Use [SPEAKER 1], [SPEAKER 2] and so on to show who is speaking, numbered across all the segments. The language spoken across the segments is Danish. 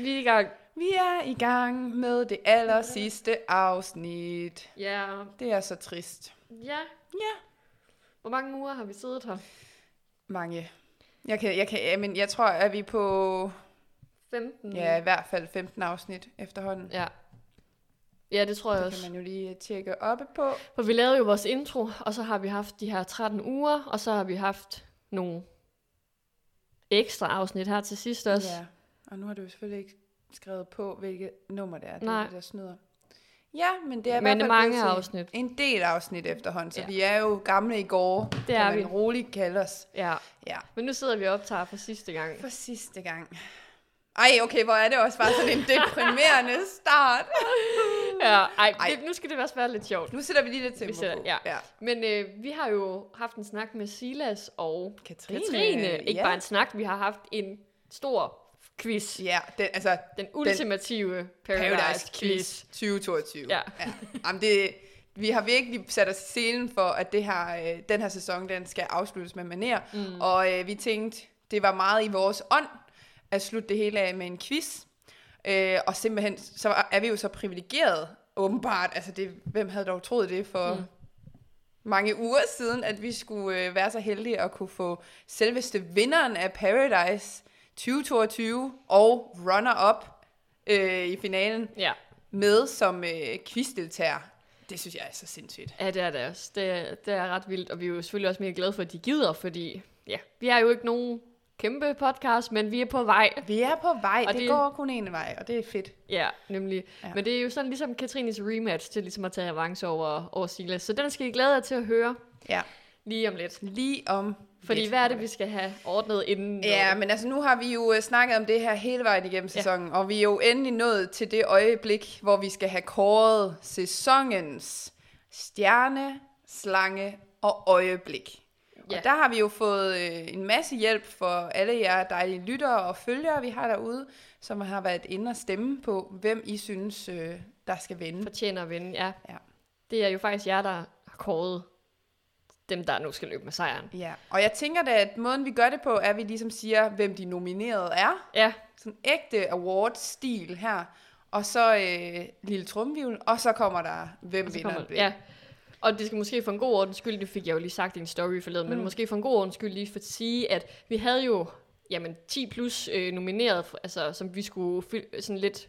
[SPEAKER 1] Vi er i gang.
[SPEAKER 2] Vi er i gang med det aller sidste afsnit.
[SPEAKER 1] Ja,
[SPEAKER 2] Det er så trist.
[SPEAKER 1] ja.
[SPEAKER 2] Ja.
[SPEAKER 1] Hvor mange uger har vi siddet her?
[SPEAKER 2] Mange. Jeg kan, jeg kan, ja, men jeg tror, at vi er på
[SPEAKER 1] 15?
[SPEAKER 2] ja, i hvert fald 15 afsnit efterhånden.
[SPEAKER 1] Ja, ja det tror jeg
[SPEAKER 2] Det
[SPEAKER 1] også.
[SPEAKER 2] kan man jo lige tjekke oppe på.
[SPEAKER 1] For vi lavede jo vores intro, og så har vi haft de her 13 uger, og så har vi haft nogle ekstra afsnit her til sidst også.
[SPEAKER 2] Ja, og nu har du jo selvfølgelig ikke skrevet på, hvilket nummer det er, det,
[SPEAKER 1] Nej.
[SPEAKER 2] er det, der snyder. Ja, men det er i hvert
[SPEAKER 1] Men
[SPEAKER 2] fald
[SPEAKER 1] mange
[SPEAKER 2] blevet til
[SPEAKER 1] afsnit.
[SPEAKER 2] En del afsnit efterhånden, så
[SPEAKER 1] Ja.
[SPEAKER 2] ja. vi er jo gamle i går, det
[SPEAKER 1] er
[SPEAKER 2] man
[SPEAKER 1] vi.
[SPEAKER 2] roligt kalde os.
[SPEAKER 1] Ja.
[SPEAKER 2] Ja.
[SPEAKER 1] Men nu sidder vi og optager for sidste gang.
[SPEAKER 2] For sidste gang. Ej, okay, hvor er det også bare sådan en deprimerende start.
[SPEAKER 1] Ja, ej,
[SPEAKER 2] Ej.
[SPEAKER 1] Det, nu skal det også være lidt sjovt.
[SPEAKER 2] Nu sætter vi lige lidt tempo
[SPEAKER 1] Vi sætter-
[SPEAKER 2] på.
[SPEAKER 1] ja.
[SPEAKER 2] ja.
[SPEAKER 1] Men øh, vi har jo haft en snak med Silas og
[SPEAKER 2] Katrine.
[SPEAKER 1] Katrine. Ikke
[SPEAKER 2] ja.
[SPEAKER 1] bare en snak, vi har haft en stor quiz.
[SPEAKER 2] Ja, den, altså
[SPEAKER 1] Den ultimative Paradise,
[SPEAKER 2] Paradise
[SPEAKER 1] quiz.
[SPEAKER 2] Quiz 2022.
[SPEAKER 1] Ja.
[SPEAKER 2] ja. Jamen, det, vi har virkelig sat os i scenen for, at det her, øh, den her sæson den skal afsluttes med maner. Mm. Og øh, vi tænkte, det var meget i vores ånd at slutte det hele af med en quiz. Øh, og simpelthen, så er vi jo så privilegeret, åbenbart. Altså, det, hvem havde dog troet det for... Mm mange uger siden, at vi skulle øh, være så heldige at kunne få selveste vinderen af Paradise 2022 og runner-up øh, i finalen
[SPEAKER 1] Ja.
[SPEAKER 2] med som øh, quizdeltager. Det synes jeg er så sindssygt.
[SPEAKER 1] Ja, det er det også. Det, er- det er ret vildt, og vi er jo selvfølgelig også mega glade for, at de gider, fordi ja, vi er jo ikke nogen kæmpe podcast, men vi er på vej.
[SPEAKER 2] Vi er på vej,
[SPEAKER 1] Og
[SPEAKER 2] og det,
[SPEAKER 1] det-
[SPEAKER 2] det går kun en vej, og det er fedt.
[SPEAKER 1] Ja, nemlig. Ja.
[SPEAKER 2] Ja.
[SPEAKER 1] Men det er jo sådan ligesom Katrines rematch til ligesom at tage avance over, over Silas. Så den skal I glæde jer til at høre
[SPEAKER 2] Ja,
[SPEAKER 1] lige om lidt.
[SPEAKER 2] lige om
[SPEAKER 1] Fordi
[SPEAKER 2] lidt.
[SPEAKER 1] hvad er det, vi skal have ordnet inden?
[SPEAKER 2] Ja, men altså nu har vi jo øh, snakket om det her hele vejen igennem sæsonen, ja. og vi er jo endelig nået til det øjeblik, hvor vi skal have kåret sæsonens stjerne, slange og øjeblik. Ja.
[SPEAKER 1] Ja.
[SPEAKER 2] Og der har vi jo fået øh, en masse hjælp for alle jer dejlige lyttere og følgere, vi har derude, som har været inde og stemme på, hvem I synes, øh, der skal vinde.
[SPEAKER 1] fortjener at vinde, ja.
[SPEAKER 2] Ja.
[SPEAKER 1] Det er jo faktisk jer, der har kåret dem, der nu skal løbe med sejren.
[SPEAKER 2] Ja, og jeg tænker da, at måden vi gør det på, er, at vi ligesom siger, hvem de nominerede er.
[SPEAKER 1] Ja,
[SPEAKER 2] sådan ægte awards-stil her. Og så øh, lille trumvivl, og så kommer der, hvem
[SPEAKER 1] Og så
[SPEAKER 2] vinder
[SPEAKER 1] kommer-
[SPEAKER 2] det.
[SPEAKER 1] Ja. Og det skal måske for en god ordens skyld, det fik jeg jo lige sagt i en story forleden, mm. men måske for en god ordens skyld lige for at sige, at vi havde jo jamen, 10 plus øh, nomineret, for- altså, som vi skulle fil- sådan lidt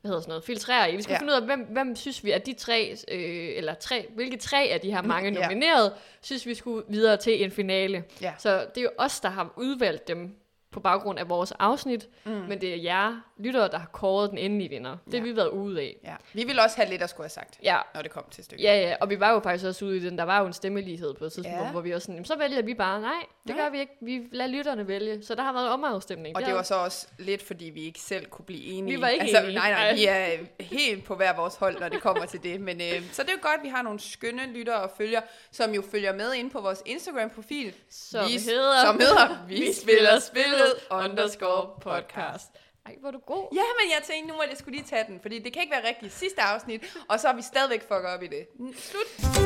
[SPEAKER 1] hvad hedder sådan noget, filtrere i. Vi skulle ja.
[SPEAKER 2] Ja.
[SPEAKER 1] finde ud af, hvem, hvem synes vi er de tre, øh, eller tre, hvilke tre af de her mange
[SPEAKER 2] Mm, ja.
[SPEAKER 1] nominerede, synes vi skulle videre til en finale.
[SPEAKER 2] Ja.
[SPEAKER 1] Så det er jo os, der har udvalgt dem på baggrund af vores afsnit, mm. men det er jer lyttere, der har kåret den endelige vinder. Det har
[SPEAKER 2] Ja.
[SPEAKER 1] vi været ude af.
[SPEAKER 2] ja. Vi ville også have lidt at skulle have sagt,
[SPEAKER 1] Ja,
[SPEAKER 2] når det kom til stykket.
[SPEAKER 1] Ja, ja, og vi var jo faktisk også ude i den, der var jo en stemmelighed på et tidspunkt, ja.
[SPEAKER 2] Ja.
[SPEAKER 1] hvor vi også sådan, "Jamen, så vælger vi bare, nej, det
[SPEAKER 2] Nej.
[SPEAKER 1] gør vi ikke, vi lader lytterne vælge, så der har været omafstemning.
[SPEAKER 2] Og
[SPEAKER 1] Det
[SPEAKER 2] det
[SPEAKER 1] har-
[SPEAKER 2] var så også lidt, fordi vi ikke selv kunne blive enige.
[SPEAKER 1] Vi var ikke
[SPEAKER 2] altså,
[SPEAKER 1] enige.
[SPEAKER 2] Nej,
[SPEAKER 1] Ej.
[SPEAKER 2] nej, vi er helt på hver vores hold, når det kommer til det. Men, øh, så det er jo godt, at vi har nogle skønne lyttere og følger, som jo følger med ind på vores Instagram-profil.
[SPEAKER 1] som
[SPEAKER 2] vi,
[SPEAKER 1] hedder,
[SPEAKER 2] som hedder
[SPEAKER 1] Vi spiller spillet underscore podcast. Ej, hvor er du god.
[SPEAKER 2] Ja, men jeg tænkte, nu må jeg skulle lige tage den, fordi det kan ikke være rigtigt sidste afsnit, og så er vi stadigvæk fucket op i det. Slut.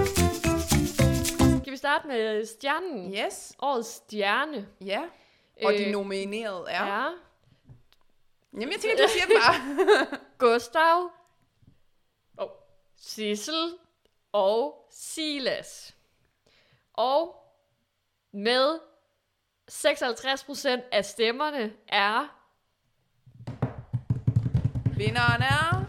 [SPEAKER 1] Kan vi starte med stjernen?
[SPEAKER 2] Yes.
[SPEAKER 1] Årets stjerne
[SPEAKER 2] Ja. Og
[SPEAKER 1] Øh,
[SPEAKER 2] de nominerede er... Ja.
[SPEAKER 1] er
[SPEAKER 2] Jamen, jeg tænker, du siger dem bare.
[SPEAKER 1] Gustav, oh, Sissel og Silas. Og med 56% af stemmerne er
[SPEAKER 2] Vinderen er...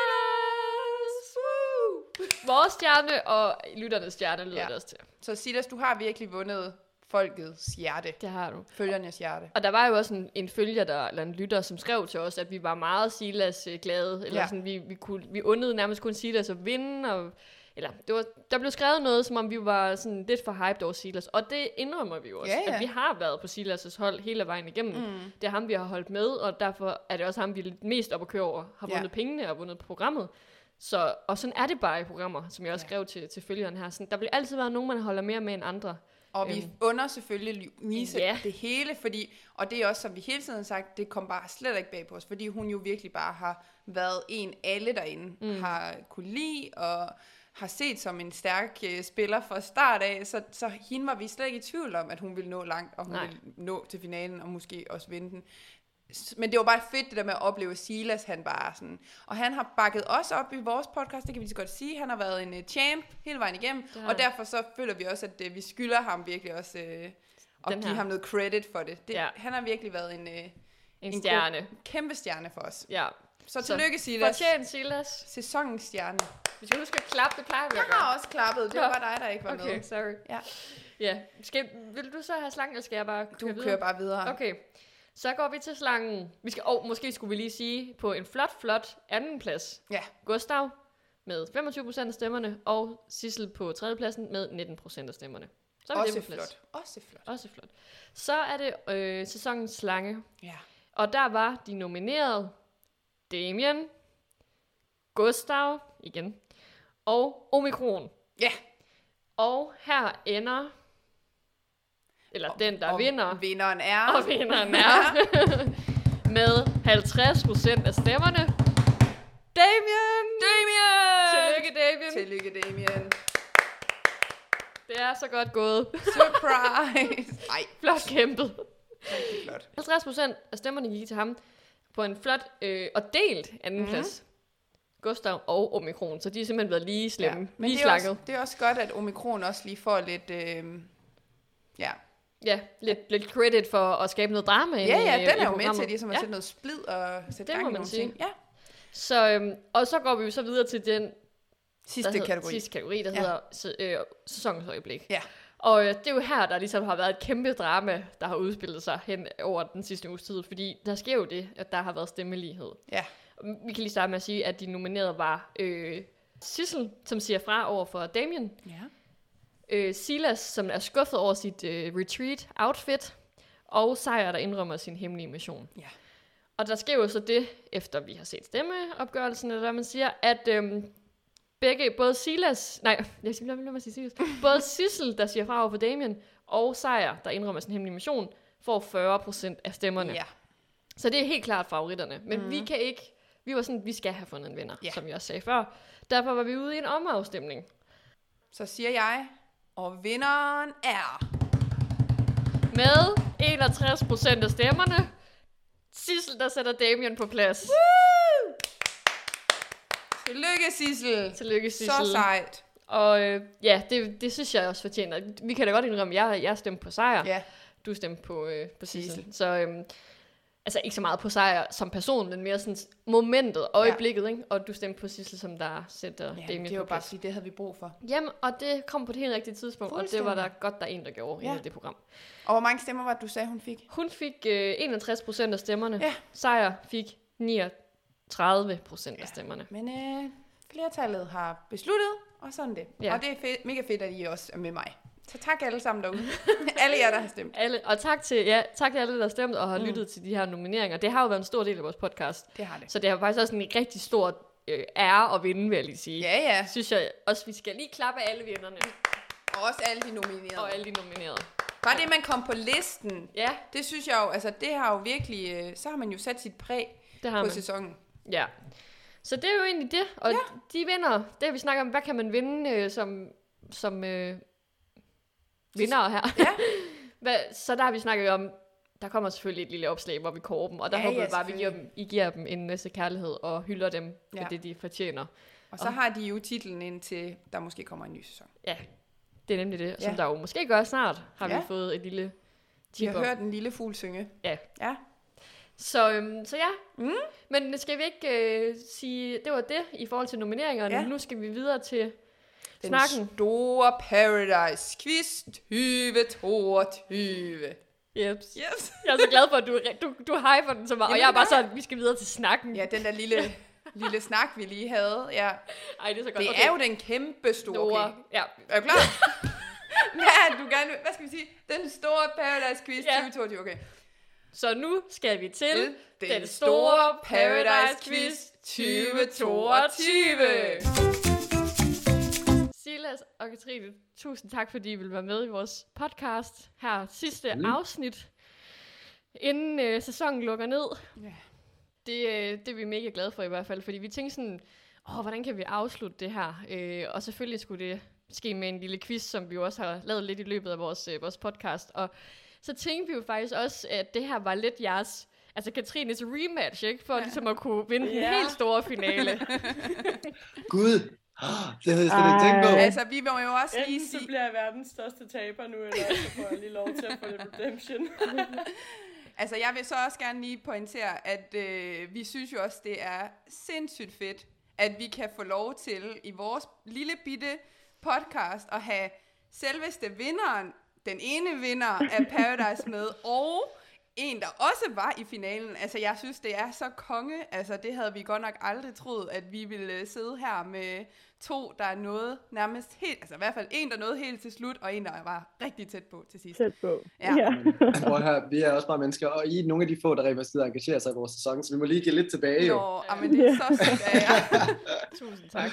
[SPEAKER 1] Silas!
[SPEAKER 2] Woo!
[SPEAKER 1] Vores stjerne og lytternes stjerne lyder ja.
[SPEAKER 2] Ja.
[SPEAKER 1] det også til.
[SPEAKER 2] Så Silas, du har virkelig vundet folkets hjerte.
[SPEAKER 1] Det har du.
[SPEAKER 2] Følgernes hjerte.
[SPEAKER 1] Og der var jo også en, en følger, der, eller en lytter, som skrev til os, at vi var meget Silas øh, glade. Eller ja.
[SPEAKER 2] Ja.
[SPEAKER 1] sådan, vi, vi, kunne, vi undede nærmest kun Silas at vinde, og, eller det var, der blev skrevet noget, som om vi var sådan lidt for hyped over Silas, og det indrømmer vi jo også,
[SPEAKER 2] Ja, ja.
[SPEAKER 1] at vi har været på Silas' hold hele vejen igennem.
[SPEAKER 2] Mm.
[SPEAKER 1] Det er ham, vi har holdt med, og derfor er det også ham, vi er lidt mest op at køre over, har
[SPEAKER 2] Ja.
[SPEAKER 1] vundet pengene og vundet programmet. Så, og sådan er det bare i programmer, som jeg også
[SPEAKER 2] Ja.
[SPEAKER 1] ja. skrev til, til følgeren her. Sådan, der vil altid være nogen, man holder mere med end andre.
[SPEAKER 2] Og vi
[SPEAKER 1] Øhm.
[SPEAKER 2] under selvfølgelig Louise
[SPEAKER 1] Ja.
[SPEAKER 2] det hele, fordi, og det er også, som vi hele tiden har sagt, det kom bare slet ikke bag på os, fordi hun jo virkelig bare har været en, alle derinde mm. har kunne lide, og har set som en stærk øh, spiller fra start af, så, så hende var vi slet ikke i tvivl om, at hun ville nå langt, og hun
[SPEAKER 1] Nej.
[SPEAKER 2] Nej. ville nå til finalen, og måske også vinde den. S- Men det var bare fedt, det der med at opleve Silas, han bare sådan... Og han har bakket os op i vores podcast, det kan vi lige så godt sige. Han har været en uh, champ hele vejen igennem,
[SPEAKER 1] har
[SPEAKER 2] ja.
[SPEAKER 1] han.
[SPEAKER 2] og derfor så føler vi også, at uh, vi skylder ham virkelig også uh, at
[SPEAKER 1] Den
[SPEAKER 2] give
[SPEAKER 1] her.
[SPEAKER 2] ham noget credit for det. det
[SPEAKER 1] Ja.
[SPEAKER 2] ja. Han har virkelig været en, uh,
[SPEAKER 1] En,
[SPEAKER 2] En
[SPEAKER 1] en stjerne.
[SPEAKER 2] kæmpe stjerne for os.
[SPEAKER 1] Ja.
[SPEAKER 2] Så
[SPEAKER 1] Så
[SPEAKER 2] tillykke, Silas.
[SPEAKER 1] Fortjent, Silas.
[SPEAKER 2] Sæsonens stjerne.
[SPEAKER 1] Vi skal huske at klappe, det plejer vi
[SPEAKER 2] Jeg
[SPEAKER 1] at gøre.
[SPEAKER 2] har også klappet, det
[SPEAKER 1] Nå.
[SPEAKER 2] var dig, der ikke var okay.
[SPEAKER 1] Okay,
[SPEAKER 2] med.
[SPEAKER 1] sorry.
[SPEAKER 2] Ja.
[SPEAKER 1] Ja. Skal, vil du så have slangen, eller skal jeg bare køre
[SPEAKER 2] Du
[SPEAKER 1] videre?
[SPEAKER 2] kører bare videre.
[SPEAKER 1] Okay, så går vi til slangen. Vi skal, og måske skulle vi lige sige, på en flot, flot anden plads.
[SPEAKER 2] Ja.
[SPEAKER 1] Gustav med 25% af stemmerne, og Sissel på tredjepladsen med 19% af stemmerne. Så er vi
[SPEAKER 2] Også
[SPEAKER 1] det på plads.
[SPEAKER 2] flot. Også flot.
[SPEAKER 1] Også flot. Så er det øh, sæsonens slange,
[SPEAKER 2] Ja.
[SPEAKER 1] og der var de nominerede Damien, Gustav, igen, og Omikron.
[SPEAKER 2] Ja.
[SPEAKER 1] Og her ender, eller den, der
[SPEAKER 2] og
[SPEAKER 1] vinder,
[SPEAKER 2] Vinderen er...
[SPEAKER 1] og vinderen er med 50% af stemmerne. Damien!
[SPEAKER 2] Damien!
[SPEAKER 1] Tillykke, Damien.
[SPEAKER 2] Tillykke, Damien.
[SPEAKER 1] Det er så godt gået.
[SPEAKER 2] Surprise! Ej,
[SPEAKER 1] Flot kæmpet.
[SPEAKER 2] rigtig flot.
[SPEAKER 1] 50% af stemmerne gik til ham på en flot øh, og delt anden mm.
[SPEAKER 2] Mhm.
[SPEAKER 1] plads. Gustav og Omikron, så de har simpelthen været lige slemme. Ja, lige
[SPEAKER 2] det, er også,
[SPEAKER 1] slanket.
[SPEAKER 2] det er også godt, at omikron også lige får lidt... Øh, ja.
[SPEAKER 1] Ja, lidt, lidt credit for at skabe noget drama.
[SPEAKER 2] ja, ja,
[SPEAKER 1] i, øh,
[SPEAKER 2] den
[SPEAKER 1] i
[SPEAKER 2] er jo med
[SPEAKER 1] programmet.
[SPEAKER 2] til ligesom at sætte noget splid og sætte
[SPEAKER 1] Det
[SPEAKER 2] gang
[SPEAKER 1] må man
[SPEAKER 2] i nogle
[SPEAKER 1] sige.
[SPEAKER 2] ting. Ja.
[SPEAKER 1] Så, øhm, og så går vi jo så videre til den
[SPEAKER 2] Sidste
[SPEAKER 1] hed-
[SPEAKER 2] kategori.
[SPEAKER 1] sidste kategori, der ja.
[SPEAKER 2] Ja.
[SPEAKER 1] hedder sæ- øh, sæsonøjeblik.
[SPEAKER 2] Ja.
[SPEAKER 1] Og øh, det er jo her, der ligesom har været et kæmpe drama, der har udspillet sig hen over den sidste uges tid, fordi der sker jo det, at der har været stemmelighed.
[SPEAKER 2] Ja.
[SPEAKER 1] Og Vi kan lige starte med at sige, at de nominerede var øh, Sissel, som siger fra over for Damien,
[SPEAKER 2] ja.
[SPEAKER 1] øh, Silas, som er skuffet over sit øh, retreat-outfit, og Sejr, der indrømmer sin hemmelige mission.
[SPEAKER 2] Ja.
[SPEAKER 1] Og der sker jo så det, efter vi har set stemmeopgørelsen, eller hvad man siger, at øhm, begge, både Silas, nej, jeg siger, lad lad mig sige Silas, både Sissel, der siger fra over for Damien, og Sejr, der indrømmer sin hemmelige mission, får 40% af stemmerne.
[SPEAKER 2] ja. Mhm.
[SPEAKER 1] Så det er helt klart favoritterne. Men mm. vi kan ikke... Vi var sådan, vi skal have fundet en vinder,
[SPEAKER 2] Ja.
[SPEAKER 1] som jeg også sagde før. Derfor var vi ude i en omafstemning.
[SPEAKER 2] Så siger jeg, og vinderen er...
[SPEAKER 1] Med 61% af stemmerne. Sissel, der sætter Damien på plads.
[SPEAKER 2] Tillykke, Sissel.
[SPEAKER 1] Tillykke, Sissel.
[SPEAKER 2] Så sejt.
[SPEAKER 1] Og øh, ja, det, det synes jeg også fortjener. Vi kan da godt indrømme, at jeg, jeg stemte på sejr.
[SPEAKER 2] Ja.
[SPEAKER 1] Du stemte på, øh, på Sissel.
[SPEAKER 2] Sissel.
[SPEAKER 1] Så øhm, altså ikke så meget på sejr som person, men mere sådan momentet, øjeblikket. Ikke? Og du stemte på Sissel, som der sætter
[SPEAKER 2] ja
[SPEAKER 1] Damien
[SPEAKER 2] det var
[SPEAKER 1] på
[SPEAKER 2] bare,
[SPEAKER 1] plads.
[SPEAKER 2] fordi det havde vi brug for.
[SPEAKER 1] Jamen, og det kom på det helt rigtige tidspunkt, og det var der
[SPEAKER 2] Fuldstændig.
[SPEAKER 1] godt, der er en, der gjorde ja.
[SPEAKER 2] Ja.
[SPEAKER 1] i det program.
[SPEAKER 2] Og hvor mange stemmer var det, du sagde, hun fik?
[SPEAKER 1] Hun fik øh, 61 procent af stemmerne.
[SPEAKER 2] Ja.
[SPEAKER 1] Sejr fik 39 procent ja.
[SPEAKER 2] Ja.
[SPEAKER 1] af stemmerne.
[SPEAKER 2] Men øh, flertallet har besluttet, og sådan det.
[SPEAKER 1] Ja.
[SPEAKER 2] Ja. Og det er fedt, mega fedt, at I også er med mig. Så tak alle sammen derude. alle jer, der har stemt.
[SPEAKER 1] Alle, og tak til, ja, tak til alle, der har stemt og har mm. lyttet til de her nomineringer. Det har jo været en stor del af vores podcast,
[SPEAKER 2] Det har det.
[SPEAKER 1] så det har faktisk også en rigtig stor øh, ære at vinde, vil jeg lige sige.
[SPEAKER 2] Ja, ja.
[SPEAKER 1] Synes jeg også, vi skal lige klappe af alle vinderne
[SPEAKER 2] Og også alle de nominerede.
[SPEAKER 1] og alle de nominerede.
[SPEAKER 2] Bare det, man kom på listen,
[SPEAKER 1] Ja,
[SPEAKER 2] det synes jeg jo, altså det har jo virkelig, øh, så har man jo sat sit præg
[SPEAKER 1] det har
[SPEAKER 2] på
[SPEAKER 1] man.
[SPEAKER 2] sæsonen.
[SPEAKER 1] Ja. Så det er jo egentlig det, og ja.
[SPEAKER 2] Ja.
[SPEAKER 1] de vinder, det vi snakker om, hvad kan man vinde øh, som, som øh, vinder her.
[SPEAKER 2] Ja.
[SPEAKER 1] Hvad, så der har vi snakket om, der kommer selvfølgelig et lille opslag, hvor vi kårer dem, og der ja,
[SPEAKER 2] Ja,
[SPEAKER 1] håber
[SPEAKER 2] ja,
[SPEAKER 1] vi bare, at vi giver
[SPEAKER 2] selvfølgelig.
[SPEAKER 1] dem, I giver dem en masse kærlighed og hylder dem ja.
[SPEAKER 2] Ja.
[SPEAKER 1] for det, de fortjener.
[SPEAKER 2] Og så har de jo titlen indtil, der måske kommer en ny sæson.
[SPEAKER 1] Ja, det er nemlig det, ja. som
[SPEAKER 2] Ja.
[SPEAKER 1] der jo måske gør snart, har ja.
[SPEAKER 2] Ja.
[SPEAKER 1] vi fået et lille
[SPEAKER 2] Vi
[SPEAKER 1] tip
[SPEAKER 2] har
[SPEAKER 1] om.
[SPEAKER 2] hørt en lille fugl synge.
[SPEAKER 1] Ja.
[SPEAKER 2] Ja.
[SPEAKER 1] Så, øhm, så ja,
[SPEAKER 2] Mm.
[SPEAKER 1] men skal vi ikke øh, sige, det var det i forhold til nomineringerne. Ja.
[SPEAKER 2] Ja.
[SPEAKER 1] Nu skal vi videre til
[SPEAKER 2] Den
[SPEAKER 1] snakken.
[SPEAKER 2] store Paradise Quiz 2022.
[SPEAKER 1] Yep.
[SPEAKER 2] Yes.
[SPEAKER 1] Jeg er så glad for, at du, du, du hyper den så meget, og
[SPEAKER 2] Jamen,
[SPEAKER 1] jeg er
[SPEAKER 2] det
[SPEAKER 1] bare
[SPEAKER 2] gør
[SPEAKER 1] sådan, vi skal videre til snakken.
[SPEAKER 2] Ja, den der lille lille snak, vi lige havde. Ja.
[SPEAKER 1] Ej, det er så godt.
[SPEAKER 2] Det
[SPEAKER 1] okay.
[SPEAKER 2] er jo den kæmpe store
[SPEAKER 1] Nora.
[SPEAKER 2] kage.
[SPEAKER 1] Ja,
[SPEAKER 2] Er du klar? Hvad er det, du gerne vil? Hvad skal vi sige? Den store Paradise Quiz
[SPEAKER 1] Ja.
[SPEAKER 2] 2022. Okay.
[SPEAKER 1] så nu skal vi til...
[SPEAKER 2] Til den store Paradise Quiz 2022.
[SPEAKER 1] Silas og Katrine, tusind tak, fordi I vil være med i vores podcast her sidste
[SPEAKER 3] Mm.
[SPEAKER 1] mm. afsnit, inden øh, sæsonen lukker ned.
[SPEAKER 2] Ja.
[SPEAKER 1] Det, øh, det er vi mega glade for i hvert fald, fordi vi tænkte sådan, åh, hvordan kan vi afslutte det her? Øh, og selvfølgelig skulle det ske med en lille quiz, som vi jo også har lavet lidt i løbet af vores, øh, vores podcast. Og så tænkte vi jo faktisk også, at det her var lidt jeres, altså Katrines rematch, ikke? For ja. ligesom at kunne vinde ja. den
[SPEAKER 2] Ja.
[SPEAKER 1] helt store finale.
[SPEAKER 3] Gud, Ah, det havde jeg slet ikke tænkt på.
[SPEAKER 4] Ej.
[SPEAKER 2] Altså, vi må jo også lige
[SPEAKER 4] Enten så
[SPEAKER 2] sige...
[SPEAKER 4] bliver jeg verdens største taber nu, eller så får jeg lige lov til at få lidt redemption.
[SPEAKER 2] Altså, jeg vil så også gerne lige pointere, at øh, vi synes jo også, det er sindssygt fedt, at vi kan få lov til i vores lille bitte podcast at have selveste vinderen, den ene vinder af Paradise med, og en, der også var i finalen. Altså, jeg synes, det er så konge. Altså, det havde vi godt nok aldrig troet, at vi ville øh, sidde her med to, der nåede nærmest helt, altså i hvert fald en, der nåede helt til slut, og en, der var rigtig tæt på til sidst.
[SPEAKER 4] Tæt på.
[SPEAKER 2] Ja.
[SPEAKER 3] Prøv at høre, vi er også bare mennesker, og I er nogle af de få, der rent faktisk gider engagere sig i vores sæson, så vi må lige give lidt tilbage jo.
[SPEAKER 2] Nå, ah, men det er så sødt af jer.
[SPEAKER 1] Tusind tak.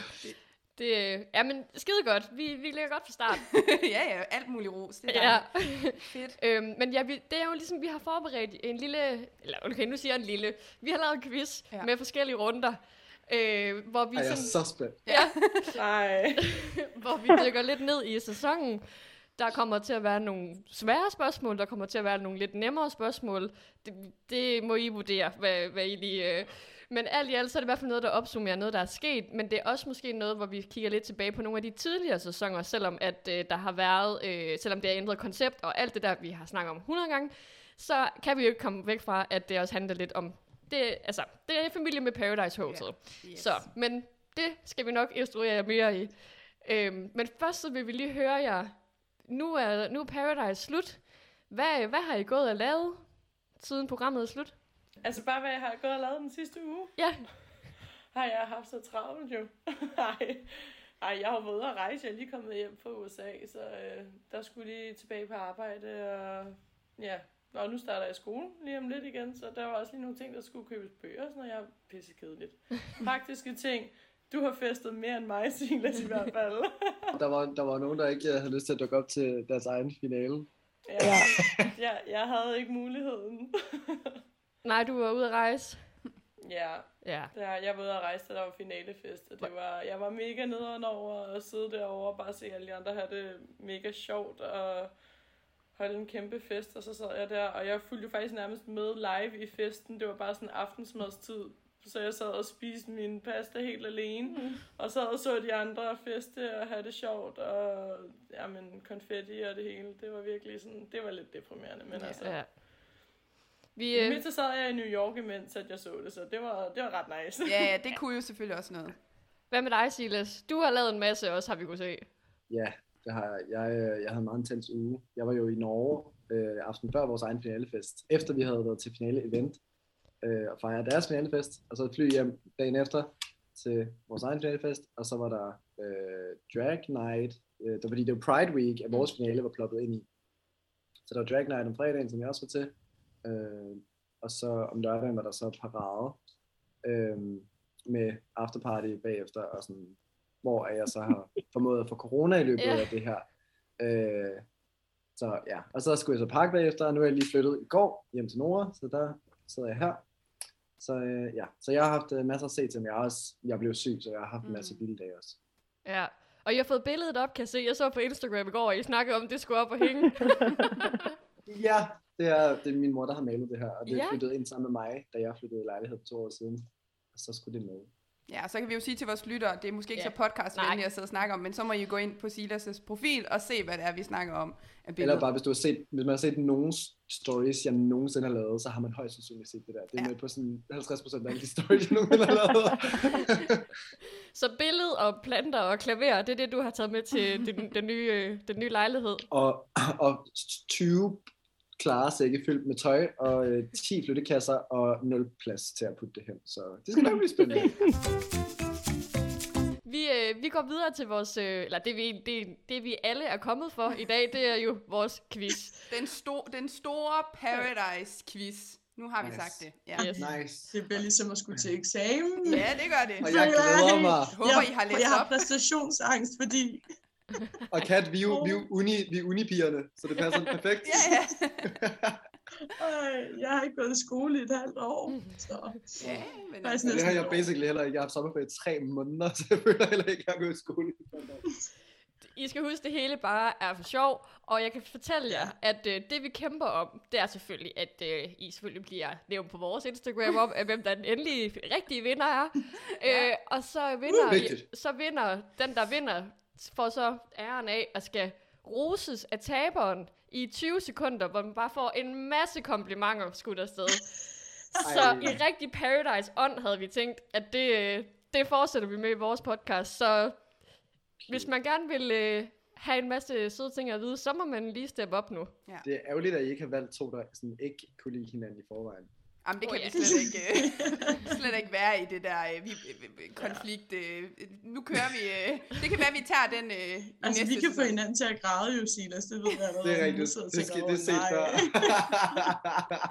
[SPEAKER 1] Det, øh, ja, men skide godt. Vi, vi ligger godt fra start.
[SPEAKER 2] ja, ja, alt muligt ros. Det er
[SPEAKER 1] ja.
[SPEAKER 2] ja. fedt.
[SPEAKER 1] øhm, men ja, vi, det er jo ligesom, vi har forberedt en lille, eller okay, nu siger jeg en lille. Vi har lavet en quiz
[SPEAKER 2] Ja.
[SPEAKER 1] ja. med forskellige runder, øh, hvor vi
[SPEAKER 3] Ej, jeg er
[SPEAKER 1] sådan,
[SPEAKER 3] så spændt.
[SPEAKER 4] Nej.
[SPEAKER 1] hvor vi dykker lidt ned i sæsonen. Der kommer til at være nogle svære spørgsmål, der kommer til at være nogle lidt nemmere spørgsmål. Det, det må I vurdere, hvad, hvad I lige... Øh. Men alt i alt, så er det i hvert fald noget, der opsummerer noget, der er sket. Men det er også måske noget, hvor vi kigger lidt tilbage på nogle af de tidligere sæsoner, selvom at øh, der har været, øh, selvom det har ændret koncept og alt det der, vi har snakket om 100 gange, så kan vi jo ikke komme væk fra, at det også handler lidt om... Det, altså, det er familie med Paradise Hotel.
[SPEAKER 2] Ja.
[SPEAKER 1] Yeah. Yes. Så, men det skal vi nok instruere jer mere i. Øhm, men først så vil vi lige høre jer. Nu er, nu er Paradise slut. Hvad, hvad har I gået og lavet, siden programmet er slut?
[SPEAKER 4] Altså bare hvad jeg har gået og lavet den sidste uge,
[SPEAKER 1] Ja,
[SPEAKER 4] har jeg haft så travlt jo. Nej. Ej, jeg har jo været ude at rejse. Jeg er lige kommet hjem fra USA, så øh, der skulle jeg lige tilbage på arbejde. Og, ja. Og nu starter jeg skole lige om lidt igen, så der var også lige nogle ting, der skulle købes bøger, og sådan noget. Jeg er pissekedeligt. Praktiske ting. Du har festet mere end mig, Silas, i hvert fald.
[SPEAKER 3] Der var, der var nogen, der ikke øh, havde lyst til at dukke op til deres egen finale.
[SPEAKER 4] Ja. Jeg, jeg havde ikke muligheden.
[SPEAKER 1] nej, du var ude at rejse.
[SPEAKER 4] Ja,
[SPEAKER 1] Ja,
[SPEAKER 4] der, jeg var ude og rejse, da der var finalefest, og det var, jeg var mega nederen over at sidde derovre og bare se alle de andre have det mega sjovt og holde en kæmpe fest, og så sad jeg der, og jeg fulgte jo faktisk nærmest med live i festen, det var bare sådan aftensmadstid, så jeg sad og spiste min pasta helt alene, mm. og sad og så de andre feste og have det sjovt, og jamen, konfetti og det hele, det var virkelig sådan, det var lidt deprimerende, men altså,
[SPEAKER 1] ja. Vi,
[SPEAKER 4] Yeah.
[SPEAKER 1] øh,
[SPEAKER 4] Men så sad jeg i New York imens, at jeg så det, så det var, det var ret nice.
[SPEAKER 2] Ja, ja, det kunne jo selvfølgelig også noget.
[SPEAKER 1] hvad med dig, Silas? Du har lavet en masse også, har vi kunne se.
[SPEAKER 3] Ja, det har jeg. Jeg, øh, jeg havde en meget intens uge. Jeg var jo i Norge øh, aften før vores egen finalefest, efter vi havde været til finale-event øh, og fejret deres finalefest, og så et fly hjem dagen efter til vores egen finalefest, og så var der øh, Drag Night, øh, det var fordi det var Pride Week, at vores finale var ploppet ind i. Så der var Drag Night om fredagen, som jeg også var til, øh, og så om lørdagen var der så parade øh, med afterparty bagefter, og sådan, hvor at jeg så har formået at få corona i løbet
[SPEAKER 1] Ja.
[SPEAKER 3] af det her. Øh, så ja, og så skulle jeg så pakke bagefter, og nu er jeg lige flyttet i går hjem til Nora, så der sidder jeg her. Så øh, ja, så jeg har haft øh, masser at se til, men jeg, har også, jeg blev syg, så jeg har haft en masse
[SPEAKER 2] Mm.
[SPEAKER 3] vilde dage også.
[SPEAKER 1] Ja. Og jeg har fået billedet op, kan jeg se. Jeg så på Instagram i går, og I snakkede om, at det skulle op og hænge.
[SPEAKER 3] Ja, det er, det er min mor, der har malet det her, og det
[SPEAKER 1] Ja.
[SPEAKER 3] ja. flyttede ind sammen med mig, da jeg flyttede i lejlighed for to år siden. Og så skulle det med.
[SPEAKER 2] Ja, og så kan vi jo sige til vores lyttere, det er måske ikke
[SPEAKER 1] Ja.
[SPEAKER 2] så podcastvenligt
[SPEAKER 1] Nej.
[SPEAKER 2] at sidde og snakke om, men så må I jo gå ind på Silas' profil og se, hvad det er, vi snakker om af
[SPEAKER 3] Eller
[SPEAKER 2] billeder.
[SPEAKER 3] bare, hvis, du har set, hvis man har set nogen stories, jeg nogensinde har lavet, så har man højst sandsynligt set det der. Det
[SPEAKER 2] Ja.
[SPEAKER 3] er ja. med på sådan 50% af alle de stories, jeg nogensinde har lavet.
[SPEAKER 1] så billede og planter og klaver, det er det, du har taget med til den, den, nye, øh, den nye lejlighed.
[SPEAKER 3] og, og 20
[SPEAKER 5] klare sække fyldt med tøj, og øh, 10 flyttekasser og 0 plads til at putte det hen. Så det skal nok blive spændende.
[SPEAKER 1] Vi, øh, vi går videre til vores, øh, eller det vi, det, det vi alle er kommet for i dag, det er jo vores quiz.
[SPEAKER 2] Den, sto- den store Paradise-quiz. Nu har vi
[SPEAKER 5] Nice.
[SPEAKER 2] sagt det. Ja.
[SPEAKER 1] Yes.
[SPEAKER 5] Nice.
[SPEAKER 4] Altså, Det bliver ligesom at skulle til eksamen.
[SPEAKER 2] ja, det gør det.
[SPEAKER 5] Og jeg glæder mig.
[SPEAKER 2] Håber, I har
[SPEAKER 4] for
[SPEAKER 2] læst
[SPEAKER 4] jeg har
[SPEAKER 2] op.
[SPEAKER 4] præstationsangst, fordi
[SPEAKER 5] Og Kat, vi er jo, vi er jo uni, vi er unipigerne, så det passer perfekt.
[SPEAKER 2] Ja, ja.
[SPEAKER 4] øh, jeg har ikke gået i skole i et halvt år. Så.
[SPEAKER 2] ja men, altså,
[SPEAKER 4] Faktisk
[SPEAKER 5] Og det har
[SPEAKER 4] næsten
[SPEAKER 5] jeg
[SPEAKER 4] et år.
[SPEAKER 5] basically heller ikke. Jeg har haft sommerferie i tre måneder, så jeg føler heller ikke, at jeg har gået i skole.
[SPEAKER 1] I skal huske, det hele bare er for sjov, og jeg kan fortælle jer, at øh, det vi kæmper om, det er selvfølgelig, at øh, I selvfølgelig bliver nævnt på vores Instagram om, at hvem der den endelige rigtige vinder er. Øh, og så vinder, I,
[SPEAKER 5] Vigtigt.
[SPEAKER 1] så vinder den, der vinder, får så æren af at skal roses af taberen i 20 sekunder, hvor man bare får en masse komplimenter skudt afsted. Så i rigtig Paradise ånd havde vi tænkt, at det, øh, det fortsætter vi med i vores podcast. Så hvis man gerne vil øh, have en masse søde ting at vide, så må man lige steppe op nu.
[SPEAKER 5] Det er ærgerligt, at I ikke har valgt to, der sådan ikke kunne lide hinanden i forvejen.
[SPEAKER 2] Jamen, det
[SPEAKER 1] Åh,
[SPEAKER 2] kan oh,
[SPEAKER 1] ja.
[SPEAKER 2] vi slet ikke, øh, slet ikke være i det der øh, vi, øh, øh, konflikt. Øh, nu kører vi... Øh, det kan være, vi tager den øh, i
[SPEAKER 4] Altså,
[SPEAKER 2] næste
[SPEAKER 4] vi kan få
[SPEAKER 2] sæson.
[SPEAKER 4] hinanden til at græde, jo, Silas. Det ved jeg allerede.
[SPEAKER 5] Det er
[SPEAKER 4] nu.
[SPEAKER 5] rigtigt.
[SPEAKER 4] Jeg sidder og
[SPEAKER 5] Det,
[SPEAKER 4] tænker
[SPEAKER 5] skal,
[SPEAKER 4] over,
[SPEAKER 5] det er set
[SPEAKER 4] nej.
[SPEAKER 5] før.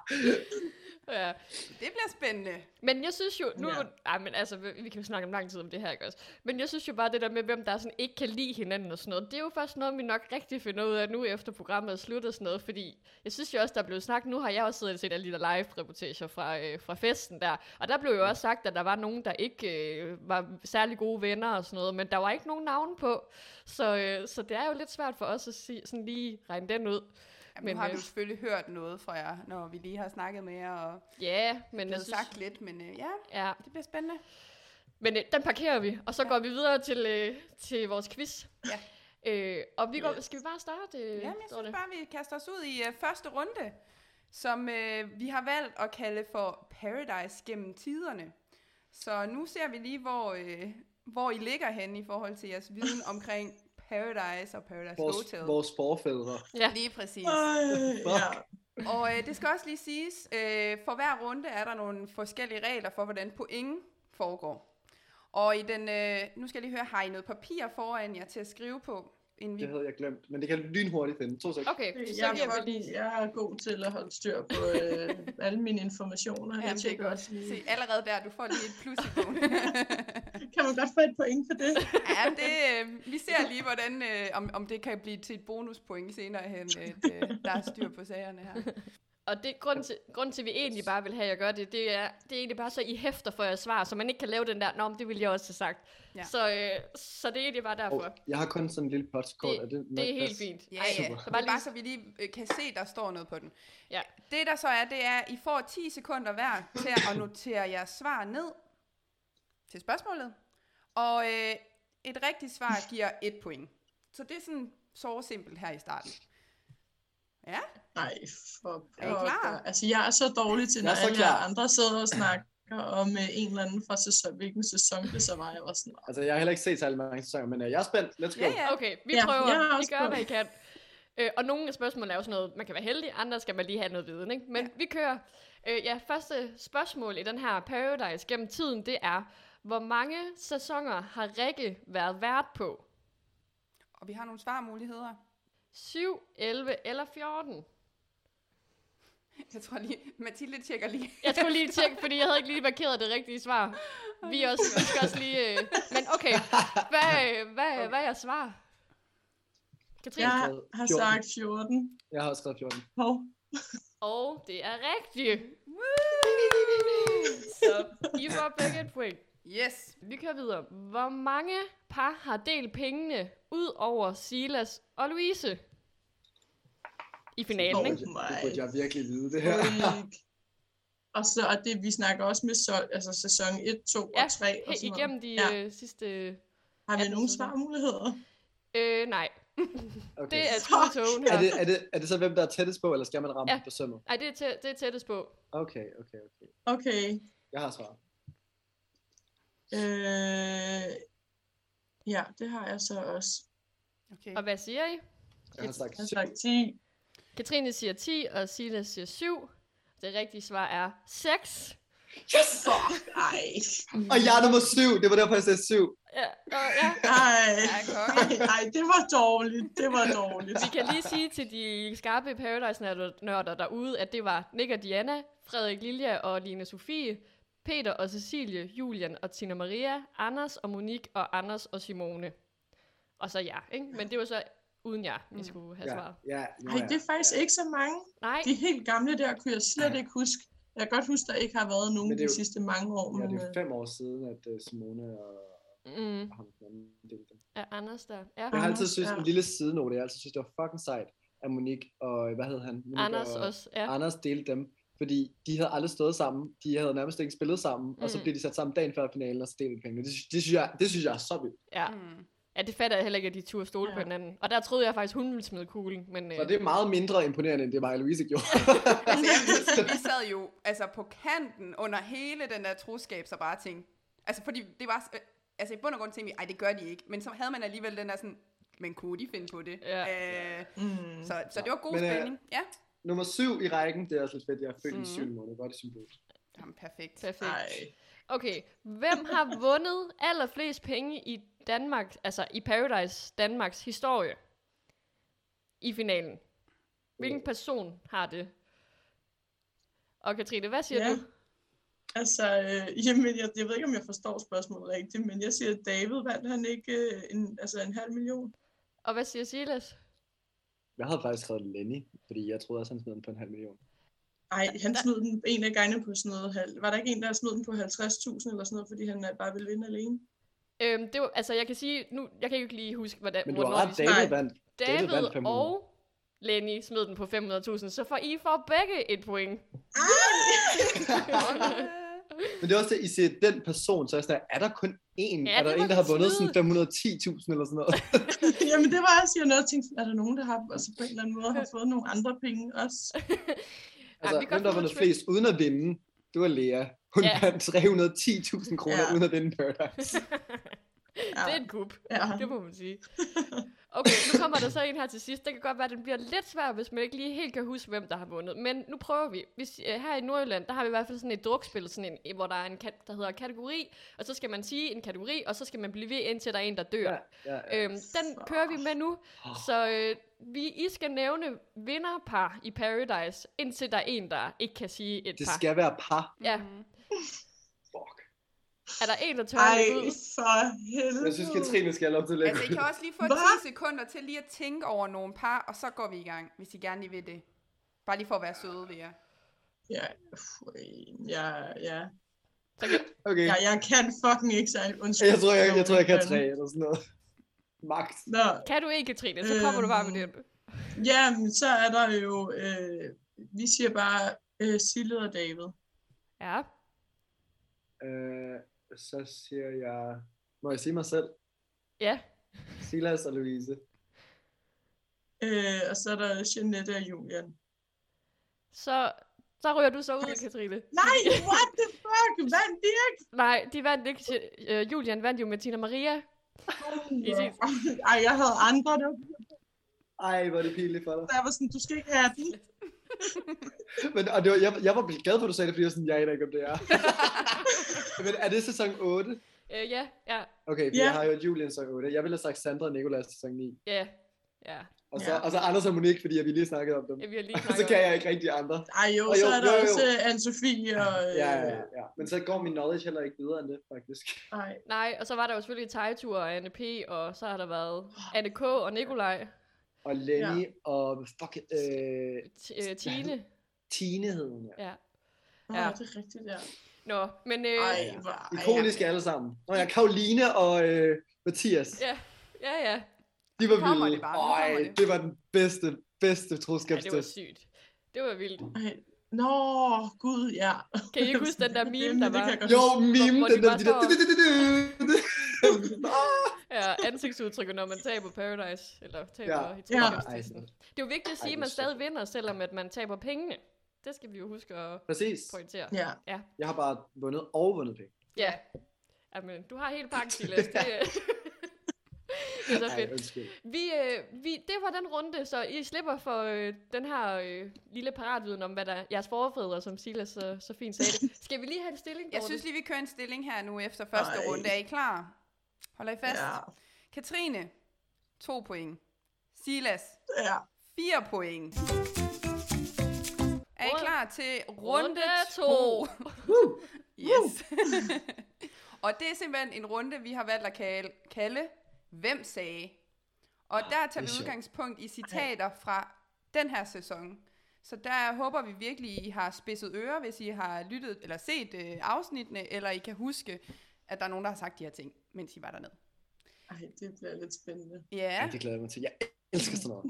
[SPEAKER 1] Ja.
[SPEAKER 2] Det bliver spændende.
[SPEAKER 1] Men jeg synes jo, nu, ja.
[SPEAKER 4] Ja.
[SPEAKER 1] ej, men altså, vi vi kan jo snakke om lang tid om det her, ikke også? Men jeg synes jo bare, det der med, hvem der sådan ikke kan lide hinanden og sådan noget, det er jo først noget, vi nok rigtig finder ud af nu, efter programmet er slut og sådan noget, fordi jeg synes jo også, der er blevet snakket, nu har jeg også siddet og set alle de der live-reportager fra, øh, fra festen der, og der blev jo også sagt, at der var nogen, der ikke øh, var særlig gode venner og sådan noget, men der var ikke nogen navn på, så, øh, så det er jo lidt svært for os at sige, sådan lige regne den ud.
[SPEAKER 2] Jamen,
[SPEAKER 1] Men,
[SPEAKER 2] nu har
[SPEAKER 1] øh,
[SPEAKER 2] du selvfølgelig hørt noget fra jer, når vi lige har snakket med jer, og
[SPEAKER 1] Ja, yeah, men
[SPEAKER 2] det
[SPEAKER 1] jeg
[SPEAKER 2] har
[SPEAKER 1] synes,
[SPEAKER 2] sagt lidt, men øh, ja,
[SPEAKER 1] ja,
[SPEAKER 2] det bliver spændende.
[SPEAKER 1] Men øh, den parkerer vi, og så
[SPEAKER 2] Ja.
[SPEAKER 1] går vi videre til, øh, til vores quiz.
[SPEAKER 2] Ja.
[SPEAKER 1] Øh, og vi går,
[SPEAKER 4] Yes.
[SPEAKER 1] skal vi bare starte? Øh,
[SPEAKER 2] Jamen, jeg
[SPEAKER 1] Dorte?
[SPEAKER 2] synes bare, vi kaster os ud i øh, første runde, som øh, vi har valgt at kalde for Paradise gennem tiderne. Så nu ser vi lige, hvor, øh, hvor I ligger henne i forhold til jeres viden omkring Paradise og Paradise
[SPEAKER 5] vores,
[SPEAKER 2] Hotel.
[SPEAKER 5] vores forfædre.
[SPEAKER 1] Ja.
[SPEAKER 2] Lige præcis.
[SPEAKER 4] Ej, øh, ja.
[SPEAKER 2] Og øh, det skal også lige siges, øh, for hver runde er der nogle forskellige regler for, hvordan point foregår. Og i den, øh, nu skal jeg lige høre, har I noget papir foran jer til at skrive på? Inden vi...
[SPEAKER 5] Det havde jeg glemt, men det kan jeg lynhurtigt finde. To sekunder.
[SPEAKER 1] Okay,
[SPEAKER 4] Det-
[SPEAKER 1] så
[SPEAKER 4] Jeg,
[SPEAKER 1] giver
[SPEAKER 4] er
[SPEAKER 1] vi
[SPEAKER 4] godt-
[SPEAKER 1] lige...
[SPEAKER 4] jeg er god til at holde styr på øh, alle mine informationer.
[SPEAKER 2] Ja,
[SPEAKER 4] jeg
[SPEAKER 2] det er
[SPEAKER 4] tjekker
[SPEAKER 2] godt.
[SPEAKER 4] også lige.
[SPEAKER 2] Se, allerede der, du får lige et plus i bogen.
[SPEAKER 4] Kan man godt få et point for det?
[SPEAKER 2] ja, men det, øh, vi ser lige, hvordan, øh, om, om det kan blive til et bonuspoint senere hen, at øh, der er styr på sagerne her.
[SPEAKER 1] Og det grund til, grund til, at vi egentlig bare vil have, at jeg gør det, det er, det er egentlig bare så, I hæfter for jeres svar, så man ikke kan lave den der, nå, men det ville jeg også have sagt.
[SPEAKER 2] Ja.
[SPEAKER 1] Ja. Så, øh, så det er egentlig bare derfor.
[SPEAKER 5] Og jeg har kun sådan en lille postkort.
[SPEAKER 1] Det-
[SPEAKER 5] er det, nok
[SPEAKER 1] det er helt
[SPEAKER 5] plads?
[SPEAKER 1] fint.
[SPEAKER 2] Ja, ja.
[SPEAKER 5] Super.
[SPEAKER 2] Så bare, bare så vi lige øh, kan se, der står noget på den.
[SPEAKER 1] Ja.
[SPEAKER 2] Det der så er, det er, at I får 10 sekunder hver til at notere jeres svar ned til spørgsmålet. Og øh, et rigtigt svar giver et point. Så det er sådan så simpelt her i starten. Ja,
[SPEAKER 4] Nej, for
[SPEAKER 2] Er I klar?
[SPEAKER 4] pokker. Altså, jeg er så dårlig til, når
[SPEAKER 5] Jeg er så
[SPEAKER 4] alle
[SPEAKER 5] klar.
[SPEAKER 4] jer andre sidder og snakker om øh, en eller anden fra sæson, hvilken sæson det så var. Jeg var sådan,
[SPEAKER 5] Altså, jeg har heller ikke set særlig mange sæsoner, men øh, jeg er spændt. Let's go.
[SPEAKER 2] ja, ja.
[SPEAKER 1] Okay, vi
[SPEAKER 4] Ja,
[SPEAKER 1] prøver.
[SPEAKER 4] jeg har
[SPEAKER 1] vi
[SPEAKER 4] også
[SPEAKER 1] gør,
[SPEAKER 4] prøvet.
[SPEAKER 1] hvad I kan. Øh, og nogle af spørgsmålene er jo sådan noget, man kan være heldig, andre skal man lige have noget viden, ikke? Men ja. vi kører. Øh, ja, første spørgsmål i den her Paradise gennem tiden, det er, hvor mange sæsoner har Rikke været vært på?
[SPEAKER 2] Og vi har nogle svarmuligheder.
[SPEAKER 1] 7, 11 eller 14?
[SPEAKER 2] Jeg tror lige, Mathilde tjekker lige.
[SPEAKER 1] Jeg skulle lige tjekke, fordi jeg havde ikke lige markeret det rigtige svar. Vi, er også, vi skal også lige... Øh, men okay, hvad, øh, hvad, okay. hvad er jeres svar? Katrine?
[SPEAKER 4] jeg
[SPEAKER 1] Ja.
[SPEAKER 4] har
[SPEAKER 5] 14.
[SPEAKER 4] sagt 14.
[SPEAKER 5] Jeg har også skrevet 14.
[SPEAKER 4] Hov.
[SPEAKER 1] Og det er rigtigt.
[SPEAKER 2] Så.
[SPEAKER 1] I får begge et point.
[SPEAKER 2] Yes.
[SPEAKER 1] Vi kører videre. Hvor mange par har delt pengene ud over Silas og Louise? I finalen,
[SPEAKER 4] Nå.
[SPEAKER 1] ikke?
[SPEAKER 5] Det burde jeg virkelig vide, det her.
[SPEAKER 4] Ulrik. Og så, og det, vi snakker også med sol, altså sæson 1, 2
[SPEAKER 1] Ja,
[SPEAKER 4] og 3. Og
[SPEAKER 1] Hey,
[SPEAKER 4] sådan noget.
[SPEAKER 1] igennem de
[SPEAKER 4] Ja.
[SPEAKER 1] ja. øh, sidste...
[SPEAKER 4] Har vi
[SPEAKER 1] Ja,
[SPEAKER 4] nogle
[SPEAKER 1] så-
[SPEAKER 4] svarmuligheder?
[SPEAKER 1] Øh, nej.
[SPEAKER 5] Okay.
[SPEAKER 1] Det er to tågen her.
[SPEAKER 5] er, det, er, det, er det så, hvem der er tættest på, eller skal man ramme
[SPEAKER 1] Ja.
[SPEAKER 5] ja. på sømmet?
[SPEAKER 1] Ej, det er, tæ- det er tættest på.
[SPEAKER 5] Okay, okay, okay.
[SPEAKER 4] Okay.
[SPEAKER 5] Jeg har svaret.
[SPEAKER 4] Øh, ja, det har jeg så også.
[SPEAKER 2] Okay.
[SPEAKER 1] Og hvad siger I?
[SPEAKER 5] Jeg har sagt
[SPEAKER 4] Jeg har
[SPEAKER 5] syv.
[SPEAKER 4] sagt 10.
[SPEAKER 1] Katrine siger 10, og Sina siger 7. Det rigtige svar er 6.
[SPEAKER 2] Yes!
[SPEAKER 4] Fuck, ej.
[SPEAKER 6] Og jeg er nummer syv. Det var derfor, jeg sagde syv.
[SPEAKER 1] Ja, og ja.
[SPEAKER 4] Ej.
[SPEAKER 2] Ej, kok.
[SPEAKER 4] Ej, ej, det var dårligt. Det var dårligt.
[SPEAKER 1] Vi kan lige sige til de skarpe Paradise-nørder derude, at det var Nick og Diana, Frederik Lilja og Line Sofie, Peter og Cecilie, Julian og Tina Maria, Anders og Monique og Anders og Simone. Og så jer, ikke? Men det var så uden jer, vi skulle have
[SPEAKER 3] Ja,
[SPEAKER 1] svaret.
[SPEAKER 3] ja, ja,
[SPEAKER 4] Ej,
[SPEAKER 3] ja.
[SPEAKER 4] det er faktisk ikke så mange.
[SPEAKER 1] Nej,
[SPEAKER 4] De helt gamle der kunne jeg slet ikke huske. Jeg kan godt huske, der ikke har været nogen
[SPEAKER 3] Men det er
[SPEAKER 4] de
[SPEAKER 3] jo-
[SPEAKER 4] sidste mange år.
[SPEAKER 3] ja,
[SPEAKER 4] Men,
[SPEAKER 3] det er
[SPEAKER 4] øh,
[SPEAKER 3] fem år siden, at uh, Simone og
[SPEAKER 1] mm,
[SPEAKER 3] ham hinanden delte dem.
[SPEAKER 1] er Anders der. Ja.
[SPEAKER 3] Jeg har altid
[SPEAKER 4] Anders,
[SPEAKER 3] synes,
[SPEAKER 4] ja.
[SPEAKER 3] en lille sidenote, jeg har altid synes, det var fucking sejt, at Monique og, hvad hed han? Monique
[SPEAKER 1] Anders også, ja.
[SPEAKER 3] Anders delte dem, fordi de havde aldrig stået sammen, de havde nærmest ikke spillet sammen, mm. og så
[SPEAKER 1] Mm.
[SPEAKER 3] blev de sat sammen dagen før finalen, og så delte de pengene. Det, sy- det, synes jeg, det synes jeg er så vildt.
[SPEAKER 1] ja.
[SPEAKER 2] Mm.
[SPEAKER 1] Ja, det fatter jeg heller ikke, at de turde stole ja. på
[SPEAKER 4] Ja.
[SPEAKER 1] hinanden. Og der troede jeg faktisk, hun ville smide kuglen, men... Øh,
[SPEAKER 3] Så det er meget mindre imponerende, end det Maja Louise gjorde.
[SPEAKER 2] Altså,
[SPEAKER 4] øh,
[SPEAKER 2] jeg vil sige, vi sad jo altså, på kanten under hele den der troskab, så bare tænkte, altså fordi det var, øh, altså i bund og grund tænkte vi, ej det gør de ikke, men så havde man alligevel den der sådan, men kunne de finde på det?
[SPEAKER 1] Ja.
[SPEAKER 2] Øh,
[SPEAKER 4] mm,
[SPEAKER 2] så, så det var god
[SPEAKER 3] Men, øh,
[SPEAKER 2] spænding. Ja.
[SPEAKER 3] Nummer syv i rækken, det er også lidt fedt, jeg er født mm. i
[SPEAKER 2] Mhm.
[SPEAKER 3] syvende måned, godt i symbol.
[SPEAKER 2] Jamen, perfekt.
[SPEAKER 1] øh, perfekt.
[SPEAKER 4] ej.
[SPEAKER 1] Okay, hvem har vundet allerflest penge i Danmark, altså i Paradise Danmarks historie i finalen? Hvilken
[SPEAKER 3] Øh.
[SPEAKER 1] person har det? Og Katrine, hvad siger
[SPEAKER 4] Ja.
[SPEAKER 1] du?
[SPEAKER 4] Altså, øh, jamen, jeg, jeg ved ikke, om jeg forstår spørgsmålet rigtigt, men jeg siger, at David vandt han ikke øh, en, altså en halv million.
[SPEAKER 1] Og hvad siger Silas?
[SPEAKER 3] Jeg havde faktisk skrevet Lenny, fordi jeg troede også, han smed den på en halv million.
[SPEAKER 4] Ej, han smed den en af gangene på sådan noget. halv- Var der ikke en, der smed den på 50.000 eller sådan noget, fordi han øh, bare ville vinde alene?
[SPEAKER 1] Øhm, det var, altså, jeg kan sige, nu, jeg kan ikke lige huske, hvordan...
[SPEAKER 3] Men du har
[SPEAKER 1] hvornår
[SPEAKER 3] ret,
[SPEAKER 1] vi-
[SPEAKER 3] David
[SPEAKER 4] Nej.
[SPEAKER 3] vandt. David vandt
[SPEAKER 1] David
[SPEAKER 3] 500.
[SPEAKER 1] og Lenny smed den på 500.000, så får I får begge et point.
[SPEAKER 3] Men det er også det, I siger, den person, så er jeg sådan, der, er der kun én?
[SPEAKER 1] Ja,
[SPEAKER 3] er der
[SPEAKER 1] det
[SPEAKER 3] en,
[SPEAKER 1] må
[SPEAKER 3] der har
[SPEAKER 1] vi
[SPEAKER 3] vundet
[SPEAKER 1] smide.
[SPEAKER 3] sådan 510.000 eller sådan noget?
[SPEAKER 4] Jamen det var også, jeg nåede at tænke, er der nogen, der har altså på en eller anden måde har fået nogle andre penge også?
[SPEAKER 3] altså,
[SPEAKER 1] vi kan
[SPEAKER 3] hvem
[SPEAKER 1] godt
[SPEAKER 3] der
[SPEAKER 1] få
[SPEAKER 3] vundet
[SPEAKER 1] noget
[SPEAKER 3] flest uden at vinde, det var Lea. Hun
[SPEAKER 1] Ja.
[SPEAKER 3] ja. vandt 310.000 kroner
[SPEAKER 4] Ja.
[SPEAKER 3] uden at vinde Paradise.
[SPEAKER 4] Ja,
[SPEAKER 1] Det er et kup.
[SPEAKER 4] ja.
[SPEAKER 1] Det må man sige. Okay, nu kommer der så en her til sidst. Det kan godt være, at den bliver lidt svær, hvis man ikke lige helt kan huske, hvem der har vundet. Men nu prøver vi. Hvis, øh, her i Nordjylland, der har vi i hvert fald sådan et drukspil, sådan en, hvor der er en kat, der hedder kategori, og så skal man sige en kategori, og så skal man blive ved, indtil der er en, der dør.
[SPEAKER 3] ja, ja, ja.
[SPEAKER 1] Øhm, den kører vi med nu. Så øh, vi, I skal nævne vinderpar i Paradise, indtil der er en, der ikke kan sige et
[SPEAKER 3] Det
[SPEAKER 1] par.
[SPEAKER 3] skal være par.
[SPEAKER 1] Ja,
[SPEAKER 3] Fuck.
[SPEAKER 1] er der en, der tør
[SPEAKER 4] Ej,
[SPEAKER 1] lægge ud?
[SPEAKER 4] for helvede.
[SPEAKER 3] Jeg synes, Katrine skal have lov til at lægge
[SPEAKER 2] Altså, I kan også lige få
[SPEAKER 4] Hva?
[SPEAKER 2] 10 sekunder til lige at tænke over nogle par, og så går vi i gang, hvis I gerne lige vil det. Bare lige for at være søde ved jer.
[SPEAKER 4] Ja, ui, ja, ja.
[SPEAKER 3] Okay.
[SPEAKER 4] ja, jeg kan fucking ikke særlig undskyld.
[SPEAKER 3] Jeg tror, jeg, jeg, tror, jeg kan tre eller sådan noget. Max.
[SPEAKER 4] Nå,
[SPEAKER 1] Kan du ikke, Katrine? Så kommer du bare med
[SPEAKER 4] Øhm.
[SPEAKER 1] den.
[SPEAKER 4] ja, men så er der jo, øh, vi siger bare øh, Sille og David.
[SPEAKER 1] Ja.
[SPEAKER 3] Øh, så siger jeg... Må jeg sige mig selv?
[SPEAKER 1] Ja.
[SPEAKER 3] Silas og Louise.
[SPEAKER 4] Øh, og så er der Jeanette og Julian.
[SPEAKER 1] Så, så ryger du så ud, Katrine.
[SPEAKER 4] Nej, what the fuck? Vandt de ikke?
[SPEAKER 1] Nej, de vandt ikke. Øh, Julian vandt jo med Tina Maria. I sin-
[SPEAKER 4] Ej, jeg havde andre. Det var,
[SPEAKER 3] Ej, hvor er det pinligt for dig.
[SPEAKER 4] der var sådan, du skal ikke have den.
[SPEAKER 3] Men, og det var, jeg, jeg var glad for, at du sagde det, fordi jeg, var sådan, jeg aner ikke, om det er. Men er det sæson 8?
[SPEAKER 1] Øh, ja, ja,
[SPEAKER 3] Okay, for
[SPEAKER 4] Ja.
[SPEAKER 3] jeg har jo Julian sæson 8. Jeg ville have sagt Sandra og Nicolas sæson 9.
[SPEAKER 1] ja, ja.
[SPEAKER 3] Og så,
[SPEAKER 4] Ja.
[SPEAKER 3] og så Anders og Monique, fordi vi lige snakkede om dem.
[SPEAKER 1] Ja, Vi har lige
[SPEAKER 3] Og så
[SPEAKER 1] snakket
[SPEAKER 3] kan
[SPEAKER 1] om-
[SPEAKER 3] jeg ikke rigtig andre.
[SPEAKER 4] Ej jo,
[SPEAKER 3] Og
[SPEAKER 4] så
[SPEAKER 3] jo,
[SPEAKER 4] er der
[SPEAKER 3] jo, jo.
[SPEAKER 4] også øh, Anne-Sophie og... Øh,
[SPEAKER 3] Ja, ja, ja. Men så går min knowledge heller ikke videre end det, faktisk.
[SPEAKER 4] Ej,
[SPEAKER 1] Nej, og så var der jo selvfølgelig Tejtur og Anne P, og så har der været Anne K og Nikolaj,
[SPEAKER 3] Og Lenny ja. og fuck, øh,
[SPEAKER 1] t- øh, Tine.
[SPEAKER 3] Tine hed hun, ja.
[SPEAKER 1] Ja.
[SPEAKER 4] Nå,
[SPEAKER 1] Ja.
[SPEAKER 4] det er rigtigt, ja.
[SPEAKER 1] Nå, men... Øh,
[SPEAKER 4] Ej,
[SPEAKER 3] ja.
[SPEAKER 4] hvor... ej,
[SPEAKER 3] Ikoniske alle sammen. Nå ja, Karoline og øh, Mathias.
[SPEAKER 1] Ja. Ja, ja.
[SPEAKER 3] De var
[SPEAKER 2] Nu kommer
[SPEAKER 3] vilde.
[SPEAKER 2] det bare, nu
[SPEAKER 3] Ej,
[SPEAKER 2] kommer det.
[SPEAKER 3] det var den bedste, bedste
[SPEAKER 1] Ej, det var
[SPEAKER 3] troskabstest.
[SPEAKER 1] sygt. Det var vildt.
[SPEAKER 4] Ej. Nå, gud, ja.
[SPEAKER 1] Kan I ikke huske den der meme, der
[SPEAKER 4] Det
[SPEAKER 1] var?
[SPEAKER 4] kan jeg godt
[SPEAKER 3] Jo,
[SPEAKER 4] huske.
[SPEAKER 3] meme,
[SPEAKER 1] Hvor de
[SPEAKER 3] den der,
[SPEAKER 1] bare
[SPEAKER 3] de der...
[SPEAKER 1] står-
[SPEAKER 3] Ah,
[SPEAKER 1] Ja, ansigtsudtryk, når man taber Paradise, eller taber
[SPEAKER 3] Ja.
[SPEAKER 1] ja. i
[SPEAKER 4] Ja.
[SPEAKER 1] troskabstesten.
[SPEAKER 3] Ej,
[SPEAKER 1] Det er jo vigtigt at sige, at
[SPEAKER 3] Ej, det
[SPEAKER 1] man
[SPEAKER 3] er
[SPEAKER 1] stadig vinder, selvom at man taber pengene. Det skal vi jo huske at
[SPEAKER 3] Præcis.
[SPEAKER 1] pointere.
[SPEAKER 4] Ja.
[SPEAKER 3] Jeg har bare vundet og vundet penge.
[SPEAKER 1] Ja. Jamen, du har helt pakken, Silas. Det, øh, Det er så
[SPEAKER 5] Ej,
[SPEAKER 1] fedt.
[SPEAKER 5] undskyld.
[SPEAKER 1] Vi, øh, vi, det var den runde, så I slipper for øh, den her øh, lille paratviden om, hvad der jeres forfædre, som Silas så, så fint sagde det. Skal vi lige have en stilling,
[SPEAKER 2] Jeg
[SPEAKER 1] Dorte?
[SPEAKER 2] synes lige, vi kører en stilling her nu efter første
[SPEAKER 4] Ej.
[SPEAKER 2] runde. Er I klar? Holder I fast?
[SPEAKER 4] Ja,
[SPEAKER 2] Katrine, to point. Silas,
[SPEAKER 4] ja.
[SPEAKER 2] 4 point. Er I
[SPEAKER 1] Runde-
[SPEAKER 2] klar til runde
[SPEAKER 1] Runde
[SPEAKER 2] 2?
[SPEAKER 1] to.
[SPEAKER 2] yes. og det er simpelthen en runde, vi har valgt at kalde, kalde Hvem sagde? Og der tager
[SPEAKER 5] det er
[SPEAKER 2] vi
[SPEAKER 5] sjovt.
[SPEAKER 2] udgangspunkt i citater fra den her sæson. Så der håber vi virkelig, I har spidset ører, hvis I har lyttet eller set øh, afsnittene, eller I kan huske, at der er nogen, der har sagt de her ting, mens I var dernede.
[SPEAKER 4] Ej, det bliver lidt spændende.
[SPEAKER 2] Ja.
[SPEAKER 5] Det glæder jeg mig til. Jeg elsker sådan noget.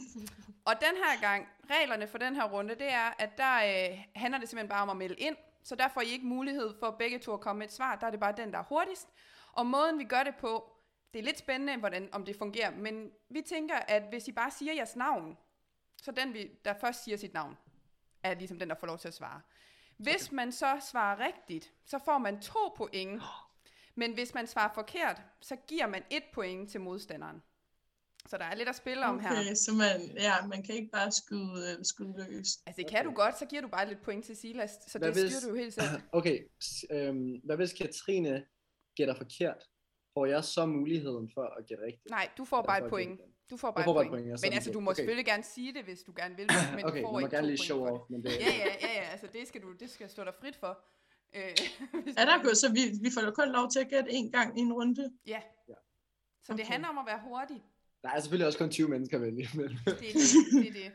[SPEAKER 2] Og den her gang, reglerne for den her runde, det er, at der øh, handler det simpelthen bare om at melde ind. Så der får I ikke mulighed for begge to at komme med et svar. Der er det bare den, der er hurtigst. Og måden, vi gør det på, det er lidt spændende, hvordan, om det fungerer. Men vi tænker, at hvis I bare siger jeres navn, så den, vi, der først siger sit navn, er ligesom den, der får lov til at svare. Hvis man så svarer rigtigt, så får man to point. Men hvis man svarer forkert, så giver man et point til modstanderen. Så der er lidt at spille om her.
[SPEAKER 4] Okay, så man, ja, man kan ikke bare skyde, øh, skyde løs.
[SPEAKER 2] Altså, det kan du godt, så giver du bare lidt point til Silas, så
[SPEAKER 5] Hvad
[SPEAKER 2] det styrer
[SPEAKER 5] hvis-
[SPEAKER 2] du jo helt selv.
[SPEAKER 5] Okay, s- øhm, hvad hvis Katrine gætter forkert? Får jeg så muligheden for at gætte rigtigt?
[SPEAKER 2] Nej, du får bare et point. Du får bare
[SPEAKER 5] får bare
[SPEAKER 2] et
[SPEAKER 5] et
[SPEAKER 2] point.
[SPEAKER 5] point, ja,
[SPEAKER 2] Men
[SPEAKER 5] sådan
[SPEAKER 2] altså,
[SPEAKER 5] set.
[SPEAKER 2] du må
[SPEAKER 5] Okay.
[SPEAKER 2] selvfølgelig gerne sige det, hvis du gerne vil,
[SPEAKER 5] okay,
[SPEAKER 2] men du får
[SPEAKER 5] jeg må
[SPEAKER 2] ikke
[SPEAKER 5] gerne
[SPEAKER 2] to
[SPEAKER 5] lige
[SPEAKER 2] point
[SPEAKER 5] show
[SPEAKER 2] for det.
[SPEAKER 5] off, men det,
[SPEAKER 2] Ja, ja, ja, ja, altså det skal, du, det skal stå dig frit for. Øh, hvis
[SPEAKER 4] Er
[SPEAKER 2] du
[SPEAKER 4] der
[SPEAKER 2] gerne-
[SPEAKER 4] gået, så vi, vi får kun lov til at gætte en gang i en runde?
[SPEAKER 2] Ja.
[SPEAKER 5] Ja.
[SPEAKER 2] Så det
[SPEAKER 4] Okay.
[SPEAKER 2] handler om at være hurtig.
[SPEAKER 5] der er selvfølgelig også kun 20 mennesker vel. Men...
[SPEAKER 2] Det er det. det, er det.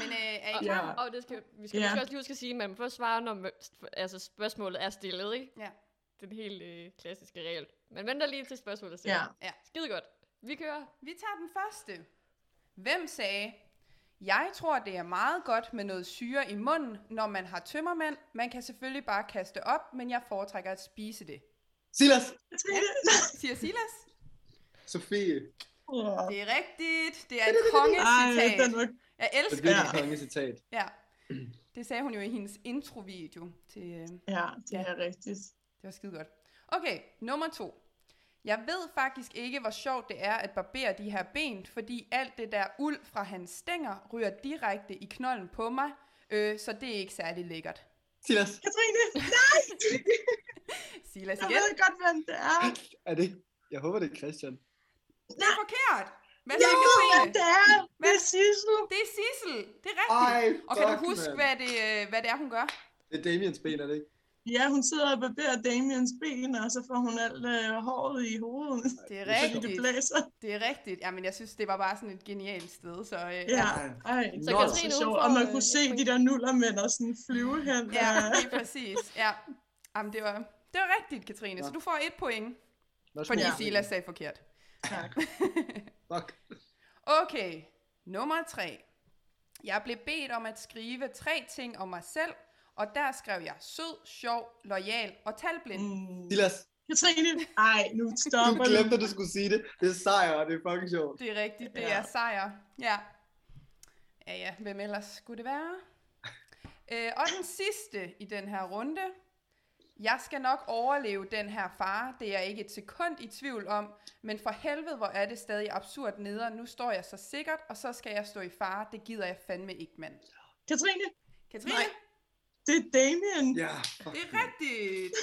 [SPEAKER 2] Men øh, er I
[SPEAKER 1] Og,
[SPEAKER 2] klar?
[SPEAKER 4] Ja.
[SPEAKER 1] og det skal, vi skal
[SPEAKER 4] Ja.
[SPEAKER 1] måske også lige huske at sige, at man må først svare, når man- altså, spørgsmålet er stillet, ikke?
[SPEAKER 2] Ja.
[SPEAKER 1] Den helt øh, klassiske regel. Man venter lige til spørgsmålet er stillet.
[SPEAKER 4] Ja.
[SPEAKER 1] Skide godt. Vi kører.
[SPEAKER 2] Vi tager den første. Hvem sagde, jeg tror, det er meget godt med noget syre i munden, når man har tømmermænd. Man kan selvfølgelig bare kaste op, men jeg foretrækker at spise det.
[SPEAKER 3] Silas!
[SPEAKER 2] Siger Silas?
[SPEAKER 3] Sofie!
[SPEAKER 4] Ja.
[SPEAKER 2] Det er rigtigt. Det er et kongecitat.
[SPEAKER 4] den var...
[SPEAKER 2] Jeg
[SPEAKER 5] Det er
[SPEAKER 2] elsker
[SPEAKER 5] virkelig
[SPEAKER 2] det.
[SPEAKER 5] et konge citat.
[SPEAKER 2] Ja. Det sagde hun jo i hendes introvideo. Til, øh,
[SPEAKER 4] Ja, det
[SPEAKER 2] Ja.
[SPEAKER 4] er rigtigt.
[SPEAKER 2] det var skide godt. Okay, nummer to. Jeg ved faktisk ikke, hvor sjovt det er at barbere de her ben, fordi alt det der uld fra hans stænger ryger direkte i knolden på mig, øh, så det er ikke særlig lækkert.
[SPEAKER 3] Silas!
[SPEAKER 4] Katrine,
[SPEAKER 2] Silas
[SPEAKER 4] jeg
[SPEAKER 2] igen.
[SPEAKER 4] ved godt, hvem det er.
[SPEAKER 5] Er det ikke- Jeg håber, det er Christian.
[SPEAKER 2] Det er forkert. Hvad
[SPEAKER 4] Jeg
[SPEAKER 2] siger
[SPEAKER 4] ved,
[SPEAKER 2] Katrine?
[SPEAKER 4] hvem det er. Det er Sissel.
[SPEAKER 2] Det er Sissel. Det er rigtigt.
[SPEAKER 3] Ej,
[SPEAKER 2] Og kan du
[SPEAKER 3] fuck,
[SPEAKER 2] huske,
[SPEAKER 3] mand.
[SPEAKER 2] hvad det, øh, hvad det er, hun gør?
[SPEAKER 3] Det er Damiens ben, er det ikke?
[SPEAKER 4] Ja, hun sidder og barberer Damiens ben, og så får hun alt øh, håret i hovedet,
[SPEAKER 2] Det er
[SPEAKER 5] det er
[SPEAKER 4] fordi det
[SPEAKER 2] rigtigt.
[SPEAKER 4] blæser.
[SPEAKER 2] Det er rigtigt. Jamen, jeg synes, det var bare sådan et genialt sted, så... Øh, ja.
[SPEAKER 4] Ja, ej,
[SPEAKER 1] Så
[SPEAKER 3] Nå,
[SPEAKER 1] Katrine,
[SPEAKER 4] så
[SPEAKER 1] hun
[SPEAKER 4] sjovt.
[SPEAKER 1] får,
[SPEAKER 4] Og man
[SPEAKER 1] øh,
[SPEAKER 4] kunne
[SPEAKER 1] et
[SPEAKER 4] se
[SPEAKER 1] point.
[SPEAKER 4] de der nullermænd og sådan flyve hen.
[SPEAKER 2] ja,
[SPEAKER 4] og-
[SPEAKER 2] det er præcis. Ja. Jamen, det var, det var rigtigt, Katrine. Så
[SPEAKER 5] Nå.
[SPEAKER 2] du får et point,
[SPEAKER 5] Værsgo.
[SPEAKER 2] fordi
[SPEAKER 4] Ja.
[SPEAKER 2] Silas sagde forkert.
[SPEAKER 4] Tak.
[SPEAKER 5] Fuck.
[SPEAKER 2] Okay, nummer tre. Jeg blev bedt om at skrive tre ting om mig selv, og der skrev jeg sød, sjov, lojal og talblind. Mm.
[SPEAKER 4] Mm.
[SPEAKER 3] Silas!
[SPEAKER 4] Katrine, ej, nu
[SPEAKER 3] Du
[SPEAKER 4] stopper
[SPEAKER 3] glemte, at du skulle sige det. Det er sejr, og det er fucking sjovt.
[SPEAKER 2] Det er rigtigt, det
[SPEAKER 4] Ja.
[SPEAKER 2] er sejr. Ja. Ja, ja, hvem ellers skulle det være? Øh, og den sidste i den her runde. Jeg skal nok overleve den her fare, det er jeg ikke et sekund i tvivl om, men for helvede, hvor er det stadig absurd neder. Nu står jeg så sikkert, og så skal jeg stå i fare. Det gider jeg fandme ikke, mand.
[SPEAKER 4] Katrine,
[SPEAKER 2] Katrine,
[SPEAKER 4] Nej. det er Damien.
[SPEAKER 3] Ja, fuck.
[SPEAKER 2] det er rigtigt!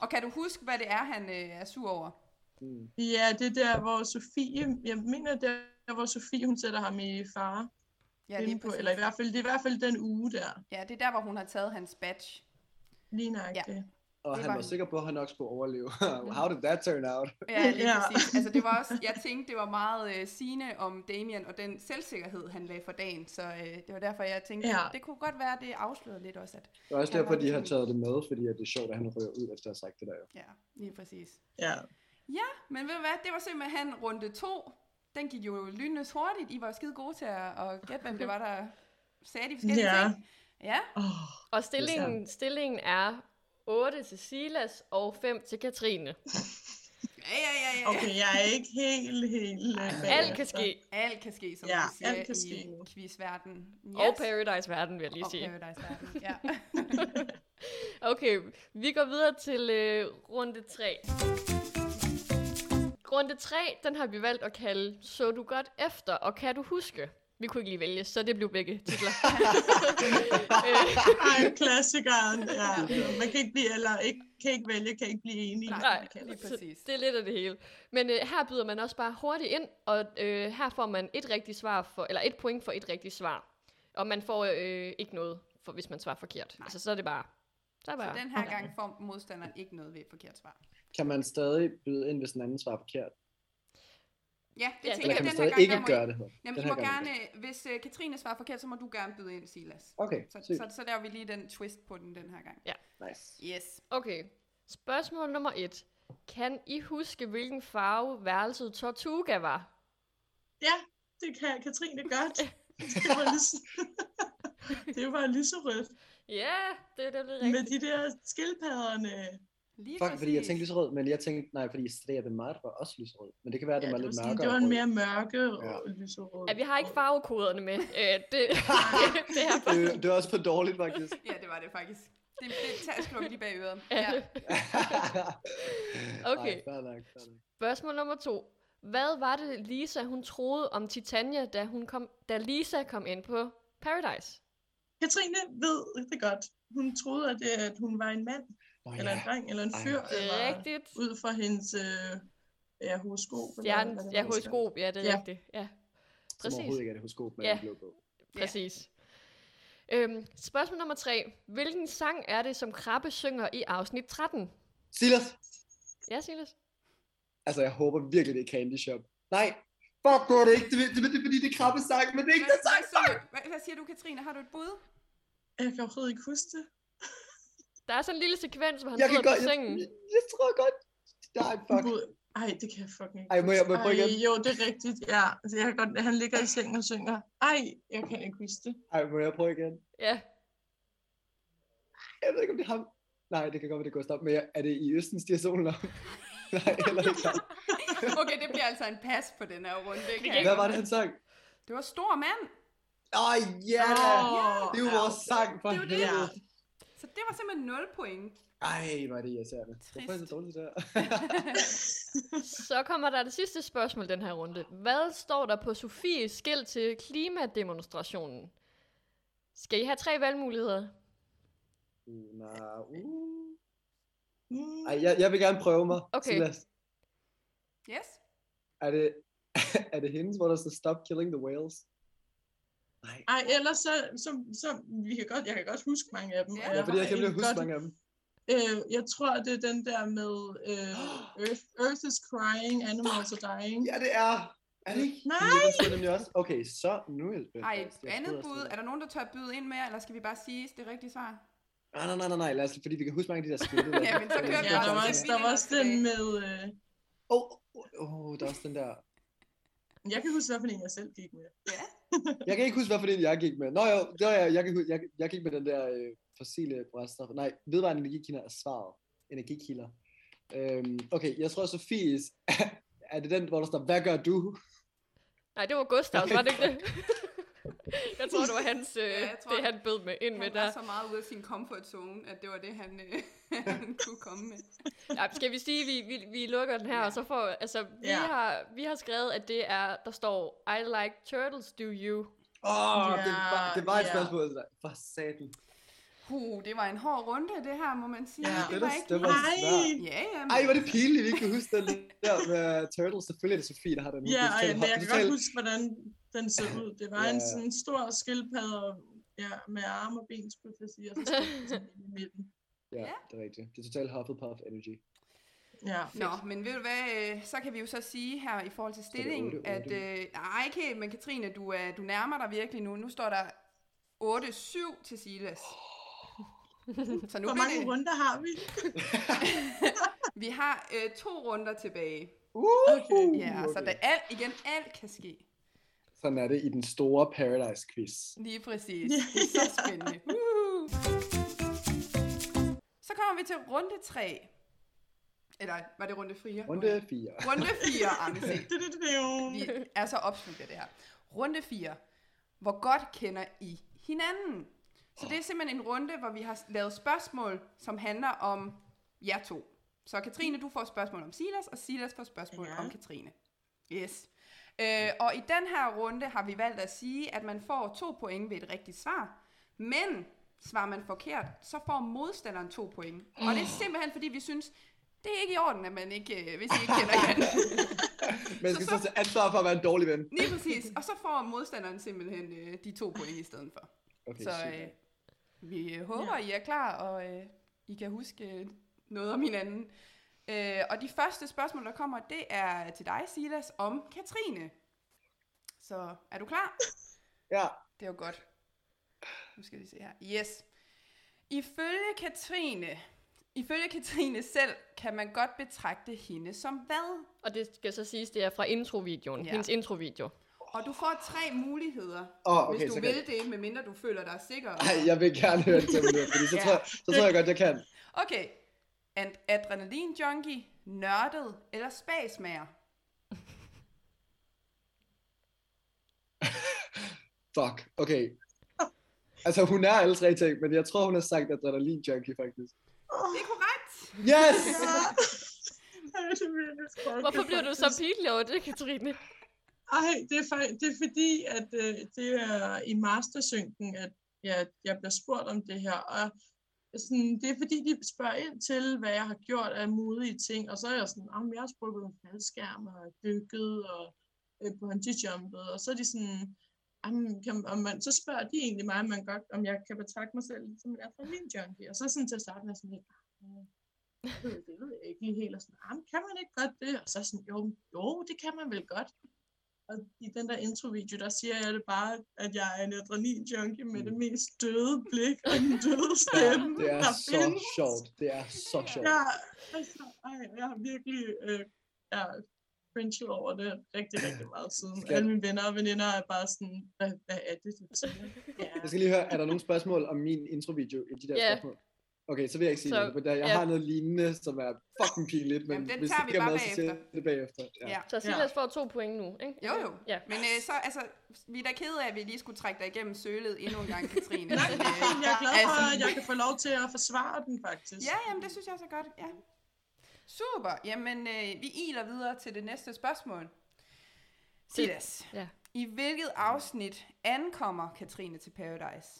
[SPEAKER 2] og kan du huske, hvad det er, han øh, er sur over?
[SPEAKER 5] Mm.
[SPEAKER 4] Ja, det er der, hvor Sofie, jeg mener, det er der, hvor Sofie, hun sætter ham i fare.
[SPEAKER 2] Ja,
[SPEAKER 4] inde
[SPEAKER 2] lige
[SPEAKER 4] på,
[SPEAKER 2] præcis.
[SPEAKER 4] eller i hvert fald, det er i hvert fald den uge der,
[SPEAKER 2] Ja, det er der, hvor hun har taget hans badge.
[SPEAKER 4] lige nøjagtigt.
[SPEAKER 5] Og
[SPEAKER 2] Det
[SPEAKER 5] han
[SPEAKER 2] var
[SPEAKER 5] var
[SPEAKER 2] han.
[SPEAKER 5] sikker på, at han nok skulle overleve. How did that turn out?
[SPEAKER 2] Ja, lige ja.
[SPEAKER 4] Ja.
[SPEAKER 2] præcis. Altså, det var også, jeg tænkte, det var meget øh, sigende om Damien og den selvsikkerhed, han lagde for dagen. Så øh, det var derfor, jeg tænkte, ja.
[SPEAKER 4] Ja.
[SPEAKER 2] det kunne godt være, det afslørede lidt også. At,
[SPEAKER 5] Det var også
[SPEAKER 2] Han
[SPEAKER 5] derfor,
[SPEAKER 2] var
[SPEAKER 5] de har
[SPEAKER 2] kæmpe.
[SPEAKER 5] taget det med, fordi at det er sjovt, at han ryger ud efter at have sagt det der. jo.
[SPEAKER 2] ja, lige præcis.
[SPEAKER 4] Ja.
[SPEAKER 2] Men ved du hvad, det var simpelthen runde to. Den gik jo lynnes hurtigt. I var jo skide gode til at, at gætte, hvem det var, der sagde de forskellige
[SPEAKER 4] Ja.
[SPEAKER 2] ting. Ja,
[SPEAKER 4] Oh,
[SPEAKER 1] Og stillingen, stillingen er 8 til Silas og 5 til Katrine.
[SPEAKER 2] ja, ja, ja. ja.
[SPEAKER 4] okay, jeg er ikke helt, helt... øh,
[SPEAKER 1] Alt kan
[SPEAKER 4] bagefter.
[SPEAKER 1] ske.
[SPEAKER 2] Alt kan ske, som
[SPEAKER 4] Ja,
[SPEAKER 2] du siger
[SPEAKER 4] alt kan
[SPEAKER 2] i
[SPEAKER 4] ske.
[SPEAKER 2] quizverdenen. Yes.
[SPEAKER 1] Og Paradise-verden, vil jeg lige
[SPEAKER 2] Og
[SPEAKER 1] sige.
[SPEAKER 2] Paradise-verdenen, ja.
[SPEAKER 1] Okay, vi går videre til øh, runde 3. Runde 3, den har vi valgt at kalde Så du godt efter, og kan du huske? Vi kunne ikke lige vælge, så det blev begge titler. Øh,
[SPEAKER 4] Ej, klassikeren. Ja. Man kan ikke blive, eller ikke, kan ikke vælge, kan ikke blive enig.
[SPEAKER 1] Nej,
[SPEAKER 2] lige
[SPEAKER 1] så
[SPEAKER 2] præcis.
[SPEAKER 1] det er lidt af det hele. Men øh, her byder man også bare hurtigt ind, og øh, her får man et rigtigt svar for, eller et point for et rigtigt svar. Og man får øh, ikke noget, for, hvis man svarer forkert. Nej. Altså, så er det bare... Så er det
[SPEAKER 2] Så
[SPEAKER 1] bare
[SPEAKER 2] den her gang får modstanderen ikke noget ved et forkert svar.
[SPEAKER 5] Kan man stadig byde ind, hvis den anden svarer forkert?
[SPEAKER 2] Ja, det
[SPEAKER 1] Ja,
[SPEAKER 2] tænker
[SPEAKER 5] Eller
[SPEAKER 2] jeg,
[SPEAKER 5] kan
[SPEAKER 2] den
[SPEAKER 5] man
[SPEAKER 2] her
[SPEAKER 5] stadig
[SPEAKER 2] gang,
[SPEAKER 5] ikke
[SPEAKER 2] der må
[SPEAKER 5] gøre
[SPEAKER 2] I-
[SPEAKER 5] det? hedder det?
[SPEAKER 2] Jamen,
[SPEAKER 5] Den
[SPEAKER 2] I
[SPEAKER 5] her
[SPEAKER 2] må
[SPEAKER 5] gang,
[SPEAKER 2] gerne, hvis uh, Katrine svarer forkert, så må du gerne byde ind, Silas.
[SPEAKER 5] Okay,
[SPEAKER 2] Så, så,
[SPEAKER 5] sygt.
[SPEAKER 2] så laver vi lige den twist på den den her gang.
[SPEAKER 5] Nice.
[SPEAKER 2] Yes.
[SPEAKER 1] Okay. Spørgsmål nummer et. Kan I huske, hvilken farve værelset Tortuga var?
[SPEAKER 4] Ja, det kan Katrine godt. Det var, lige, så- det var lyserødt
[SPEAKER 1] Ja, det er det blevet
[SPEAKER 4] med
[SPEAKER 1] rigtigt.
[SPEAKER 4] de der skildpadderne.
[SPEAKER 2] Lige
[SPEAKER 5] Fuck, fordi jeg
[SPEAKER 2] præcis.
[SPEAKER 5] tænkte lyserød, men jeg tænkte, nej, fordi Strea de Mart var også lyserød. Men det kan være, at
[SPEAKER 4] Ja,
[SPEAKER 5] den var
[SPEAKER 4] det, var
[SPEAKER 5] lidt
[SPEAKER 4] sådan,
[SPEAKER 5] mørkere.
[SPEAKER 4] det var en
[SPEAKER 5] rød.
[SPEAKER 4] mere mørke
[SPEAKER 5] Ja.
[SPEAKER 4] og lyserød.
[SPEAKER 1] Ja, vi har ikke farvekoderne med. Øh, det, det, det er bare...
[SPEAKER 3] Øh, det var også for dårligt, faktisk.
[SPEAKER 2] Ja, det var det faktisk. Det, det er taskluk lige bag øret. Ja.
[SPEAKER 1] Ja. Okay.
[SPEAKER 5] Ej, fair nok, fair nok.
[SPEAKER 1] Spørgsmål nummer to. Hvad var det, Lisa hun troede om Titania, da, hun kom, da Lisa kom ind på Paradise?
[SPEAKER 4] Katrine ved det godt. Hun troede, at, det- at hun var en mand,
[SPEAKER 5] Nå,
[SPEAKER 4] eller en
[SPEAKER 5] ja.
[SPEAKER 1] altså,
[SPEAKER 4] dreng, eller en
[SPEAKER 5] Ej.
[SPEAKER 4] fyr.
[SPEAKER 1] Det
[SPEAKER 4] eller-
[SPEAKER 1] er rigtigt.
[SPEAKER 4] ud fra hendes øh, ja, horoskop. eller hvad
[SPEAKER 1] Stjernen,
[SPEAKER 4] det
[SPEAKER 1] ja,
[SPEAKER 4] hedder.
[SPEAKER 1] horoskop, ja, det er ja.
[SPEAKER 4] Ja.
[SPEAKER 1] rigtigt. Ja,
[SPEAKER 5] Som
[SPEAKER 1] præcis.
[SPEAKER 5] overhovedet ikke er det horoskop, men
[SPEAKER 1] Ja.
[SPEAKER 5] en blå bog.
[SPEAKER 1] Præcis. Øhm, spørgsmål nummer tre. Hvilken sang er det, som Krabbe synger i afsnit 13?
[SPEAKER 3] Silas!
[SPEAKER 1] Ja, Silas?
[SPEAKER 5] Altså, jeg håber virkelig, det er Candy Shop. Nej,
[SPEAKER 3] Fuck, det var det ikke. Det, det, det, det, fordi det er krabbe sang, men det er
[SPEAKER 2] Hvad,
[SPEAKER 3] ikke den sang.
[SPEAKER 2] hvad, synger- hvad, hvad siger du, Katrine? Har du et bud?
[SPEAKER 4] Jeg kan overhovedet ikke huske det.
[SPEAKER 1] Der er sådan en lille sekvens, hvor han
[SPEAKER 3] Jeg kan
[SPEAKER 1] sidder
[SPEAKER 3] godt,
[SPEAKER 1] på
[SPEAKER 3] jeg,
[SPEAKER 1] sengen.
[SPEAKER 3] jeg, jeg tror godt. Nej, fuck.
[SPEAKER 4] Gud. Ej, det kan jeg fucking ikke
[SPEAKER 3] Ej, må jeg- må jeg prøve
[SPEAKER 4] huske. Ej,
[SPEAKER 3] igen?
[SPEAKER 4] jo, det er rigtigt, ja. Altså, jeg kan godt, han ligger i sengen og synger. Ej, jeg kan ikke huske det.
[SPEAKER 3] Ej, må jeg prøve igen?
[SPEAKER 1] Ja,
[SPEAKER 3] Jeg ved ikke, om det er ham. Nej, det kan godt være, det er Gustav. Men jeg- er det i Østens Diasolen? Nej, heller ikke ham.
[SPEAKER 2] Okay, det bliver altså en pas på den her runde. Det, kan.
[SPEAKER 3] Hvad var det, han sang?
[SPEAKER 2] det var stor mand.
[SPEAKER 3] Åh, oh, ja! Yeah. Det er jo
[SPEAKER 4] ja.
[SPEAKER 3] vores sang for
[SPEAKER 2] Det er jo det.
[SPEAKER 3] helvede.
[SPEAKER 2] Så det var simpelthen 0 point.
[SPEAKER 3] Ej, hvor er det irriterende. Hvorfor er det så dårligt der?
[SPEAKER 1] så kommer der det sidste spørgsmål den her runde. Hvad står der på Sofies skilt til klimademonstrationen? Skal I have tre valgmuligheder?
[SPEAKER 3] Uh, nah, uh.
[SPEAKER 4] Mm,
[SPEAKER 3] Ej, jeg, jeg vil gerne prøve mig.
[SPEAKER 1] Okay.
[SPEAKER 3] Silas,
[SPEAKER 2] Yes.
[SPEAKER 3] er det, er det hendes, hvor der står Stop Killing the Whales? Nej,
[SPEAKER 4] Ej, ellers så, så, så vi kan godt, jeg kan godt huske mange af dem.
[SPEAKER 2] Ja.
[SPEAKER 4] og
[SPEAKER 3] ja, fordi
[SPEAKER 4] har
[SPEAKER 3] jeg kan
[SPEAKER 4] egentlig
[SPEAKER 3] ikke huske
[SPEAKER 4] godt-
[SPEAKER 3] mange af dem.
[SPEAKER 4] Øh, jeg tror, det er den der med øh, Earth, Earth is crying, animals are dying.
[SPEAKER 3] Ja, det er. Er det ikke?
[SPEAKER 4] Nej!
[SPEAKER 3] Jamen, Jeg forstod nemlig også. Okay, så nu er jeg spændt.
[SPEAKER 2] Ej,
[SPEAKER 3] faktisk. Jeg
[SPEAKER 2] andet
[SPEAKER 3] troede også,
[SPEAKER 2] bud.
[SPEAKER 3] det
[SPEAKER 2] Er der nogen, der tør byde ind mere, eller skal vi bare sige det rigtige svar?
[SPEAKER 3] var- Nej, nej, nej, nej, nej, lad os, fordi vi kan huske mange af de der skilte. der-
[SPEAKER 2] Ja, men så kører vi
[SPEAKER 4] Ja, der var
[SPEAKER 2] til
[SPEAKER 4] også,
[SPEAKER 2] Silas
[SPEAKER 4] der var også den
[SPEAKER 2] tilbage.
[SPEAKER 4] med... Øh,
[SPEAKER 3] Åh, oh, oh, der er også den der.
[SPEAKER 4] øh, jeg kan huske, hvilken en jeg selv gik med.
[SPEAKER 3] Jeg kan ikke huske, hvad for en jeg gik med. Nå jo, det var jeg, jeg, kan, hu- jeg, jeg gik med den der øh, fossile brændstof. Nej, vedvarende energikilder er svaret. Energikilder. Øhm, okay, jeg tror, Sofies, er det den, hvor der står, hvad gør du?
[SPEAKER 1] Nej, det var Gustavs, var det ikke det? jeg tror, det var hans, øh,
[SPEAKER 2] Ja, jeg tror,
[SPEAKER 1] det han bød med ind med
[SPEAKER 2] Han altså- var
[SPEAKER 1] der.
[SPEAKER 2] så meget ude af sin comfort zone, at det var det, han, øh, han kunne komme med.
[SPEAKER 1] Ja, skal vi sige, vi, vi, vi lukker den her, ja. og så får... Altså, vi, ja.
[SPEAKER 4] Ja.
[SPEAKER 1] har, vi har skrevet, at det er... Der står, I like turtles, do you?
[SPEAKER 3] Åh, oh, det, var, det var et
[SPEAKER 4] Ja, ja.
[SPEAKER 3] spørgsmål. der. For satan.
[SPEAKER 2] Huh, det var en hård runde, det her, må man sige.
[SPEAKER 4] Ja.
[SPEAKER 2] det
[SPEAKER 3] Det
[SPEAKER 2] var
[SPEAKER 3] er da-
[SPEAKER 2] ikke
[SPEAKER 3] det var-
[SPEAKER 2] lige-
[SPEAKER 4] Ej,
[SPEAKER 3] svært.
[SPEAKER 2] Ja, ja.
[SPEAKER 3] Ej, hvor er det pinligt, vi ikke kan huske den der med Turtles. Selvfølgelig er det Sofie, der har den.
[SPEAKER 4] Ja,
[SPEAKER 3] Det er
[SPEAKER 4] og jeg,
[SPEAKER 3] totalt-
[SPEAKER 4] men jeg kan godt
[SPEAKER 3] totalt-
[SPEAKER 4] huske, hvordan den så ud. Det var
[SPEAKER 3] Ja,
[SPEAKER 4] en
[SPEAKER 3] ja.
[SPEAKER 4] sådan stor skildpadde og- ja, med arme og ben, skulle jeg til at sige, og så skildpadden sådan inde i midten.
[SPEAKER 3] Ja, det er rigtigt. Det er totalt Hufflepuff energy.
[SPEAKER 4] Ja,
[SPEAKER 2] Nå, men ved du hvad, øh, så kan vi jo så sige her i forhold til
[SPEAKER 3] det
[SPEAKER 2] stillingen,
[SPEAKER 3] otte,
[SPEAKER 2] at...
[SPEAKER 3] otte?
[SPEAKER 2] Øh, nej, ikke helt, men Katrine, du, er, du nærmer dig virkelig nu. Nu står der 8-7 til Silas. Så nu
[SPEAKER 4] Hvor
[SPEAKER 2] bliver
[SPEAKER 4] mange
[SPEAKER 2] det...
[SPEAKER 4] runder har vi?
[SPEAKER 2] Vi har øh, to runder tilbage.
[SPEAKER 3] Uh,
[SPEAKER 4] Okay.
[SPEAKER 2] Ja, så der alt, igen, alt kan ske.
[SPEAKER 3] Sådan er det i den store Paradise-quiz.
[SPEAKER 2] Lige præcis. Det er så spændende. Uhuh. Så kommer vi til runde 3. Eller var det runde 4?
[SPEAKER 3] Runde 4.
[SPEAKER 2] runde 4, Amse.
[SPEAKER 4] Det, det, det, er jo...
[SPEAKER 2] Vi er så opslugt af det her. Runde 4. Hvor godt kender I hinanden? Så det er simpelthen en runde, hvor vi har lavet spørgsmål, som handler om jer to. Så Katrine, du får spørgsmål om Silas, og Silas får spørgsmål
[SPEAKER 4] Ja.
[SPEAKER 2] om Katrine. Yes. Øh, og i den her runde har vi valgt at sige, at man får to point ved et rigtigt svar, men svarer man forkert, så får modstanderen to point. Og det er simpelthen, fordi vi synes, det er ikke i orden, at man ikke, øh, hvis I ikke kender hinanden.
[SPEAKER 3] Man skal så tage ansvar for at være en dårlig ven.
[SPEAKER 2] Lige præcis. Og så får modstanderen simpelthen øh, de to point i stedet for.
[SPEAKER 3] Okay,
[SPEAKER 2] så
[SPEAKER 3] sygt.
[SPEAKER 2] øh, vi øh, håber, I er klar, og øh, I kan huske øh, noget om hinanden. Øh, og de første spørgsmål, der kommer, det er til dig, Silas, om Katrine. Så er du klar?
[SPEAKER 3] Ja,
[SPEAKER 2] Det er jo godt. Nu skal vi se her. Yes. Ifølge Katrine, ifølge Katrine selv, kan man godt betragte hende som hvad?
[SPEAKER 1] Og det skal så siges, det er fra introvideoen.
[SPEAKER 2] Ja.
[SPEAKER 1] Ja. Hendes introvideo.
[SPEAKER 2] Og du får tre muligheder,
[SPEAKER 3] Åh, okay,
[SPEAKER 2] hvis du
[SPEAKER 3] så kan
[SPEAKER 2] vil det, medmindre du føler dig sikker.
[SPEAKER 3] Ej, jeg vil gerne høre det til nu, fordi så,
[SPEAKER 2] Ja.
[SPEAKER 3] tror jeg, så tror jeg godt, jeg kan.
[SPEAKER 2] Okay. Ad- adrenalin-junkie, nørdet eller spasmager?
[SPEAKER 3] Fuck, okay. Altså, hun er alle tre ting, men jeg tror, hun har sagt adrenalin junkie, faktisk.
[SPEAKER 2] Det er korrekt!
[SPEAKER 3] Yes!
[SPEAKER 4] Ej, det bliver lidt fucking
[SPEAKER 1] Hvorfor bliver du så
[SPEAKER 4] faktisk.
[SPEAKER 1] pinlig over det, Katrine?
[SPEAKER 4] Ej, det er, fak- det er fordi, at øh, det er i mastersynken, at jeg, jeg bliver spurgt om det her. Og sådan, det er fordi, de spørger ind til, hvad jeg har gjort af modige ting. Og så er jeg sådan, om jeg har sprukket en faldskærm og dykket og øh, bungee jumpet. Og så er de sådan, "Jamen, kan, om man, så spørger de egentlig mig, om, man godt, om jeg kan betragte mig selv som en adrenalin junkie. Og så sådan til at starte med sådan lidt, "Ah, det ved- det ved jeg ikke lige helt. Og sådan, "Ah, men kan man ikke godt det? Og så sådan, jo, jo, det kan man vel godt. Og i den der introvideo, der siger jeg det bare, at jeg er en adrenalin-junkie med det mest døde blik og den døde
[SPEAKER 3] Ja,
[SPEAKER 4] stemme,
[SPEAKER 3] det er
[SPEAKER 4] der
[SPEAKER 3] så
[SPEAKER 4] findes.
[SPEAKER 3] sjovt. Det er så sjovt.
[SPEAKER 4] Ja, altså, ej, jeg har virkelig øh, jeg har cringet over det rigtig, rigtig meget siden.
[SPEAKER 3] Skal-
[SPEAKER 4] Alle mine venner og veninder er bare sådan, hvad, hvad er det, du siger? Ja.
[SPEAKER 3] Jeg skal lige høre, er der nogle spørgsmål om min introvideo i de der
[SPEAKER 1] Ja.
[SPEAKER 3] spørgsmål? Okay, så vil jeg ikke sige
[SPEAKER 1] Så-
[SPEAKER 3] noget, for der- jeg
[SPEAKER 1] ja.
[SPEAKER 3] har noget lignende, som er fucking pinligt, men
[SPEAKER 2] Jamen, den
[SPEAKER 3] hvis
[SPEAKER 2] tager
[SPEAKER 3] det
[SPEAKER 2] vi
[SPEAKER 3] ikke er
[SPEAKER 2] bare
[SPEAKER 3] med, så siger jeg det bagefter. Ja.
[SPEAKER 2] Ja.
[SPEAKER 1] Så Silas ja. får to point nu, ikke?
[SPEAKER 2] Jo, jo.
[SPEAKER 1] Ja.
[SPEAKER 2] Men øh, så, altså, vi er da kede af, at vi lige skulle trække dig igennem sølet endnu en gang, Katrine.
[SPEAKER 4] Nej,
[SPEAKER 2] Men,
[SPEAKER 4] det er
[SPEAKER 2] øh,
[SPEAKER 4] fint. Jeg er glad for,
[SPEAKER 2] Altså-
[SPEAKER 4] at jeg kan få lov til at forsvare den, faktisk.
[SPEAKER 2] ja, jamen, det synes jeg også er godt. Ja. Super. Jamen, øh, vi iler videre til det næste spørgsmål. Silas,
[SPEAKER 1] Ja.
[SPEAKER 2] i hvilket afsnit ankommer Katrine til Paradise?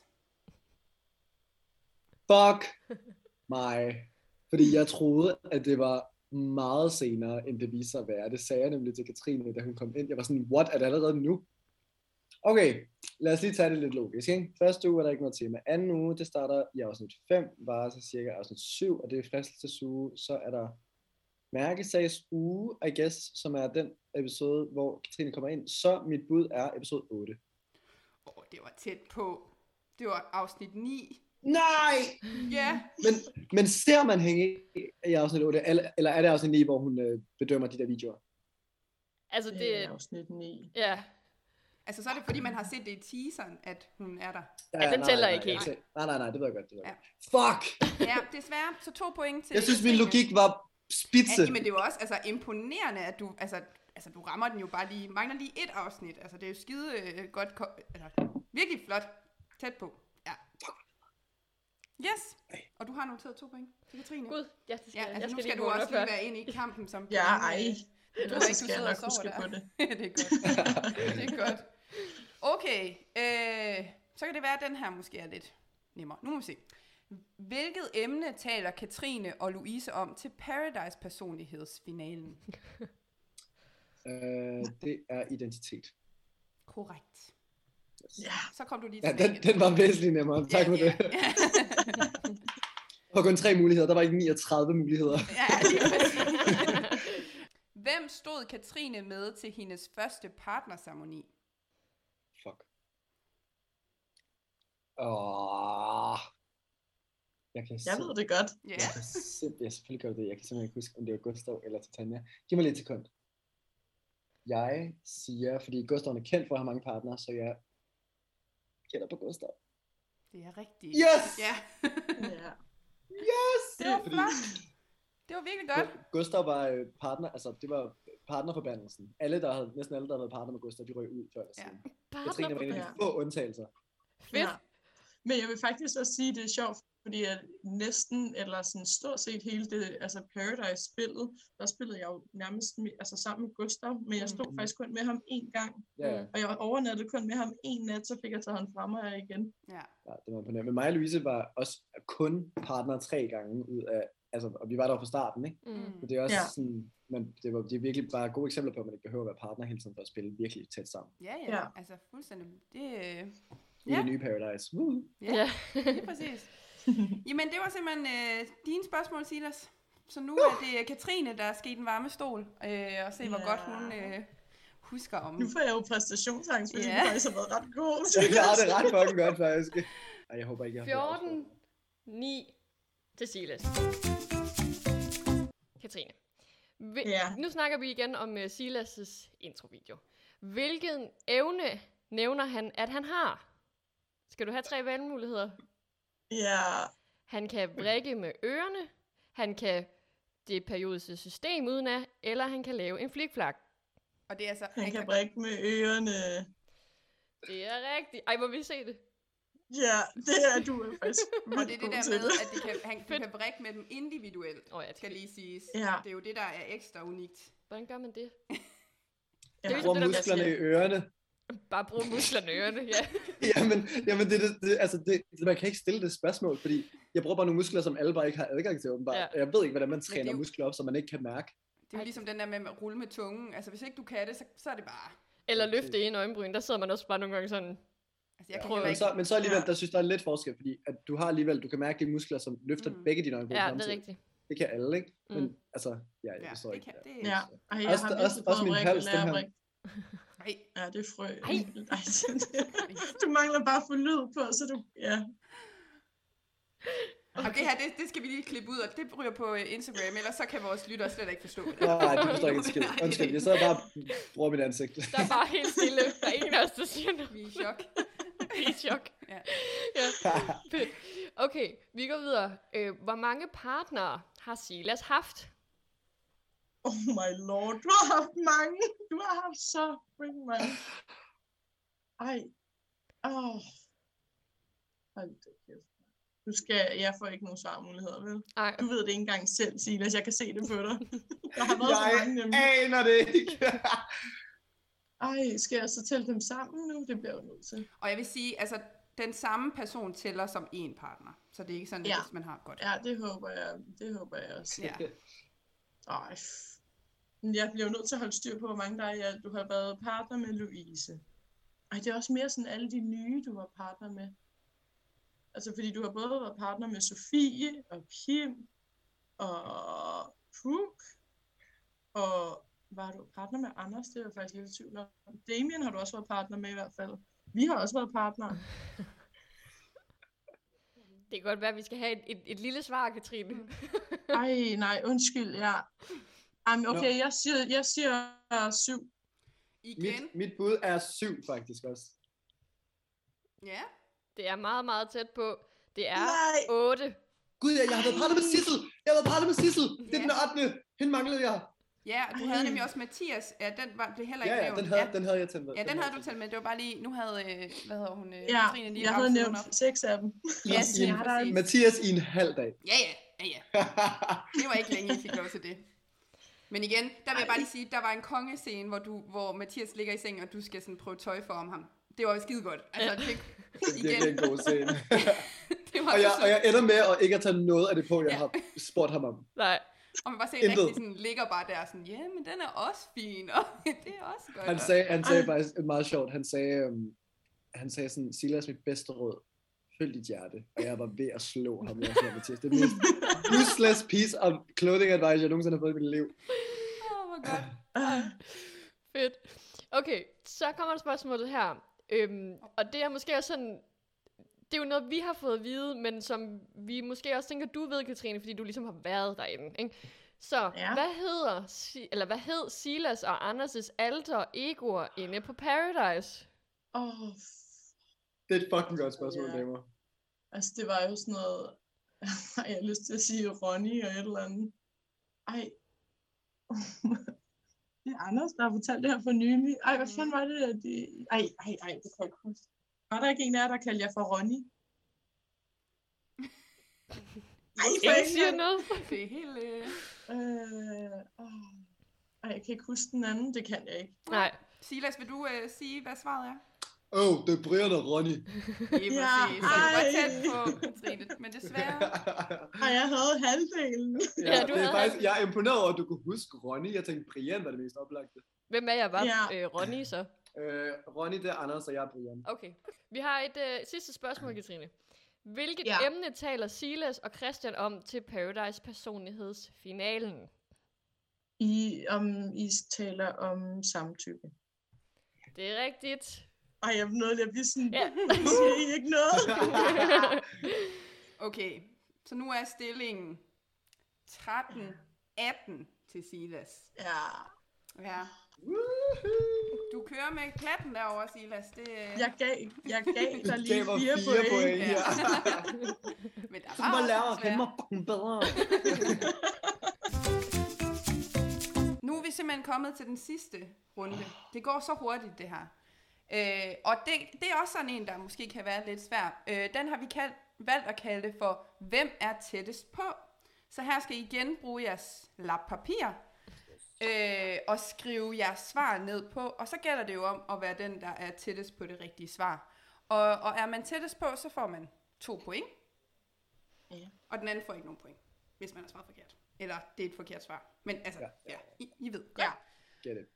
[SPEAKER 3] Fuck mig. Fordi jeg troede, at det var meget senere, end det viste sig at være. Det sagde jeg nemlig til Katrine, da hun kom ind. Jeg var sådan, what, er det allerede nu? Okay, lad os lige tage det lidt logisk. Ikke? Første uge er der ikke noget tema. Anden uge, det starter i afsnit 5, var så cirka afsnit 7, og det er fristelsesuge. Så er der mærkesags uge, I guess, som er den episode, hvor Katrine kommer ind. Så mit bud er episode 8.
[SPEAKER 2] Åh, oh, det var tæt på. Det var afsnit 9.
[SPEAKER 3] Nej!
[SPEAKER 2] Ja,
[SPEAKER 3] Men, men ser man hænge i afsnit 8, eller, eller er det afsnit 9, hvor hun øh, bedømmer de der videoer?
[SPEAKER 1] Altså,
[SPEAKER 4] Det er
[SPEAKER 1] det...
[SPEAKER 4] afsnit 9.
[SPEAKER 1] Ja.
[SPEAKER 2] altså så er det fordi, man har set det i teaseren, at hun er der.
[SPEAKER 3] Ja,
[SPEAKER 1] den
[SPEAKER 3] nej,
[SPEAKER 1] tæller
[SPEAKER 3] nej,
[SPEAKER 1] ikke
[SPEAKER 3] nej,
[SPEAKER 1] helt.
[SPEAKER 3] jeg tæ- Nej, nej, nej, det ved jeg godt. Det ved
[SPEAKER 2] Ja.
[SPEAKER 3] jeg godt. Fuck!
[SPEAKER 2] Ja, desværre. Så to point til
[SPEAKER 3] Jeg synes, min
[SPEAKER 2] Katrine.
[SPEAKER 3] logik var spidse.
[SPEAKER 2] Ja, men det var også altså, imponerende, at du, altså, altså, du rammer den jo bare lige, mangler lige et afsnit. Altså, det er jo skide øh, godt, ko- altså, virkelig flot, tæt på. Ja. Yes, og du har noteret to point til Katrine.
[SPEAKER 1] Gud, ja, det skal,
[SPEAKER 2] Ja,
[SPEAKER 1] ja,
[SPEAKER 2] altså
[SPEAKER 1] jeg
[SPEAKER 2] nu
[SPEAKER 1] skal,
[SPEAKER 2] skal
[SPEAKER 1] lige
[SPEAKER 2] du
[SPEAKER 1] vågne
[SPEAKER 2] også
[SPEAKER 1] op
[SPEAKER 2] lige
[SPEAKER 1] her.
[SPEAKER 2] være inde i kampen som
[SPEAKER 4] Ja,
[SPEAKER 2] kvinde.
[SPEAKER 4] ej.
[SPEAKER 2] Du
[SPEAKER 4] Ellers
[SPEAKER 2] har
[SPEAKER 4] så
[SPEAKER 2] ikke, du
[SPEAKER 4] skal jeg
[SPEAKER 2] sidder og
[SPEAKER 4] nok
[SPEAKER 2] sover
[SPEAKER 4] huske
[SPEAKER 2] der.
[SPEAKER 4] på det.
[SPEAKER 2] det er godt. det er godt. Okay, øh, så kan det være, at den her måske er lidt nemmere. Nu må vi se. Hvilket emne taler Katrine og Louise om til Paradise personlighedsfinalen?
[SPEAKER 3] Øh, det er identitet.
[SPEAKER 2] Korrekt.
[SPEAKER 4] Ja,
[SPEAKER 2] Så kom du lige
[SPEAKER 3] Ja,
[SPEAKER 2] tilbage
[SPEAKER 3] den,
[SPEAKER 2] igen.
[SPEAKER 3] den var væsentligt nemmere. Tak for det. Der var kun tre muligheder. Der var ikke 39 muligheder.
[SPEAKER 2] Ja, lige præcis. Hvem stod Katrine med til hendes første partnersamoni?
[SPEAKER 3] Fuck. Åh. Jeg, kan
[SPEAKER 4] jeg
[SPEAKER 3] sim-
[SPEAKER 4] ved det godt.
[SPEAKER 2] Ja,
[SPEAKER 3] Jeg kan simp- jeg selvfølgelig gør det. Jeg kan simpelthen ikke huske, om det var Gustav eller Titania. Giv mig lidt sekund. Jeg siger, fordi Gustav er kendt for at have mange partnere, så jeg gætter på Gustav.
[SPEAKER 2] det er rigtigt.
[SPEAKER 3] Yes!
[SPEAKER 2] Ja,
[SPEAKER 4] Ja.
[SPEAKER 3] Yes!
[SPEAKER 4] Det var
[SPEAKER 3] Fordi
[SPEAKER 2] flot. det var virkelig godt.
[SPEAKER 3] Gu- Gustav var øh, partner, altså det var partnerforbandelsen. Alle, der havde, næsten alle, der havde været partner med Gustav, de røg ud før eller
[SPEAKER 2] Ja.
[SPEAKER 3] siden.
[SPEAKER 1] Partner
[SPEAKER 3] Katrine var en af de få undtagelser.
[SPEAKER 1] Fedt.
[SPEAKER 4] Ja. Men jeg vil faktisk også sige, at det er sjovt, fordi at næsten, eller sådan stort set hele det, altså Paradise-spillet, der spillede jeg jo nærmest me- altså sammen med Gustav, men jeg stod
[SPEAKER 3] Mhm.
[SPEAKER 4] faktisk kun med ham én gang,
[SPEAKER 3] Ja, ja.
[SPEAKER 4] og jeg overnattede kun med ham én nat, så fik jeg taget ham frem og jeg igen.
[SPEAKER 2] Ja.
[SPEAKER 3] ja det var imponerende. Men mig og Louise var også kun partner tre gange ud af, altså, og vi var der jo fra starten, ikke?
[SPEAKER 1] Mm.
[SPEAKER 3] Så det er også
[SPEAKER 4] Ja.
[SPEAKER 3] ja. sådan, man, det, var, det er virkelig bare gode eksempler på, at man ikke behøver at være partner hele tiden for at spille virkelig tæt sammen.
[SPEAKER 2] Ja, ja,
[SPEAKER 4] Ja.
[SPEAKER 2] ja. Altså fuldstændig. Det, øh,
[SPEAKER 3] I ja.
[SPEAKER 2] Ja.
[SPEAKER 3] det nye Paradise. Woo.
[SPEAKER 2] ja,
[SPEAKER 1] Ja.
[SPEAKER 2] ja. lige præcis. Jamen, det var simpelthen øh, dine spørgsmål, Silas. Så
[SPEAKER 4] Uh!
[SPEAKER 2] nu er det Katrine, der er sket en varme stol, øh, og se, hvor
[SPEAKER 4] Ja.
[SPEAKER 2] godt hun øh, husker om.
[SPEAKER 4] Nu får jeg jo præstationsangst, fordi
[SPEAKER 2] Ja.
[SPEAKER 4] yeah. faktisk har været ret god.
[SPEAKER 3] Jeg klarede det ret fucking godt, faktisk. Ej, jeg håber ikke, jeg har fået
[SPEAKER 1] 14, 9 til Silas. Katrine. Vi,
[SPEAKER 4] Ja.
[SPEAKER 1] Nu snakker vi igen om uh, Silas' introvideo. Hvilken evne nævner han, at han har? Skal du have tre valgmuligheder?
[SPEAKER 4] Ja,
[SPEAKER 1] Han kan vrikke med ørerne, han kan det periodiske system udenad, eller han kan lave en flikflak.
[SPEAKER 2] Og det er altså...
[SPEAKER 4] han kan brække med ørerne.
[SPEAKER 1] Det er rigtigt. Ej, må vi se det?
[SPEAKER 4] Ja, det er du er faktisk
[SPEAKER 2] Og
[SPEAKER 4] vildt
[SPEAKER 2] det er det
[SPEAKER 4] god
[SPEAKER 2] der
[SPEAKER 4] til
[SPEAKER 2] med,
[SPEAKER 4] det.
[SPEAKER 2] at det kan, han du kan brække med dem individuelt,
[SPEAKER 1] Åh oh, ja, det
[SPEAKER 2] skal lige siges.
[SPEAKER 4] Ja.
[SPEAKER 2] Det er jo det, der er ekstra unikt.
[SPEAKER 1] Hvordan gør man det?
[SPEAKER 4] Ja.
[SPEAKER 1] Det er ligesom
[SPEAKER 3] lov.
[SPEAKER 1] det
[SPEAKER 3] Bruger
[SPEAKER 1] der med at
[SPEAKER 3] musklerne i ørerne.
[SPEAKER 1] Bare brug musklerne og ørerne, ja.
[SPEAKER 3] Jamen, jamen det, det, det, altså det, det- man kan ikke stille det spørgsmål, fordi jeg bruger bare nogle muskler, som alle bare ikke har adgang til, åbenbart.
[SPEAKER 1] Ja.
[SPEAKER 3] Ja. Jeg ved ikke, hvordan man
[SPEAKER 2] det er
[SPEAKER 3] træner
[SPEAKER 2] jo-
[SPEAKER 3] muskler op, så man ikke kan mærke.
[SPEAKER 2] Det er jo ligesom den der med at rulle med tungen. Altså, hvis ikke du kan det, så, så er det bare...
[SPEAKER 1] Eller løfte en øjenbryn, der sidder man også bare nogle gange sådan.
[SPEAKER 2] Altså, jeg kan
[SPEAKER 1] Prøv
[SPEAKER 2] heller
[SPEAKER 3] Men
[SPEAKER 2] ikke...
[SPEAKER 3] så, men så alligevel,
[SPEAKER 4] Ja.
[SPEAKER 3] der synes der er lidt forskel, fordi at du har alligevel, du kan mærke de muskler, som løfter
[SPEAKER 2] Mhm.
[SPEAKER 3] mm. begge dine øjenbryn
[SPEAKER 1] Ja, det er
[SPEAKER 3] samtidig.
[SPEAKER 1] rigtigt.
[SPEAKER 3] Det kan alle, ikke? Men
[SPEAKER 1] Mm.
[SPEAKER 3] altså, ja, jeg
[SPEAKER 2] Ja,
[SPEAKER 3] forstår
[SPEAKER 2] det
[SPEAKER 3] ikke.
[SPEAKER 2] kan...
[SPEAKER 3] det der.
[SPEAKER 2] Det,
[SPEAKER 4] Ja, Ej, jeg
[SPEAKER 3] Også-
[SPEAKER 4] har
[SPEAKER 3] også-
[SPEAKER 4] virkelig prøvet
[SPEAKER 3] også min
[SPEAKER 4] at brække og
[SPEAKER 3] hals, den
[SPEAKER 4] lære at
[SPEAKER 3] her.
[SPEAKER 4] brække.
[SPEAKER 2] Ej,
[SPEAKER 4] Ja, det er frø.
[SPEAKER 1] Ej.
[SPEAKER 4] Ej, du mangler bare at få lyd på, så du... Ja,
[SPEAKER 2] og det her, det, det skal vi lige klippe ud, og det ryger på øh, Instagram, ellers så kan vores lyttere slet ikke forstå det.
[SPEAKER 3] Nej, det forstår ikke en skid.
[SPEAKER 2] Nej.
[SPEAKER 3] Undskyld, jeg sidder bare og bruger mit ansigt.
[SPEAKER 1] Der er bare helt stille. Der er ingen af os, der siger noget.
[SPEAKER 2] Vi er i chok.
[SPEAKER 1] Vi er i chok.
[SPEAKER 2] Ja.
[SPEAKER 1] ja. Fedt. Okay, vi går videre. Øh, hvor mange partnere har Silas haft?
[SPEAKER 4] oh my lord, du har haft mange. Du har haft så freaking mange. Ej. Åh. Oh. Hold da kæft. Du skal, jeg får ikke nogen svarmuligheder, vel?
[SPEAKER 1] Nej,
[SPEAKER 4] Du ved det ikke engang selv, Silas. Jeg kan se det på dig. Der har været så mange nemlig.
[SPEAKER 3] Jeg aner det ikke.
[SPEAKER 4] Ej, skal jeg så tælle dem sammen nu? Det bliver jeg jo nødt til.
[SPEAKER 2] Og jeg vil sige, altså, den samme person tæller som én partner. Så det er ikke sådan,
[SPEAKER 4] Ja.
[SPEAKER 2] ja. hvis man har godt.
[SPEAKER 4] Ja, det håber jeg, det håber jeg også.
[SPEAKER 2] Ja.
[SPEAKER 4] Ej, f- Men jeg bliver jo nødt til at holde styr på, hvor mange der er i alt. Du har været partner med Louise. Ej, det er også mere sådan alle de nye, du var partner med. Altså, fordi du har både været partner med Sofie og Kim og Puk. Og var du partner med Anders? Det er jeg faktisk lidt i tvivl om. Damien har du også været partner med i hvert fald. Vi har også været partner.
[SPEAKER 1] det kan godt være, at vi skal have et, et, et lille svar, Katrine.
[SPEAKER 4] Ej, nej, undskyld, ja. Ej, men okay,
[SPEAKER 3] Nå.
[SPEAKER 4] jeg siger, jeg siger øh, syv.
[SPEAKER 2] Igen.
[SPEAKER 3] Mit, mit bud er syv, faktisk også.
[SPEAKER 2] Ja.
[SPEAKER 1] Det er meget, meget tæt på. Det er
[SPEAKER 4] Nej.
[SPEAKER 1] 8.
[SPEAKER 3] Gud, jeg, jeg har været parlet med Sissel. Jeg har været parlet med Sissel. Det er
[SPEAKER 2] Ja.
[SPEAKER 3] den 8. Hende manglede jeg.
[SPEAKER 2] Ja, og du
[SPEAKER 4] Ej.
[SPEAKER 2] havde nemlig også Mathias. Ja, den var, blev heller
[SPEAKER 3] Ja,
[SPEAKER 2] ikke
[SPEAKER 3] ja,
[SPEAKER 2] nævnt.
[SPEAKER 3] den havde, den havde jeg tændt med.
[SPEAKER 2] ja, den havde du
[SPEAKER 3] tændt
[SPEAKER 2] talt med. Det var bare lige, nu havde, øh, hvad hedder hun, øh,
[SPEAKER 4] Ja,
[SPEAKER 2] Katrine lige
[SPEAKER 4] jeg havde
[SPEAKER 2] ramset
[SPEAKER 4] nævnt
[SPEAKER 2] nogen op.
[SPEAKER 4] seks af dem.
[SPEAKER 2] Ja,
[SPEAKER 3] Nå,
[SPEAKER 2] ja,
[SPEAKER 3] jamen,
[SPEAKER 2] der...
[SPEAKER 3] med. Mathias i en halv dag.
[SPEAKER 2] ja, ja, ja, ja. Det var ikke længe, jeg fik lov til det. Men igen, der vil jeg bare lige sige, der var en kongescene, hvor, du, hvor Mathias ligger i sengen, og du skal sådan prøve tøj for om ham. Det var skide godt. Altså, det,
[SPEAKER 3] det er
[SPEAKER 2] igen,
[SPEAKER 3] virkelig en god scene.
[SPEAKER 2] det var
[SPEAKER 3] og, jeg,
[SPEAKER 2] så
[SPEAKER 3] og
[SPEAKER 2] sødt.
[SPEAKER 3] jeg ender med at ikke at tage noget af det på, jeg
[SPEAKER 2] Ja.
[SPEAKER 3] har spurgt ham om.
[SPEAKER 1] Nej.
[SPEAKER 2] Og man bare se,
[SPEAKER 3] Intet.
[SPEAKER 2] rigtig sådan, ligger bare der sådan, ja, men den er også fin, og det er også godt.
[SPEAKER 3] Han
[SPEAKER 2] og-
[SPEAKER 3] sagde, han sagde
[SPEAKER 4] Ej.
[SPEAKER 3] faktisk et meget sjovt. Han sagde, øhm, han sagde sådan, Silas, mit bedste råd, følg dit hjerte. Og jeg var ved at slå ham. Jeg sagde, Mathias, det er den mest useless piece of clothing advice, jeg nogensinde har fået i mit liv.
[SPEAKER 2] Åh, hvor godt.
[SPEAKER 4] Ah,
[SPEAKER 1] Fedt. Okay, så kommer der spørgsmålet her. Øhm, og det er måske også sådan... Det er jo noget, vi har fået at vide, men som vi måske også tænker, du ved, Katrine, fordi du ligesom har været derinde. Ikke? Så ja.
[SPEAKER 4] Ja.
[SPEAKER 1] hvad, hedder, Si- eller hvad hed Silas og Anders' alter egoer inde på Paradise?
[SPEAKER 4] Åh, f-
[SPEAKER 3] Det er et fucking godt spørgsmål,
[SPEAKER 4] Ja.
[SPEAKER 3] yeah. damer.
[SPEAKER 4] altså det var jo sådan noget, Ej, jeg har lyst til at sige Ronny og et eller andet. Ej, det er Anders, der har fortalt det her for nylig. Ej, hvad fanden var det? at De... Ej, ej, ej, det kan jeg ikke huske. Var der ikke en af jer, der kaldte jer for Ronny? Ej, for
[SPEAKER 1] Ingen
[SPEAKER 4] ikke
[SPEAKER 1] siger
[SPEAKER 4] engang-
[SPEAKER 1] noget.
[SPEAKER 2] Det er helt... Øh,
[SPEAKER 4] Øh, åh. Ej, jeg kan ikke huske den anden. Det kan jeg ikke.
[SPEAKER 1] Nej.
[SPEAKER 2] Silas, vil du øh, sige, hvad svaret er?
[SPEAKER 3] Åh, oh, det er Brian og Ronny.
[SPEAKER 2] Lige
[SPEAKER 4] Ja,
[SPEAKER 2] præcis. Så du var
[SPEAKER 4] ej.
[SPEAKER 2] tæt på, Trine. Men desværre...
[SPEAKER 4] Og jeg havde halvdelen.
[SPEAKER 3] ja,
[SPEAKER 1] Ja, du
[SPEAKER 3] det er
[SPEAKER 1] havde-
[SPEAKER 3] faktisk, jeg er imponeret over, at du kunne huske Ronny. Jeg tænkte, Brian var det mest oplagte.
[SPEAKER 1] Hvem er jeg var?
[SPEAKER 4] Ja.
[SPEAKER 1] Øh, Ronny så.
[SPEAKER 3] Øh, Ronny, det er Anders, og jeg er Brian.
[SPEAKER 1] Okay. Vi har et øh, sidste spørgsmål, Katrine. Hvilket
[SPEAKER 4] Ja.
[SPEAKER 1] ja. emne taler Silas og Christian om til Paradise personlighedsfinalen?
[SPEAKER 4] I, om I taler om samtykke.
[SPEAKER 1] Det er rigtigt.
[SPEAKER 4] Ej, jeg nåede lige at blive sådan,
[SPEAKER 1] Ja.
[SPEAKER 4] siger I ikke noget?
[SPEAKER 2] Okay, så nu er stillingen 13-18 til Silas.
[SPEAKER 4] Ja,
[SPEAKER 2] Ja.
[SPEAKER 3] Woohoo!
[SPEAKER 2] Du kører med klatten derovre, Silas. Det, øh,
[SPEAKER 4] jeg gav, jeg gav
[SPEAKER 3] Du
[SPEAKER 4] dig lige
[SPEAKER 3] gav mig
[SPEAKER 4] fire, point. point.
[SPEAKER 2] Ja.
[SPEAKER 3] ja.
[SPEAKER 2] men der
[SPEAKER 3] Du må
[SPEAKER 2] også
[SPEAKER 3] lære at
[SPEAKER 2] svært.
[SPEAKER 3] kende mig fucking bedre.
[SPEAKER 2] Nu er vi simpelthen kommet til den sidste runde. Det går så hurtigt, det her. Øh, og det, det er også sådan en, der måske kan være lidt svær. Øh, den har vi kaldt, valgt at kalde for, hvem er tættest på? Så her skal I igen bruge jeres lap papir øh, og skrive jeres svar ned på. Og så gælder det jo om at være den, der er tættest på det rigtige svar. Og, og er man tættest på, så får man to point.
[SPEAKER 4] Ja.
[SPEAKER 2] Og den anden får ikke nogen point, hvis man har svaret forkert. Eller det er et forkert svar. Men altså, ja,
[SPEAKER 3] Ja.
[SPEAKER 2] ja I, I ved. Ja.
[SPEAKER 3] Get it.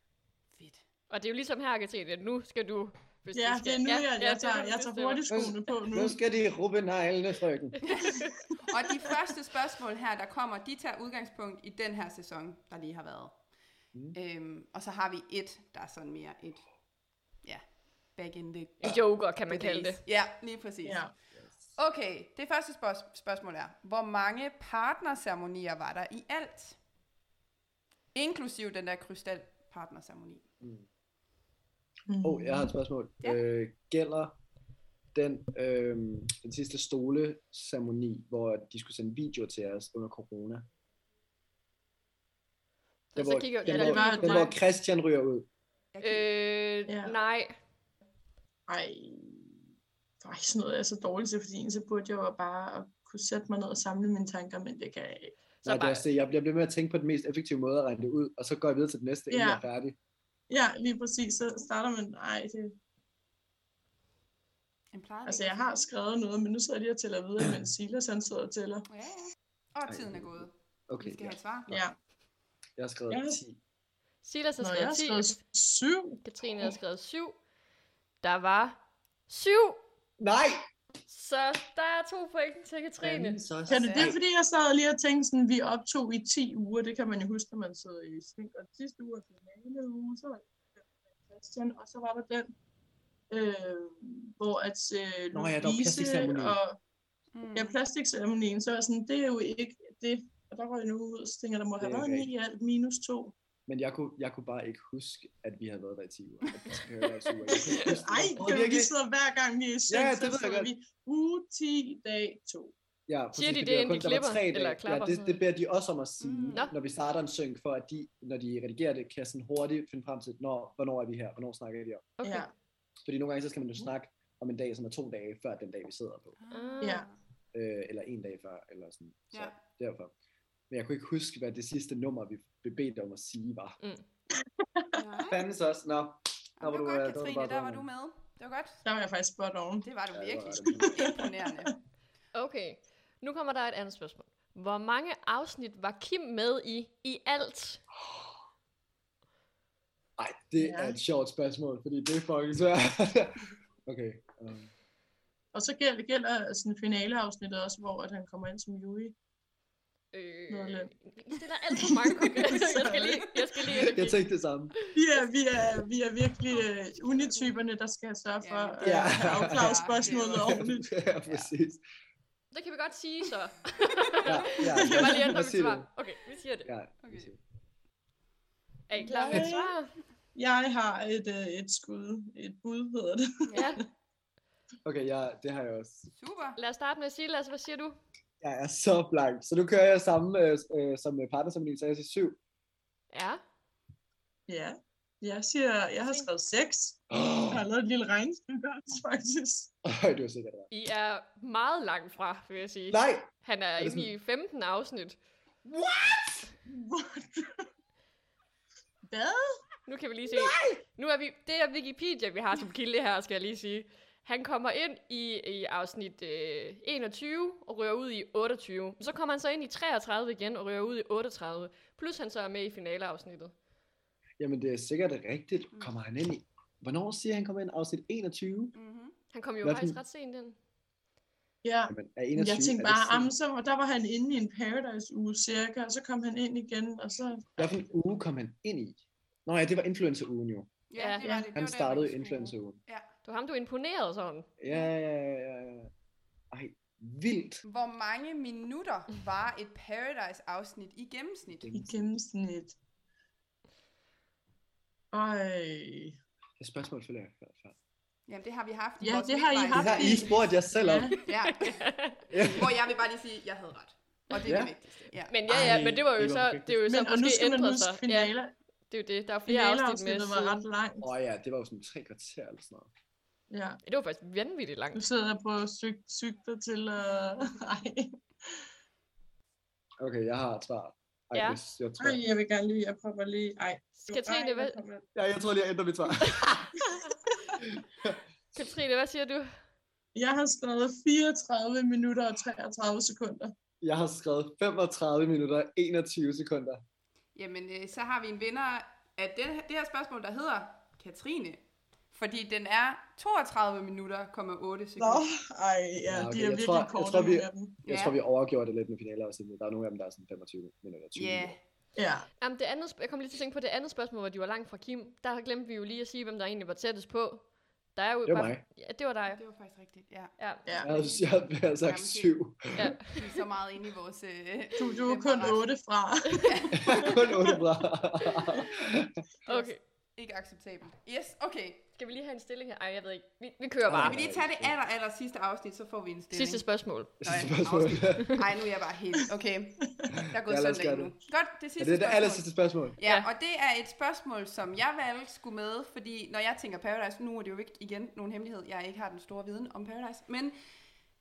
[SPEAKER 2] Fedt.
[SPEAKER 1] Og det er jo ligesom her, Katrine, at nu skal du... Hvis
[SPEAKER 4] Ja,
[SPEAKER 1] du
[SPEAKER 4] det
[SPEAKER 1] skal.
[SPEAKER 4] er nu, jeg,
[SPEAKER 1] det er
[SPEAKER 4] jeg, tager,
[SPEAKER 1] du
[SPEAKER 4] jeg tager
[SPEAKER 1] bestemmer.
[SPEAKER 4] hurtigt skoene på nu.
[SPEAKER 3] Nu skal de rubbe neglene, frøken.
[SPEAKER 2] Og de første spørgsmål her, der kommer, de tager udgangspunkt i den her sæson, der lige har været. Mm. Øhm, og så har vi et, der er sådan mere et, ja, back in the,
[SPEAKER 1] En joker, kan man
[SPEAKER 2] the
[SPEAKER 1] kalde det.
[SPEAKER 2] days. Ja, lige præcis.
[SPEAKER 4] Ja.
[SPEAKER 2] Okay, det første spørg- spørgsmål er, hvor mange partnerceremonier var der i alt? Inklusiv den der krystal partnerceremoni.
[SPEAKER 4] Mm.
[SPEAKER 3] Åh, oh, jeg har et spørgsmål.
[SPEAKER 2] Ja.
[SPEAKER 3] Ja. Øh, gælder den, øh, den sidste stole-ceremoni, hvor de skulle sende videoer til os under corona? Den,
[SPEAKER 1] så
[SPEAKER 3] hvor,
[SPEAKER 1] kigger-
[SPEAKER 3] den,
[SPEAKER 4] ja, det var-
[SPEAKER 3] hvor, den, hvor Christian ryger ud.
[SPEAKER 2] Jeg kan-
[SPEAKER 1] Øh,
[SPEAKER 4] Ja.
[SPEAKER 1] nej.
[SPEAKER 4] Ej, ej, sådan noget er jeg så dårligt til, fordi egentlig så burde jeg jo bare at kunne sætte mig ned og samle mine tanker, men det kan jeg ikke.
[SPEAKER 1] Så
[SPEAKER 3] Nej, det er
[SPEAKER 1] bare-
[SPEAKER 3] også det. Jeg bliver ved med at tænke på den mest effektive måde at regne det ud, og så går jeg videre til det næste, inden
[SPEAKER 4] Ja.
[SPEAKER 3] jeg er færdig.
[SPEAKER 4] Ja, lige præcis, så starter man, ej, det,
[SPEAKER 2] Den plejede
[SPEAKER 4] altså
[SPEAKER 2] vi
[SPEAKER 4] jeg
[SPEAKER 2] ikke.
[SPEAKER 4] har skrevet noget, men nu sidder jeg lige og tæller videre, mens Silas han sidder og tæller.
[SPEAKER 2] Ja, ja. Og tiden er gået. Vi
[SPEAKER 3] Okay,
[SPEAKER 2] skal
[SPEAKER 3] ja.
[SPEAKER 2] have et svar.
[SPEAKER 4] Ja,
[SPEAKER 3] jeg har skrevet
[SPEAKER 4] Ja.
[SPEAKER 3] 10.
[SPEAKER 1] Silas har
[SPEAKER 4] Nå, jeg
[SPEAKER 1] skrevet
[SPEAKER 4] har skrevet
[SPEAKER 1] 10.
[SPEAKER 4] syv.
[SPEAKER 1] Katrine har skrevet 7. Der var 7!
[SPEAKER 3] Nej!
[SPEAKER 1] Så der er to point til Katrine.
[SPEAKER 3] Så
[SPEAKER 4] Kan det, det er
[SPEAKER 3] sejt.
[SPEAKER 4] fordi, jeg sad lige og tænkte sådan, vi optog i 10 uger, det kan man jo huske, når man sidder i sving, og sidste uge og finale uge, så var det Christian, og så var der den, øh, hvor at øh,
[SPEAKER 3] Nå ja, der var
[SPEAKER 4] Louise
[SPEAKER 3] plastikceremonien.
[SPEAKER 4] og
[SPEAKER 2] Mm.
[SPEAKER 4] ja, plastikceremonien, så var jeg sådan, det er jo ikke det, og der var jeg nu ud, så tænker jeg, der må
[SPEAKER 3] Det
[SPEAKER 4] have
[SPEAKER 3] er
[SPEAKER 4] været
[SPEAKER 3] rigtigt.
[SPEAKER 4] 9 i alt, minus 2.
[SPEAKER 3] Men jeg kunne, jeg kunne bare ikke huske, at vi havde været der i 10 uger. At Paradise Hotel- Jeg kunne ikke huske det.
[SPEAKER 4] Ej,
[SPEAKER 3] Åh,
[SPEAKER 4] det,
[SPEAKER 3] virkelig?
[SPEAKER 4] vi sidder hver gang, vi er i sving,
[SPEAKER 3] Ja,
[SPEAKER 4] ja,
[SPEAKER 3] ja,
[SPEAKER 4] så
[SPEAKER 3] det ved jeg
[SPEAKER 4] sidder
[SPEAKER 3] godt.
[SPEAKER 4] vi uge 10, dag 2.
[SPEAKER 3] Ja,
[SPEAKER 1] Siger
[SPEAKER 3] præcis,
[SPEAKER 1] de
[SPEAKER 3] fordi
[SPEAKER 1] det,
[SPEAKER 3] der
[SPEAKER 1] inden de
[SPEAKER 3] kun- der var
[SPEAKER 1] klipper
[SPEAKER 3] tre dage.
[SPEAKER 1] eller klapper? Mm-hmm.
[SPEAKER 3] Ja, det, det beder de også om at sige,
[SPEAKER 2] Mm.
[SPEAKER 3] mm.
[SPEAKER 1] Nå.
[SPEAKER 3] når vi starter en synk, for at de, når de redigerer det, kan sådan hurtigt finde frem til, når, hvornår er vi her, hvornår snakker vi om.
[SPEAKER 1] Okay.
[SPEAKER 4] Ja.
[SPEAKER 3] Fordi nogle gange, så skal man jo
[SPEAKER 1] Mm-hmm.
[SPEAKER 3] snakke om en dag, som er to dage før den dag, vi sidder på.
[SPEAKER 1] Ah.
[SPEAKER 4] Ja.
[SPEAKER 3] Øh, eller en dag før, eller sådan. Så
[SPEAKER 2] Ja.
[SPEAKER 3] derfor. Men jeg kunne ikke huske, hvad det sidste nummer, vi blev bedt om at sige, var.
[SPEAKER 2] Nej.
[SPEAKER 3] Fanden så også, nå.
[SPEAKER 2] Der var,
[SPEAKER 3] var
[SPEAKER 2] det
[SPEAKER 3] du,
[SPEAKER 2] var godt,
[SPEAKER 3] øh, der var du
[SPEAKER 2] Katrine,
[SPEAKER 3] bare
[SPEAKER 2] der var
[SPEAKER 3] drømmen.
[SPEAKER 2] du med. Det var godt.
[SPEAKER 4] Der var jeg faktisk spot on.
[SPEAKER 2] Det var du
[SPEAKER 3] Ja, det var
[SPEAKER 2] virkelig.
[SPEAKER 3] ret
[SPEAKER 2] Imponerende.
[SPEAKER 1] Okay. Nu kommer der et andet spørgsmål. Hvor mange afsnit var Kim med i i alt?
[SPEAKER 3] Ej, det
[SPEAKER 4] Ja.
[SPEAKER 3] er et sjovt spørgsmål, fordi det er fucking svært. okay. Um,
[SPEAKER 4] Og så gælder, gælder sådan finaleafsnittet også, hvor at han kommer ind som Yui.
[SPEAKER 1] Øh,
[SPEAKER 4] Noget lidt.
[SPEAKER 1] det er der alt for mange konkurrencer. jeg skal lige, jeg skal lige
[SPEAKER 3] jeg tænkte det samme.
[SPEAKER 4] Vi er, vi er, vi er virkelig uh, unityperne, der skal sørge for
[SPEAKER 2] Ja,
[SPEAKER 4] at
[SPEAKER 2] men
[SPEAKER 4] uh,
[SPEAKER 3] det er-
[SPEAKER 4] ja. afklare
[SPEAKER 2] Ja,
[SPEAKER 4] spørgsmålet
[SPEAKER 2] det er-
[SPEAKER 4] ordentligt.
[SPEAKER 3] ja, præcis.
[SPEAKER 1] Det kan vi godt sige så.
[SPEAKER 3] Ja, ja,
[SPEAKER 1] Vi skal bare lige ændre
[SPEAKER 3] Hvad
[SPEAKER 1] mit
[SPEAKER 3] siger du?
[SPEAKER 1] svar. Okay, vi siger det.
[SPEAKER 3] Ja,
[SPEAKER 2] Okay.
[SPEAKER 3] præcis.
[SPEAKER 1] Er I klar med et svar?
[SPEAKER 4] Jeg har et, uh, et skud, et bud hedder det.
[SPEAKER 1] Ja.
[SPEAKER 3] okay ja, det har jeg også.
[SPEAKER 2] Super.
[SPEAKER 1] Lad os starte med at sige, Lasse, hvad siger du?
[SPEAKER 3] Jeg er så blank. Så nu kører jeg samme øh, øh, som øh, partnersamling, så jeg siger syv.
[SPEAKER 1] Ja.
[SPEAKER 4] Ja, Jeg siger, jeg har skrevet 6. Jeg har lavet et lille regnestykke også, faktisk.
[SPEAKER 3] Øj, det var sikkert ret.
[SPEAKER 1] I er meget langt fra, vil jeg sige.
[SPEAKER 3] Nej!
[SPEAKER 1] Han er
[SPEAKER 3] det
[SPEAKER 1] inde i 15 afsnit.
[SPEAKER 4] What? Hvad?
[SPEAKER 1] Nu kan vi lige se. Nu er vi, det er Wikipedia, vi har som kilde her, skal jeg lige sige. Han kommer ind i, i afsnit øh, 21 og rører ud i 28. Så kommer han så ind i 33 igen og rører ud i 38. Plus han så er med i finaleafsnittet.
[SPEAKER 3] Jamen, det er sikkert rigtigt.
[SPEAKER 4] Mm.
[SPEAKER 3] Kommer han ind i... Hvornår siger han kommer ind? Afsnit 21?
[SPEAKER 2] Mm-hmm.
[SPEAKER 1] Han kom jo Hvad
[SPEAKER 3] Hvad for
[SPEAKER 1] faktisk
[SPEAKER 3] en-
[SPEAKER 1] ret sent ind.
[SPEAKER 4] Ja,
[SPEAKER 3] Jamen, er 21
[SPEAKER 4] jeg tænkte
[SPEAKER 3] er det
[SPEAKER 4] bare,
[SPEAKER 3] sent?
[SPEAKER 4] am, så, og der var han inde i en Paradise-uge cirka, og så kom han ind igen, og så...
[SPEAKER 3] Hvad for en uge kom han ind i? Nå ja, det var influencer-ugen jo.
[SPEAKER 1] Ja, Ja. det
[SPEAKER 2] var
[SPEAKER 4] var det.
[SPEAKER 2] det.
[SPEAKER 3] Han startede influencer-ugen.
[SPEAKER 2] Ja.
[SPEAKER 1] Det var ham, du imponerede sådan.
[SPEAKER 3] Ja, ja, ja, ja. Ej, vildt.
[SPEAKER 2] Hvor mange minutter var et Paradise-afsnit i gennemsnit?
[SPEAKER 4] I gennemsnit. Øj.
[SPEAKER 3] Det spørgsmål føler jeg før. før.
[SPEAKER 2] Jamen, det har vi haft. i
[SPEAKER 4] Ja,
[SPEAKER 2] vores
[SPEAKER 4] det har I
[SPEAKER 2] midtvejs.
[SPEAKER 3] Det har I spurgt jer selv om.
[SPEAKER 2] Ja.
[SPEAKER 3] Ja.
[SPEAKER 2] Hvor jeg vil bare lige sige, at jeg havde ret. Og det er
[SPEAKER 3] Ja.
[SPEAKER 2] det vigtigste. Ja.
[SPEAKER 1] Men ja, ja,
[SPEAKER 3] Ej,
[SPEAKER 1] men det var jo
[SPEAKER 3] det var
[SPEAKER 1] så,
[SPEAKER 3] perfekt.
[SPEAKER 1] det er jo så
[SPEAKER 4] Men, og nu
[SPEAKER 1] måske
[SPEAKER 4] skal man
[SPEAKER 1] ændret
[SPEAKER 4] huske
[SPEAKER 1] sig. Ja,
[SPEAKER 4] finaler.
[SPEAKER 1] det er jo det. Der er flere afsnit med
[SPEAKER 4] Finaleafsnittet var
[SPEAKER 1] siden.
[SPEAKER 4] ret langt.
[SPEAKER 3] Åh oh, ja, det var jo sådan tre kvarter eller sådan noget.
[SPEAKER 4] Ja.
[SPEAKER 1] Det var faktisk vanvittigt langt.
[SPEAKER 4] Du sidder jeg og prøver at syg- syge dig til... Uh... Ej.
[SPEAKER 3] Okay, jeg har et svar. Ej,
[SPEAKER 1] Ja.
[SPEAKER 3] ja. jeg, tror,
[SPEAKER 4] Ej, jeg vil gerne lige, jeg prøver lige... Ej.
[SPEAKER 1] Katrine, hvad,
[SPEAKER 3] ja, jeg tror lige, jeg ændrer mit svar.
[SPEAKER 1] Katrine, hvad siger du?
[SPEAKER 4] Jeg har skrevet 34 minutter og 33 sekunder.
[SPEAKER 3] Jeg har skrevet 35 minutter og 21 sekunder.
[SPEAKER 2] Jamen, øh, så har vi en vinder af det, det her spørgsmål, der hedder Katrine. Fordi den er 32 minutter, 8
[SPEAKER 4] Nå,
[SPEAKER 2] sekunder.
[SPEAKER 4] ej, ja,
[SPEAKER 3] Ja,
[SPEAKER 4] de
[SPEAKER 3] okay,
[SPEAKER 4] er
[SPEAKER 3] jeg
[SPEAKER 4] virkelig
[SPEAKER 3] tror- jeg
[SPEAKER 4] korte,
[SPEAKER 3] tror, vi-
[SPEAKER 4] nogle af dem.
[SPEAKER 3] Jeg
[SPEAKER 2] Ja.
[SPEAKER 3] tror, vi overgjorde det lidt med finaler også. Der er nogle af dem, der er sådan 25 minutter og 20
[SPEAKER 2] Ja.
[SPEAKER 3] minutter.
[SPEAKER 4] Ja,
[SPEAKER 1] Jamen, det andet, sp- jeg kom lige til at tænke på det andet spørgsmål, hvor de var langt fra Kim. Der glemte vi jo lige at sige, hvem der egentlig var tættest på. Der er jo
[SPEAKER 3] Det var mig.
[SPEAKER 1] Ja, det var dig.
[SPEAKER 2] Det var faktisk rigtigt, ja.
[SPEAKER 1] Ja.
[SPEAKER 4] ja.
[SPEAKER 3] Jeg havde, jeg havde sagt
[SPEAKER 2] Jamen, det-
[SPEAKER 3] syv.
[SPEAKER 1] ja.
[SPEAKER 2] Vi er så meget inde i vores... Øh,
[SPEAKER 4] Du, du er
[SPEAKER 2] hvem
[SPEAKER 4] kun
[SPEAKER 2] har ret.
[SPEAKER 4] 8 fra.
[SPEAKER 3] Kun otte bra.
[SPEAKER 1] Okay.
[SPEAKER 2] Ikke acceptabelt. Yes, okay.
[SPEAKER 1] Skal vi lige have en stilling her? Ej, jeg ved ikke. Vi, vi kører bare.
[SPEAKER 2] Kan vi lige tage det aller, aller sidste afsnit, så får vi en stilling.
[SPEAKER 1] Sidste spørgsmål.
[SPEAKER 3] Sidste spørgsmål.
[SPEAKER 2] Nej, nu er jeg bare helt... Okay, der er gået
[SPEAKER 3] Ja, lad os
[SPEAKER 2] søndag
[SPEAKER 3] gøre
[SPEAKER 2] endnu.
[SPEAKER 3] det.
[SPEAKER 2] Godt, det
[SPEAKER 3] Er
[SPEAKER 2] sidste
[SPEAKER 3] det det
[SPEAKER 2] spørgsmål.
[SPEAKER 3] aller sidste spørgsmål?
[SPEAKER 2] Ja,
[SPEAKER 1] Ja.
[SPEAKER 2] og det er et spørgsmål, som jeg valgte skulle med, fordi når jeg tænker Paradise, nu er det jo ikke igen nogen hemmelighed, jeg ikke har den store viden om Paradise, men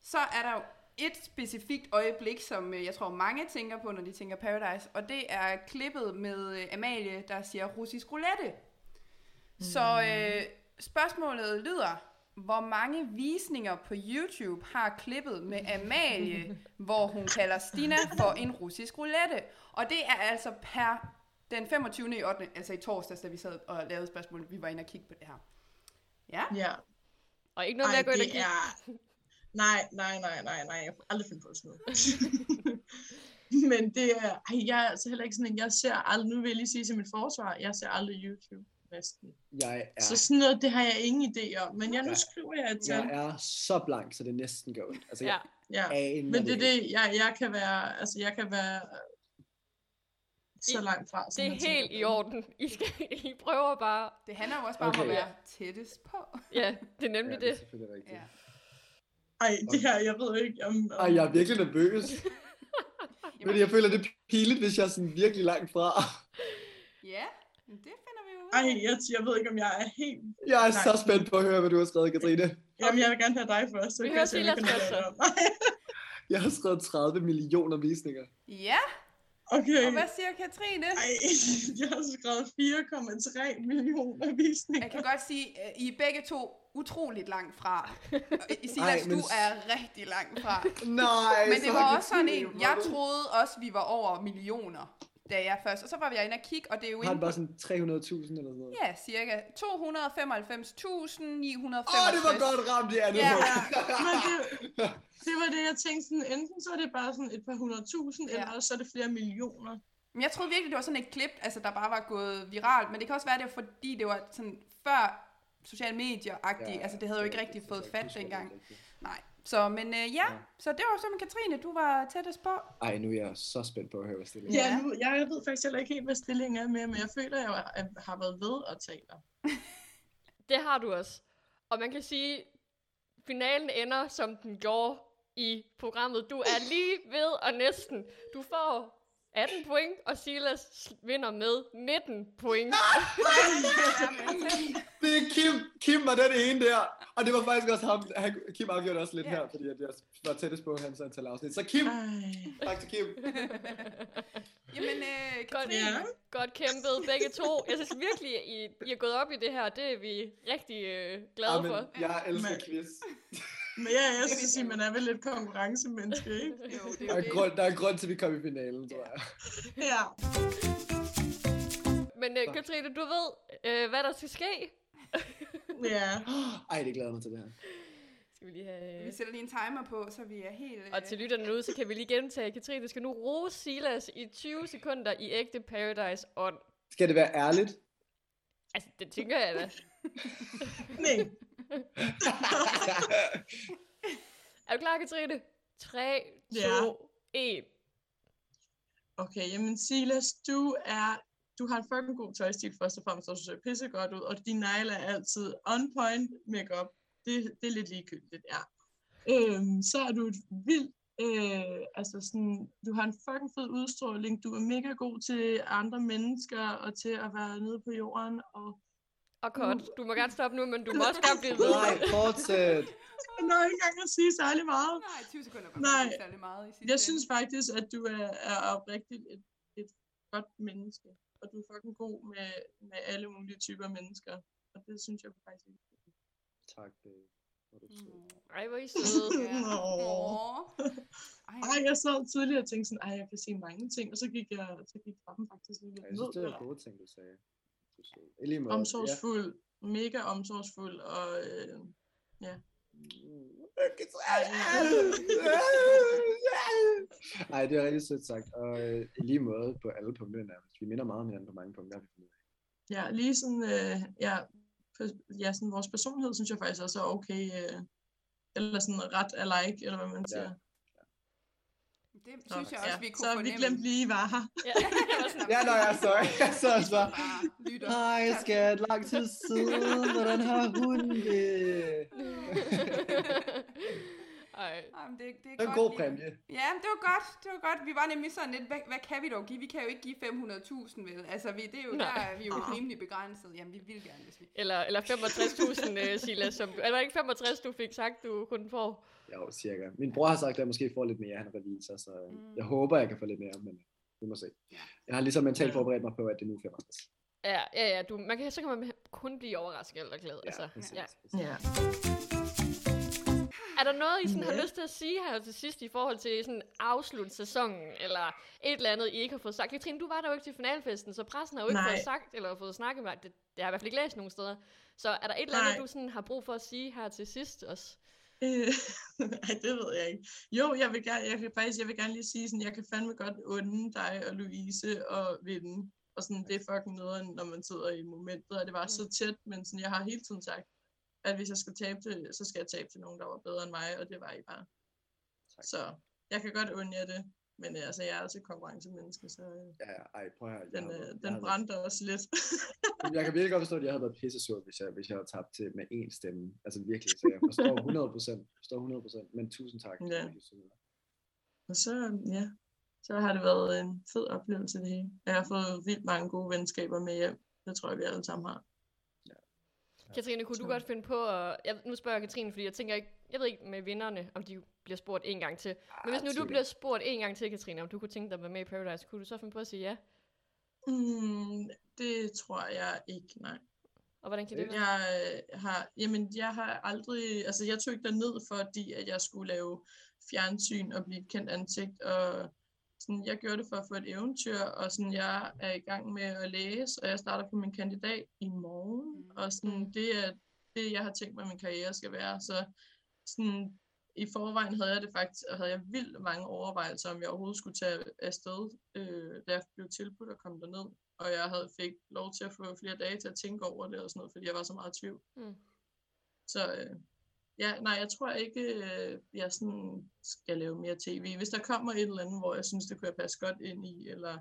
[SPEAKER 2] så er der jo et specifikt øjeblik, som øh, jeg tror mange tænker på, når de tænker Paradise, og det er klippet med øh, Amalie, der siger russisk roulette. Så øh, spørgsmålet lyder, hvor mange visninger på YouTube har klippet med Amalie, hvor hun kalder Stina for en russisk roulette? Og det er altså per den 25. i 8. altså i torsdags, da vi sad og lavede spørgsmål, vi var inde og kigge på det her. Ja,
[SPEAKER 4] Ja,
[SPEAKER 1] Og ikke noget med at gå ind og
[SPEAKER 4] det
[SPEAKER 1] kigge.
[SPEAKER 4] er... Nej, nej, nej, nej, nej. Jeg får aldrig finde på sådan noget. Men det er... Ej, jeg er altså heller ikke sådan en... Jeg ser aldrig... Nu vil jeg lige sige til mit forsvar, jeg ser aldrig YouTube næsten.
[SPEAKER 3] Jeg
[SPEAKER 4] Ja.
[SPEAKER 3] er,
[SPEAKER 4] Så sådan noget, det har jeg ingen idé om. Men jeg, nu
[SPEAKER 3] Ja.
[SPEAKER 4] skriver jeg et
[SPEAKER 3] jeg
[SPEAKER 4] tal.
[SPEAKER 3] er så blank, så det næsten gør ondt. Altså,
[SPEAKER 1] Ja.
[SPEAKER 3] jeg
[SPEAKER 4] Ja.
[SPEAKER 3] aner
[SPEAKER 4] Men det er
[SPEAKER 3] ikke.
[SPEAKER 4] det, jeg, jeg kan være, altså jeg kan være øh, så
[SPEAKER 1] I-
[SPEAKER 4] langt fra.
[SPEAKER 1] Det
[SPEAKER 4] som
[SPEAKER 1] er
[SPEAKER 4] man tænker
[SPEAKER 1] helt
[SPEAKER 4] på.
[SPEAKER 1] i orden. I, skal, I prøver bare.
[SPEAKER 2] det handler jo også bare okay. om
[SPEAKER 3] Okay.
[SPEAKER 2] at være tættest på.
[SPEAKER 1] Ja, det er nemlig
[SPEAKER 3] ja,
[SPEAKER 1] det.
[SPEAKER 3] det. er selvfølgelig rigtigt.
[SPEAKER 2] Ja.
[SPEAKER 4] Ej, det her, jeg ved ikke om... om
[SPEAKER 3] Ej, jeg er virkelig nervøs. Fordi jeg føler, det er pinligt, hvis jeg er sådan virkelig langt fra.
[SPEAKER 2] Ja, men det finder vi jo ud
[SPEAKER 4] Ej,
[SPEAKER 2] af.
[SPEAKER 4] jeg, jeg ved ikke, om jeg er helt...
[SPEAKER 3] Jeg er så
[SPEAKER 4] Nej.
[SPEAKER 3] spændt på at høre, hvad du har skrevet, Katrine.
[SPEAKER 4] Jamen, jeg vil gerne have dig først. så
[SPEAKER 1] Vi
[SPEAKER 4] kan
[SPEAKER 1] hører
[SPEAKER 4] jeg se, om jeg
[SPEAKER 1] Silas
[SPEAKER 4] kan nå
[SPEAKER 1] først,
[SPEAKER 4] det
[SPEAKER 1] så.
[SPEAKER 4] om. Ej,
[SPEAKER 3] Jeg har skrevet 30 millioner visninger.
[SPEAKER 2] Ja,
[SPEAKER 4] Okay.
[SPEAKER 2] og hvad siger Katrine?
[SPEAKER 4] Ej, jeg har skrevet 4,3 millioner visninger.
[SPEAKER 2] Jeg kan godt sige, øh, I er begge to utroligt langt fra. Og I-
[SPEAKER 3] Ej,
[SPEAKER 2] Silas,
[SPEAKER 3] men
[SPEAKER 2] du
[SPEAKER 3] s-
[SPEAKER 2] er rigtig langt fra.
[SPEAKER 3] Nej,
[SPEAKER 2] Men det
[SPEAKER 3] så
[SPEAKER 2] var
[SPEAKER 3] har
[SPEAKER 2] også sådan
[SPEAKER 3] Katrine
[SPEAKER 2] en, jeg
[SPEAKER 3] vundet.
[SPEAKER 2] troede også, vi var over millioner, da jeg først. Og så var jeg inde og kigge, og det er jo
[SPEAKER 3] Har han
[SPEAKER 2] inde
[SPEAKER 3] bare sådan 300.000 eller sådan noget?
[SPEAKER 2] Ja, cirka 295.965. Åh,
[SPEAKER 3] Åh, oh, det var godt ramt, det andet
[SPEAKER 2] Ja.
[SPEAKER 3] hold.
[SPEAKER 4] Men det, det var det, jeg tænkte sådan, enten så er det bare sådan et par hundredtusind,
[SPEAKER 2] Ja.
[SPEAKER 4] ja. eller også så er det flere millioner.
[SPEAKER 2] Men jeg troede virkelig, det var sådan et klip, altså, der bare var gået viralt. Men det kan også være, det var fordi, det var sådan før sociale medier-agtigt. Ja, altså, det havde jo ikke rigtig fået fat dengang. Nej. Så, men øh, ja.
[SPEAKER 3] Ja.
[SPEAKER 2] så det var jo simpelthen Katrine, du var tættest på.
[SPEAKER 3] Ej, nu er jeg så spændt på at høre, hvad stillingen
[SPEAKER 4] Ja,
[SPEAKER 2] Ja.
[SPEAKER 4] nu, jeg, jeg ved faktisk heller ikke helt, hvad stillingen er mere, men jeg føler, at jeg har- har været ved at tage dig.
[SPEAKER 1] Det har du også. Og man kan sige, finalen ender, som den gjorde i programmet. Du er lige ved og næsten. Du får 18 point, og Silas vinder med 19 point.
[SPEAKER 3] Det er Kim, Kim var den ene der, og det var faktisk også ham, han, Kim afgjorde også lidt
[SPEAKER 2] Ja. Ah.
[SPEAKER 3] her, fordi at jeg var tættest på hans antal afsnit. Så Kim,
[SPEAKER 4] Ej.
[SPEAKER 3] tak til Kim.
[SPEAKER 2] Jamen, øh,
[SPEAKER 1] Godt,
[SPEAKER 4] Ja.
[SPEAKER 1] godt kæmpet begge to. Jeg synes virkelig, at I, I er gået op i det her. Det er vi rigtig øh, glade
[SPEAKER 3] Amen,
[SPEAKER 1] for.
[SPEAKER 3] jeg elsker
[SPEAKER 4] Men-
[SPEAKER 3] quiz.
[SPEAKER 4] Men ja, jeg synes, at man er vel lidt konkurrencemenneske, ikke?
[SPEAKER 2] jo, det
[SPEAKER 3] Der
[SPEAKER 2] er
[SPEAKER 3] er,
[SPEAKER 2] jo
[SPEAKER 3] grund,
[SPEAKER 2] det.
[SPEAKER 3] der er en grund til, at vi kom i finalen, tror jeg.
[SPEAKER 4] Ja.
[SPEAKER 1] Men øh, Katrine, du ved, øh, hvad der skal ske.
[SPEAKER 4] Ja.
[SPEAKER 3] Ej, det glæder jeg mig til det her.
[SPEAKER 1] Skal vi lige have...
[SPEAKER 2] Vi sætter lige en timer på, så vi er helt... øh,
[SPEAKER 1] Og til lytterne derude, så kan vi lige gentage, Katrine skal nu rose Silas i 20 sekunder i ægte Paradise On.
[SPEAKER 3] Skal det være ærligt?
[SPEAKER 1] Altså, det tænker jeg da.
[SPEAKER 4] Nej.
[SPEAKER 1] Er du klar, Katrine? 3, 2,
[SPEAKER 4] Ja.
[SPEAKER 1] 1.
[SPEAKER 4] Okay, jamen Silas, du er du har en fucking god tøjstil, først og fremmest, og du ser pissegodt ud, og din negle er altid on point makeup. Det, det er lidt ligegyldigt, ja. Øhm, så er du et vildt, øh, altså sådan, du har en fucking fed udstråling, du er mega god til andre mennesker, og til at være nede på jorden, og
[SPEAKER 1] Og kort. Du må gerne stoppe nu, men du må også gerne blive ved.
[SPEAKER 3] Nej, fortsæt.
[SPEAKER 4] jeg når ikke engang at sige særlig meget.
[SPEAKER 2] Nej, 20 sekunder var
[SPEAKER 4] Nej.
[SPEAKER 2] faktisk ikke særlig meget i sidste
[SPEAKER 4] Jeg synes faktisk, at du er, er oprigtigt et, et godt menneske, og du er fucking god med, med alle mulige typer mennesker, og det synes jeg faktisk ikke.
[SPEAKER 3] Tak, babe. Hvor er du sød.
[SPEAKER 1] Ej, hvor er I søde.
[SPEAKER 2] Ja.
[SPEAKER 4] Nå.
[SPEAKER 2] Åh. Ej,
[SPEAKER 4] Ej, jeg sad tidligere og tænkte sådan, ej, jeg kan se mange ting, og så gik jeg, så gik trappen faktisk lige
[SPEAKER 3] Ej,
[SPEAKER 4] lidt
[SPEAKER 3] Jeg
[SPEAKER 4] ned.
[SPEAKER 3] synes, det var
[SPEAKER 4] der.
[SPEAKER 3] gode ting, du sagde. Du er sød. I lige måde.
[SPEAKER 4] Omsorgsfuld, mega omsorgsfuld, og øh,
[SPEAKER 3] Nej, det er rigtig sødt sagt. Og øh, i lige måde på alle punkter nærmest. Vi minder meget om hinanden på mange punkter. har vi fundet ud af.
[SPEAKER 4] ja, lige sådan, øh, ja, pers- ja, sådan vores personlighed, synes jeg faktisk også er okay, øh, eller sådan ret alike, eller hvad man
[SPEAKER 3] Ja.
[SPEAKER 4] siger.
[SPEAKER 2] det synes jeg også, vi kunne
[SPEAKER 4] Så vi
[SPEAKER 2] fornemme.
[SPEAKER 4] glemte lige, var her.
[SPEAKER 1] Ja.
[SPEAKER 3] Ja, nå, jeg så. Jeg så også bare.
[SPEAKER 2] Bare lytter.
[SPEAKER 3] Hej, skat. Lang tid siden. Hvordan har hun det?
[SPEAKER 1] Ej.
[SPEAKER 2] Ej, men det, det er
[SPEAKER 3] Det
[SPEAKER 2] godt
[SPEAKER 3] er en god
[SPEAKER 2] lige-
[SPEAKER 3] præmie.
[SPEAKER 2] Ja, men det var godt. Det var godt. Vi var nemlig sådan lidt, hvad, hvad kan vi dog give? Vi kan jo ikke give 500.000, vel? Altså, vi, det er jo
[SPEAKER 1] Nej.
[SPEAKER 2] Nej. der, er vi er jo rimelig begrænset. Jamen, vi vil gerne, hvis vi...
[SPEAKER 1] Eller, eller 65.000, øh, Silas. Som, er det ikke 65, du fik sagt, du kunne få?
[SPEAKER 3] Jo, cirka. Min bror har sagt, at jeg måske får lidt mere. Han er revisor, så mm. jeg håber, jeg kan få lidt mere. Men øh, vi må se. Jeg har ligesom mentalt forberedt mig på, at det nu er 55.
[SPEAKER 1] Ja, ja, ja. Du, man kan, så kan man kun blive overrasket eller glad. Ja, altså,
[SPEAKER 3] præcis.
[SPEAKER 1] ja.
[SPEAKER 4] Ja.
[SPEAKER 1] Er der noget, I sådan har
[SPEAKER 4] Ja.
[SPEAKER 1] lyst til at sige her til sidst i forhold til sådan afslutte sæsonen, eller et eller andet, I ikke har fået sagt? Katrine, du var der jo ikke til finalfesten, så pressen har jo ikke
[SPEAKER 4] Nej.
[SPEAKER 1] fået sagt, eller fået snakket med dig. Det, det har jeg i hvert fald ikke læst nogen steder. Så er der et eller andet,
[SPEAKER 4] Nej.
[SPEAKER 1] du sådan har brug for at sige her til sidst også?
[SPEAKER 4] Øh, Ej, det ved jeg ikke. Jo, jeg vil gerne, jeg kan faktisk, jeg vil gerne lige sige sådan, jeg kan fandme godt unde dig og Louise og vinde. Og sådan, det er fucking noget, når man sidder i momentet, og det var
[SPEAKER 3] Mm.
[SPEAKER 4] så tæt, men sådan, jeg har hele tiden sagt, at hvis jeg skal tabe det, så skal jeg tabe til nogen, der var bedre end mig, og det var I bare.
[SPEAKER 3] Tak.
[SPEAKER 4] Så jeg kan godt unde jer det, men øh, altså, jeg er også et konkurrencemenneske, så øh,
[SPEAKER 3] Ja, ja, ej, prøv at høre. Jeg
[SPEAKER 4] den,
[SPEAKER 3] har
[SPEAKER 4] øh,
[SPEAKER 3] været- jeg
[SPEAKER 4] den
[SPEAKER 3] har
[SPEAKER 4] brændte også lidt.
[SPEAKER 3] Jamen, Jeg kan virkelig godt forstå, at jeg havde været pissesur, hvis jeg, hvis jeg havde tabt til med én stemme. Altså virkelig, så jeg forstår 100 procent. Forstår 100 procent. Men tusind tak.
[SPEAKER 4] Ja. Og så, øh, ja, så har det været en fed oplevelse det hele. Jeg har fået vildt mange gode venskaber med hjem. Det tror jeg, vi alle sammen har.
[SPEAKER 1] Katrine, kunne du
[SPEAKER 4] Så-
[SPEAKER 1] godt finde på at... Jeg, nu spørger jeg Katrine, fordi jeg tænker ikke... Jeg ved ikke med vinderne, om de bliver spurgt en gang
[SPEAKER 4] Ah,
[SPEAKER 1] til. Men hvis nu du
[SPEAKER 3] sikkert.
[SPEAKER 1] bliver spurgt en gang til, Katrine, om du kunne tænke dig at være med i Paradise, kunne du så finde på at sige ja?
[SPEAKER 4] Mm, det tror jeg ikke, nej.
[SPEAKER 1] Og hvordan kan det være?
[SPEAKER 4] Jeg øh, har, jamen, jeg har aldrig, altså jeg tog ikke derned, fordi at jeg skulle lave fjernsyn og blive et kendt ansigt, og sådan, jeg gjorde det for at få et eventyr, og sådan, jeg er i gang med at læse, og jeg starter på min kandidat i morgen,
[SPEAKER 2] Mm.
[SPEAKER 4] og sådan, det er det, jeg har tænkt mig, min karriere skal være, så sådan, i forvejen havde jeg det faktisk, og havde jeg vildt mange overvejelser, om jeg overhovedet skulle tage afsted, øh, da jeg blev tilbudt at komme derned og jeg havde fik lov til at få flere dage til at tænke over det og sådan noget, fordi jeg var så meget i tvivl.
[SPEAKER 1] Mm.
[SPEAKER 4] Så øh, ja, nej, jeg tror ikke, øh, jeg sådan skal lave mere tv. Hvis der kommer et eller andet, hvor jeg synes, det kunne jeg passe godt ind i, eller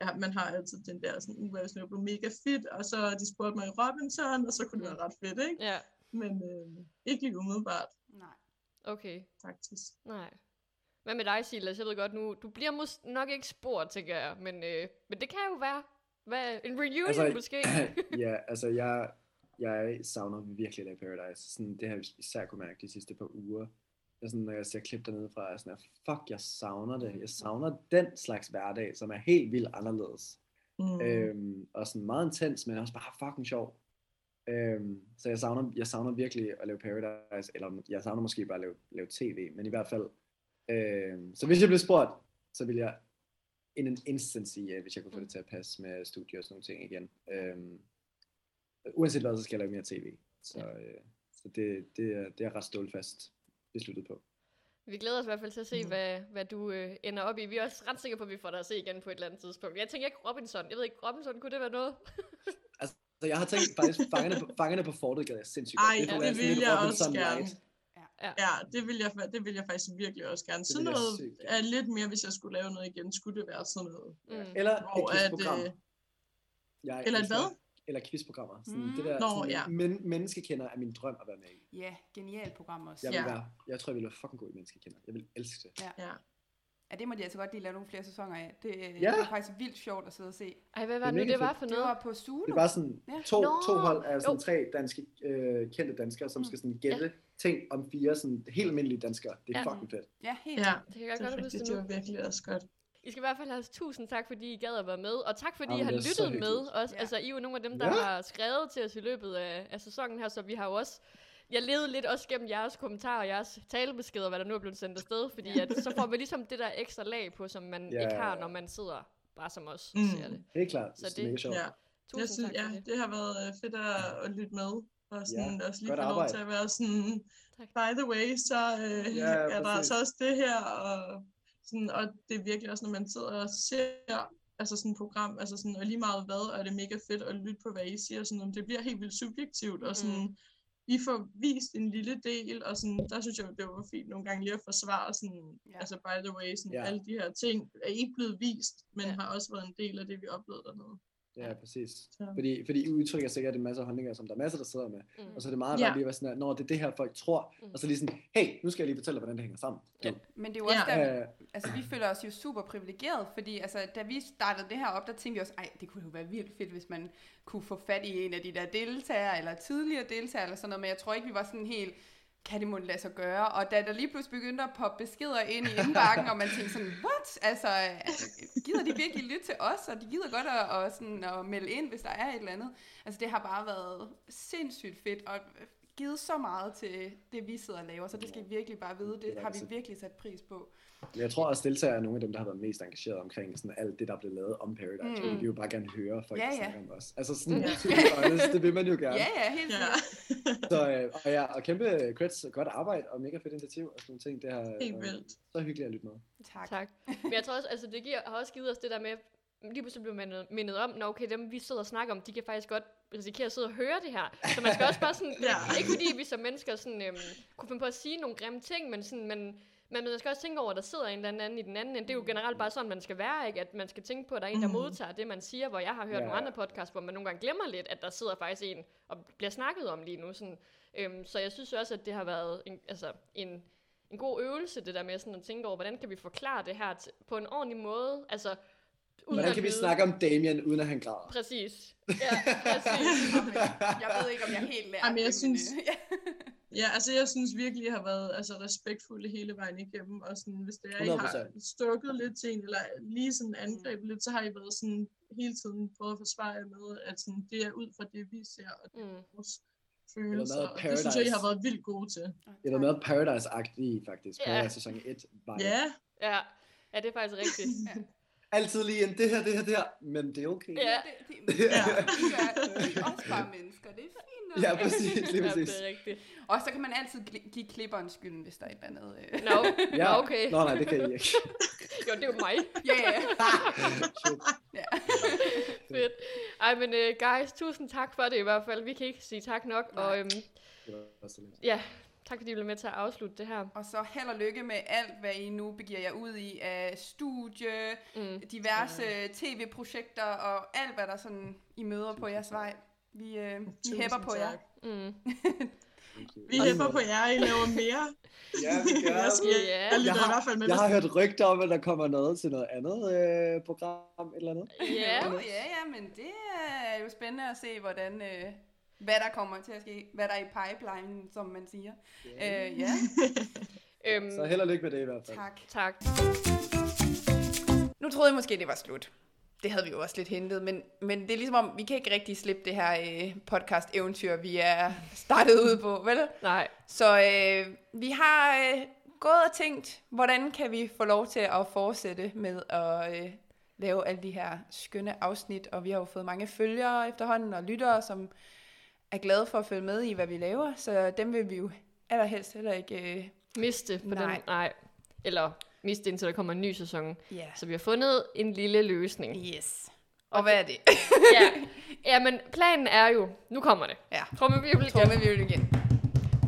[SPEAKER 4] ja, man har altid den der sådan, uh, hvis jeg blev mega fedt, og så de spurgte mig i Robinson, og så kunne det være ret fedt, ikke?
[SPEAKER 1] Ja,
[SPEAKER 4] Men øh, ikke lige umiddelbart,
[SPEAKER 2] Nej.
[SPEAKER 1] okay.
[SPEAKER 4] faktisk.
[SPEAKER 1] Nej. Hvad med dig, Silas? Jeg ved godt nu, du bliver mås- nok ikke spurgt, tænker jeg, men, øh, men det kan jo være. Hvad, en reunion altså,
[SPEAKER 3] Altså,
[SPEAKER 1] måske?
[SPEAKER 3] ja, altså jeg, jeg savner virkelig Lake Paradise. Sådan, det har jeg især kunne mærke de sidste par uger. Jeg sådan, når jeg ser klip dernede fra, er jeg sådan, at fuck, jeg savner det. Jeg savner den slags hverdag, som er helt vildt anderledes.
[SPEAKER 4] Mm.
[SPEAKER 3] Øhm, og sådan meget intens, men også bare fucking sjov. Øhm, så jeg savner, jeg savner virkelig at lave Paradise, eller jeg savner måske bare at lave, lave tv, men i hvert fald. Øhm, så hvis jeg blev spurgt, så ville jeg in an instant sige, ja, hvis jeg kunne
[SPEAKER 4] Mm.
[SPEAKER 3] få det til at passe med studie og sådan nogle ting igen. Øhm, uanset hvad, så skal jeg lave mere tv. Så, øh, så det, det, er, det er jeg ret stålfast besluttet på.
[SPEAKER 1] Vi glæder os i hvert fald til at se, hvad, hvad du øh, ender op i. Vi er også ret sikre på, at vi får dig at se igen på et eller andet tidspunkt. Jeg tænker ikke Robinson. Jeg ved ikke, Robinson, kunne det være noget?
[SPEAKER 3] Så jeg har tænkt faktisk, fangerne på, fangerne på fortet gad jeg sindssygt godt.
[SPEAKER 4] Ej,
[SPEAKER 3] kunne
[SPEAKER 1] det
[SPEAKER 3] være sådan
[SPEAKER 4] ville
[SPEAKER 3] lidt
[SPEAKER 4] jeg også
[SPEAKER 3] Robinson-light.
[SPEAKER 4] gerne. Ja, det vil, jeg, fa- det vil jeg faktisk virkelig også gerne. Sådan
[SPEAKER 3] vil jeg
[SPEAKER 4] noget
[SPEAKER 3] sygt gerne.
[SPEAKER 4] er lidt mere, hvis jeg skulle lave noget igen, skulle det være sådan noget.
[SPEAKER 1] Mm.
[SPEAKER 3] Eller
[SPEAKER 4] Hvor
[SPEAKER 3] et
[SPEAKER 4] at,
[SPEAKER 3] quizprogram.
[SPEAKER 4] øh,
[SPEAKER 3] Jeg er
[SPEAKER 4] eller et
[SPEAKER 3] elsker-
[SPEAKER 4] hvad?
[SPEAKER 3] Eller quizprogrammer. Sådan
[SPEAKER 2] Mm.
[SPEAKER 3] det der,
[SPEAKER 4] Nå,
[SPEAKER 3] sådan,
[SPEAKER 4] ja.
[SPEAKER 3] men, menneskekender er min drøm at være med i.
[SPEAKER 2] Ja, genialt program også.
[SPEAKER 3] Jeg,
[SPEAKER 2] Ja.
[SPEAKER 3] vil
[SPEAKER 4] Ja.
[SPEAKER 3] være, jeg tror, jeg ville være fucking god i menneskekender. Jeg vil elske det.
[SPEAKER 4] Ja.
[SPEAKER 2] ja, det må de altså godt lige lave nogle flere sæsoner af. Det, øh,
[SPEAKER 3] Ja.
[SPEAKER 2] det var faktisk vildt sjovt at sidde og se.
[SPEAKER 1] Ej, hvad
[SPEAKER 3] Det
[SPEAKER 1] var
[SPEAKER 3] er
[SPEAKER 1] nu
[SPEAKER 3] mega
[SPEAKER 1] det var
[SPEAKER 3] fedt.
[SPEAKER 1] for
[SPEAKER 2] Det
[SPEAKER 1] noget?
[SPEAKER 2] var på Zulu.
[SPEAKER 3] Det var sådan
[SPEAKER 2] Ja.
[SPEAKER 3] to,
[SPEAKER 1] Uh. Nå.
[SPEAKER 3] to hold af sådan
[SPEAKER 1] Jo. Mm.
[SPEAKER 3] tre danske, øh, kendte danskere, som skal sådan gætte ting om fire sådan helt almindelige danskere. Det er
[SPEAKER 1] Ja.
[SPEAKER 3] fucking fedt.
[SPEAKER 2] Ja, helt.
[SPEAKER 4] ja,
[SPEAKER 1] Det kan jeg
[SPEAKER 4] det,
[SPEAKER 1] godt huske
[SPEAKER 4] er rigtigt,
[SPEAKER 1] det
[SPEAKER 4] det
[SPEAKER 1] nu.
[SPEAKER 4] var virkelig også godt.
[SPEAKER 1] I skal i hvert fald have tusind tak, fordi I gad at være med, og tak fordi I
[SPEAKER 3] Jamen,
[SPEAKER 1] har
[SPEAKER 3] det er så
[SPEAKER 1] lyttet med
[SPEAKER 3] hyggeligt.
[SPEAKER 1] også. Ja.
[SPEAKER 2] Ja.
[SPEAKER 1] Altså, I er jo nogle af dem, der ja.
[SPEAKER 3] Ja.
[SPEAKER 1] har skrevet til os i løbet af, af sæsonen her, så vi har jo også... Jeg levede lidt også gennem jeres kommentarer og jeres talebeskeder, hvad der nu er blevet sendt afsted, fordi at, så får vi ligesom det der ekstra lag på, som man
[SPEAKER 3] Ja.
[SPEAKER 1] ikke har, når man sidder bare som os og
[SPEAKER 4] Mm.
[SPEAKER 1] ser det.
[SPEAKER 3] Helt klart.
[SPEAKER 1] Så
[SPEAKER 3] Så det,
[SPEAKER 1] det-
[SPEAKER 3] er mega sjovt.
[SPEAKER 4] Ja.
[SPEAKER 1] Tusind
[SPEAKER 4] jeg synes,
[SPEAKER 1] tak for
[SPEAKER 4] ja,
[SPEAKER 1] det.
[SPEAKER 4] det har været øh, fedt at, at lytte med. Og sådan, ja, også lige
[SPEAKER 3] Godt
[SPEAKER 4] få lov
[SPEAKER 3] arbejde.
[SPEAKER 4] til at være sådan,
[SPEAKER 1] Tak.
[SPEAKER 4] by the way, så øh,
[SPEAKER 3] Ja,
[SPEAKER 4] ja, er der
[SPEAKER 3] præcis.
[SPEAKER 4] altså også det her. Og, sådan, og det er virkelig også, når man sidder og ser altså sådan et program, altså sådan, og lige meget hvad, og det er mega fedt at lytte på, hvad I siger. Sådan, om det bliver helt vildt subjektivt,
[SPEAKER 1] Mm.
[SPEAKER 4] og sådan, I får vist en lille del, og sådan, der synes jeg, det var fint nogle gange lige at forsvare, sådan,
[SPEAKER 2] Ja.
[SPEAKER 4] ja. altså by the way, sådan,
[SPEAKER 3] Ja.
[SPEAKER 4] ja. alle de her ting er ikke blevet vist, men
[SPEAKER 1] Ja.
[SPEAKER 4] ja. har også været en del af det, vi oplevede dernede.
[SPEAKER 3] Ja, præcis.
[SPEAKER 4] Så.
[SPEAKER 3] Fordi, fordi I udtrykker sikkert en masse holdninger, som der er masser, der sidder med.
[SPEAKER 1] Mm.
[SPEAKER 3] Og så er det meget
[SPEAKER 4] Ja.
[SPEAKER 3] rart lige at være sådan, at når det er det her, folk tror.
[SPEAKER 1] Mm.
[SPEAKER 3] Og så lige sådan, hey, nu skal jeg lige fortælle dig, hvordan det hænger sammen.
[SPEAKER 1] Ja.
[SPEAKER 2] Men det er jo også
[SPEAKER 4] Ja.
[SPEAKER 2] der,
[SPEAKER 3] Øh,
[SPEAKER 2] altså vi føler os jo super privilegeret, fordi altså, da vi startede det her op, der tænkte vi også, ej, det kunne jo være vildt fedt, hvis man kunne få fat i en af de der deltagere, eller tidligere deltagere, eller sådan noget, men jeg tror ikke, vi var sådan helt, kan det måske lade sig gøre? Og da der lige pludselig begyndte at poppe beskeder ind i indbakken, og man tænkte sådan, what? Altså, gider de virkelig lytte til os? Og de gider godt at, og sådan, at melde ind, hvis der er et eller andet. Altså, det har bare været sindssygt fedt, og givet så meget til det, vi sidder og laver, så det skal I virkelig bare vide.
[SPEAKER 3] Det
[SPEAKER 2] Det
[SPEAKER 3] er
[SPEAKER 2] har vi
[SPEAKER 3] altså-
[SPEAKER 2] virkelig sat pris på.
[SPEAKER 3] Men jeg tror også, deltagere er nogle af dem, der har været mest engageret omkring sådan alt det, der blev lavet om Paradise. Mm. Fordi vi jo bare gerne høre folk,
[SPEAKER 2] Ja,
[SPEAKER 3] ja, ja.
[SPEAKER 2] ja.
[SPEAKER 3] snakke om os. Altså sådan,
[SPEAKER 4] Ja.
[SPEAKER 3] to be honest, det vil man jo gerne.
[SPEAKER 2] Ja, ja, helt
[SPEAKER 4] Ja.
[SPEAKER 2] sikkert.
[SPEAKER 3] Så, øh, og, ja, og kæmpe creds, godt arbejde og mega fedt initiativ og sådan nogle ting. Det har
[SPEAKER 4] Helt
[SPEAKER 3] øh,
[SPEAKER 4] vildt.
[SPEAKER 3] så hyggeligt at lytte med.
[SPEAKER 2] Tak. tak.
[SPEAKER 1] Tak. Men jeg tror også, altså det giver, har også givet os det der med, lige pludselig bliver man mindet om, når okay, dem vi sidder og snakker om, de kan faktisk godt risikere at sidde og høre det her. Så man skal også bare sådan, ja.
[SPEAKER 4] Ja.
[SPEAKER 1] ikke fordi vi som mennesker sådan, øhm, kunne finde på at sige nogle grimme ting, men sådan, man, men man skal også tænke over, at der sidder en eller anden i den anden ende. Det er jo generelt bare sådan, man skal være, ikke? At man skal tænke på, at der er en, der
[SPEAKER 4] Mhm.
[SPEAKER 1] modtager det, man siger, hvor jeg har hørt
[SPEAKER 3] Ja.
[SPEAKER 1] nogle andre podcasts, hvor man nogle gange glemmer lidt, at der sidder faktisk en og bliver snakket om lige nu. Sådan. Øhm, så jeg synes også, at det har været en, altså, en, en god øvelse, det der med sådan at tænke over, hvordan kan vi forklare det her t- på en ordentlig måde? Altså, uden
[SPEAKER 3] Hvordan
[SPEAKER 1] at
[SPEAKER 3] kan vi
[SPEAKER 1] lyde-
[SPEAKER 3] snakke om Damien, uden at han græder?
[SPEAKER 1] Præcis. Ja, præcis.
[SPEAKER 2] Jeg ved ikke, om jeg helt lærer
[SPEAKER 4] Jamen, jeg
[SPEAKER 2] det,
[SPEAKER 4] synes-
[SPEAKER 2] øh, ja.
[SPEAKER 4] Ja, altså jeg synes virkelig, jeg har været altså, respektfulde hele vejen igennem, og sådan, hvis det er, I har
[SPEAKER 3] 100%.
[SPEAKER 4] stukket lidt til en, eller lige sådan
[SPEAKER 2] Mm.
[SPEAKER 4] angrebet lidt, så har I været sådan hele tiden prøvet at forsvare jer med, at sådan, det er ud fra det, vi ser, og
[SPEAKER 1] Mm.
[SPEAKER 4] vores følelser,
[SPEAKER 3] Eller med
[SPEAKER 4] og det synes jeg, I
[SPEAKER 3] Paradise.
[SPEAKER 4] har været vildt gode til.
[SPEAKER 3] Det var
[SPEAKER 2] Tak.
[SPEAKER 3] meget Paradise-agtigt faktisk.
[SPEAKER 1] Ja.
[SPEAKER 3] Paradise sæson 1 var
[SPEAKER 4] Ja,
[SPEAKER 1] Ja. ja, det er faktisk rigtigt.
[SPEAKER 3] altid lige en det her, det her, det her. Men det er okay.
[SPEAKER 1] Ja.
[SPEAKER 2] Det, det, det,
[SPEAKER 4] Ja.
[SPEAKER 2] vi er- vi er også bare mennesker, det er fint. nok.
[SPEAKER 3] Ja, præcis. Lige
[SPEAKER 1] Ja,
[SPEAKER 3] præcis.
[SPEAKER 1] det er rigtigt.
[SPEAKER 2] Og så kan man altid gl- give klipperen skylden, hvis der er et eller andet. øh.
[SPEAKER 1] Nå, no.
[SPEAKER 3] Ja.
[SPEAKER 1] okay.
[SPEAKER 3] Nå nej, det kan I ikke.
[SPEAKER 1] Jo, det er jo mig.
[SPEAKER 2] Ja, ja.
[SPEAKER 3] Shit.
[SPEAKER 1] Fedt. Ej, men uh, guys, tusind tak for det i hvert fald. Vi kan ikke sige tak nok.
[SPEAKER 2] Nej.
[SPEAKER 1] Og øhm,
[SPEAKER 3] Det var så lidt.
[SPEAKER 1] ja, tak fordi I blev med til at afslutte det her.
[SPEAKER 2] Og så held og lykke med alt, hvad I nu begiver jer ud i af studie,
[SPEAKER 1] Mm.
[SPEAKER 2] diverse tv-projekter og alt, hvad der sådan I møder på jeres vej. Vi, øh, vi
[SPEAKER 4] Tusind
[SPEAKER 2] hæpper på jer.
[SPEAKER 4] tak.
[SPEAKER 1] Mm.
[SPEAKER 4] Vi hjælper på jer, I laver mere.
[SPEAKER 3] Ja, vi gør.
[SPEAKER 4] Jeg, skal,
[SPEAKER 1] Ja.
[SPEAKER 4] jeg lytter
[SPEAKER 3] Jeg har-
[SPEAKER 4] i hvert fald med.
[SPEAKER 3] Jeg har
[SPEAKER 4] hvis-
[SPEAKER 3] hørt rygter om, at der kommer noget til noget andet øh, program, et eller andet.
[SPEAKER 1] Ja.
[SPEAKER 2] Jo, Oh, ja, ja, men det er jo spændende at se, hvordan, øh, hvad der kommer til at ske, hvad der er i pipeline, som man siger. Øh, ja,
[SPEAKER 1] Øhm,
[SPEAKER 3] Så held og lykke med det i hvert fald.
[SPEAKER 2] tak.
[SPEAKER 1] tak.
[SPEAKER 2] Nu troede jeg måske, det var slut. Det havde vi jo også lidt hentet, men, men det er ligesom om, vi kan ikke rigtig slippe det her øh, podcast-eventyr, vi er startet ud på, vel?
[SPEAKER 1] Nej.
[SPEAKER 2] Så øh, vi har øh, gået og tænkt, hvordan kan vi få lov til at fortsætte med at øh, lave alle de her skønne afsnit, og vi har jo fået mange følgere efterhånden og lyttere, som er glade for at følge med i, hvad vi laver, så dem vil vi jo allerhelst heller ikke... Øh,
[SPEAKER 1] Miste på
[SPEAKER 2] Nej.
[SPEAKER 1] den. Nej. Eller miste indtil der kommer en ny sæson.
[SPEAKER 2] yeah.
[SPEAKER 1] Så vi har fundet en lille løsning.
[SPEAKER 2] Yes. Og hvad er det?
[SPEAKER 1] ja. ja, men planen er jo, nu kommer det.
[SPEAKER 2] Ja.
[SPEAKER 1] Trummevirvel igen.
[SPEAKER 2] Tromme vi vil igen.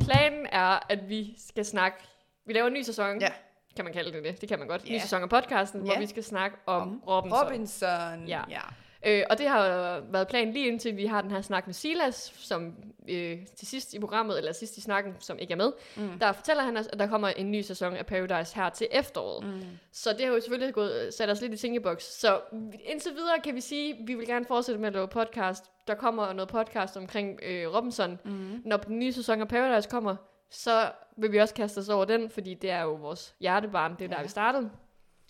[SPEAKER 1] Planen er, at vi skal snakke, vi laver en ny sæson,
[SPEAKER 2] Ja.
[SPEAKER 1] kan man kalde det det, det kan man godt.
[SPEAKER 2] Ja.
[SPEAKER 1] Ny sæson af podcasten, hvor
[SPEAKER 2] Ja.
[SPEAKER 1] vi skal snakke om,
[SPEAKER 2] Om
[SPEAKER 1] Robinson.
[SPEAKER 2] Robinson.
[SPEAKER 1] Ja.
[SPEAKER 2] ja.
[SPEAKER 1] Øh, og det har jo været planen lige indtil vi har den her snak med Silas, som øh, til sidst i programmet, eller sidst i snakken, som ikke er med, mm. der fortæller han os, at der kommer en ny sæson af Paradise her til efteråret. Mm. Så det har jo selvfølgelig gået, sat os lidt i tænkeboks. Så indtil videre kan vi sige, at vi vil gerne fortsætte med at lave podcast. Der kommer noget podcast omkring øh, Robinson. Mm. Når den nye sæson af Paradise kommer, så vil vi også kaste os over den, fordi det er jo vores hjertebarn, det er ja. der, vi startede.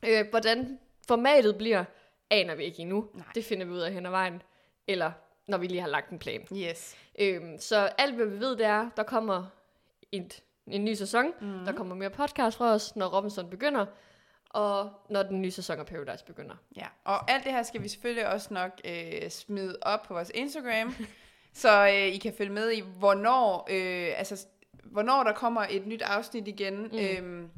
[SPEAKER 1] Øh, hvordan formatet bliver, aner vi ikke endnu.
[SPEAKER 2] Nej.
[SPEAKER 1] Det finder vi ud af hen ad vejen, eller når vi lige har lagt en plan.
[SPEAKER 2] Yes.
[SPEAKER 1] Øhm, så alt, hvad vi ved, det er, der kommer et, en ny sæson, mm. der kommer mere podcast fra os, når Robinson begynder, og når den nye sæson af Paradise begynder.
[SPEAKER 2] Ja, og alt det her skal vi selvfølgelig også nok øh, smide op på vores Instagram, så øh, I kan følge med i, hvornår, øh, altså, hvornår der kommer et nyt afsnit igen. Mm. Øhm,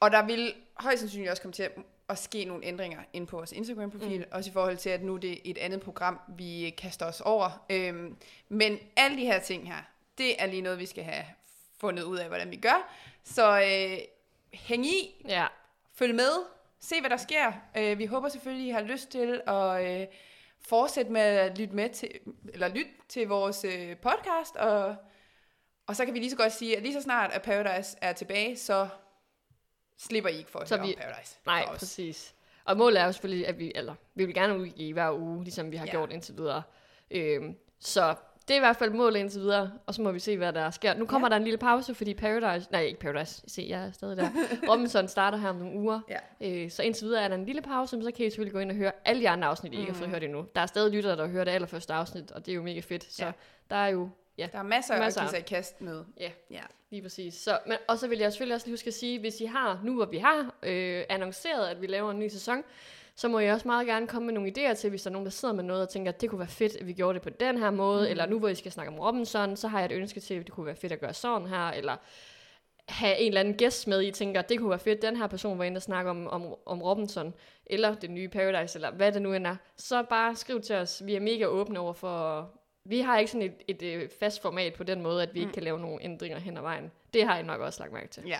[SPEAKER 2] og der vil højst sandsynligt også komme til at, at ske nogle ændringer ind på vores Instagram-profil, mm. også i forhold til, at nu er det et andet program, vi kaster os over. Øhm, men alle de her ting her, det er lige noget, vi skal have fundet ud af, hvordan vi gør. Så øh, hæng i,
[SPEAKER 1] Ja,
[SPEAKER 2] følg med, se hvad der sker. Øh, vi håber selvfølgelig, I har lyst til at øh, fortsætte med at lytte med til, eller lytte til vores øh, podcast, og, og så kan vi lige så godt sige, at lige så snart at Paradise er tilbage, så slipper I ikke for at
[SPEAKER 1] Så
[SPEAKER 2] høre
[SPEAKER 1] vi-
[SPEAKER 2] om Paradise.
[SPEAKER 1] nej,
[SPEAKER 2] fra os.
[SPEAKER 1] præcis. Og målet er jo selvfølgelig, at vi, eller, vi vil gerne udgive hver uge, ligesom vi har
[SPEAKER 2] Ja.
[SPEAKER 1] ja. gjort indtil videre. Øhm, så det er i hvert fald målet indtil videre, og så må vi se, hvad der sker. Nu kommer ja. der en lille pause, fordi Paradise, nej ikke Paradise, se jeg er stadig der. Robinson starter her om nogle uger,
[SPEAKER 2] Ja.
[SPEAKER 1] Øh, så indtil videre er der en lille pause, men så kan I selvfølgelig gå ind og høre alle de andre afsnit, I ikke har
[SPEAKER 2] Mm.
[SPEAKER 1] fået hørt endnu. Der er stadig lyttere, der hører det allerførste afsnit, og det er jo mega fedt. Så
[SPEAKER 2] Ja.
[SPEAKER 1] ja. der er jo, ja,
[SPEAKER 2] Der er masser, masser
[SPEAKER 1] Masser.
[SPEAKER 2] at give sig i kast med.
[SPEAKER 1] Ja.
[SPEAKER 2] ja.
[SPEAKER 1] lige præcis. Så, men, og så vil jeg selvfølgelig også lige huske at sige, hvis I har, nu hvor vi har øh, annonceret, at vi laver en ny sæson, så må jeg også meget gerne komme med nogle idéer til, hvis der er nogen, der sidder med noget og tænker, at det kunne være fedt, at vi gjorde det på den her måde, mm. eller nu hvor I skal snakke om Robinson, så har jeg et ønske til, at det kunne være fedt at gøre sådan her, eller have en eller anden gæst med, I tænker, det kunne være fedt, den her person var inde og snakke om, om, om Robinson, eller det nye Paradise, eller hvad det nu end er, så bare skriv til os. Vi er mega åbne over for... Vi har ikke sådan et, et, øh, fast format på den måde, at vi ikke kan lave nogle ændringer hen ad vejen. Det har I nok også lagt mærke til.
[SPEAKER 2] ja.